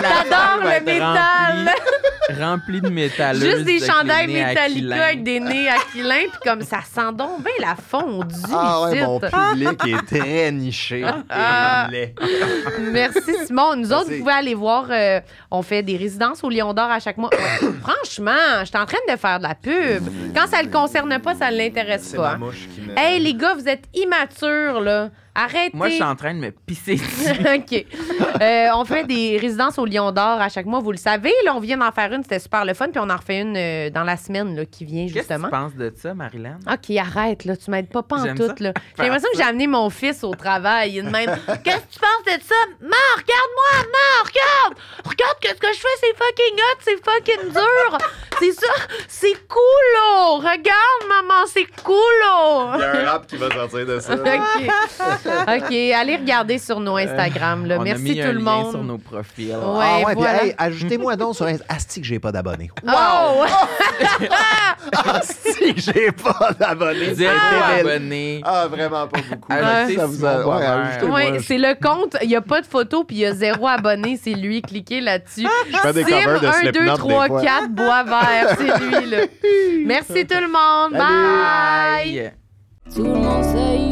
J'adore va le être métal. <laughs> Rempli, rempli de métal. Juste des chandails métalliques avec des nez aquilins. Puis comme ça sent donc bien la fondue. <laughs> ah ouais, ici. mon public est très niché. <laughs> Ah. Et laid. Merci Simon. Nous autres, Merci. vous pouvez aller voir. euh, on fait des résidences au Lion d'Or à chaque mois. <coughs> Franchement, je suis en train de faire de la pub. Quand ça le concerne pas, ça ne l'intéresse C'est pas. ma mouche qui me... Hey les gars, vous êtes immatures là. Arrêtez. Moi, je suis en train de me pisser dessus. <laughs> OK. Euh, on fait des résidences au Lion d'Or à chaque mois, vous le savez. Là, on vient d'en faire une, c'était super le fun. Puis on en refait une euh, dans la semaine là, qui vient, Qu'est-ce que justement. tu penses de ça, Marilyn? OK, arrête, là. Tu m'aides pas J'aime pantoute, ça. <laughs> là. J'ai l'impression que j'ai amené mon fils au travail. Il est de même. Qu'est-ce que tu penses de ça? Ma, regarde-moi! Ma, regarde! Regarde que ce que je fais, c'est fucking hot, c'est fucking dur! C'est ça! C'est cool, là! Regarde, maman, c'est cool, là! Il y a un rap qui va sortir <laughs> de ça. OK. OK, allez regarder sur nos Instagram, là. On a Merci mis tout un Ah, le lien monde. sur nos profils. Ouais, ah ouais, voilà. puis hey, ajoutez-moi donc sur Insta. Asti que j'ai pas d'abonnés. Oh! <laughs> Asti que j'ai pas d'abonnés. Zéro Ah! abonné. Ah, vraiment pas beaucoup. Ajoutez Ça vous a- Simon ouais, Boisvert. ajoutez-moi. Ouais, c'est le compte. Il n'y a pas de photo, puis il y a zéro abonné. C'est lui. Cliquez là-dessus. Je fais Ah, des covers de 1, 2, Slipknot des 3, fois. 4, bois vert. C'est lui, là. Merci tout le monde. Bye! Bye. Tout le monde sait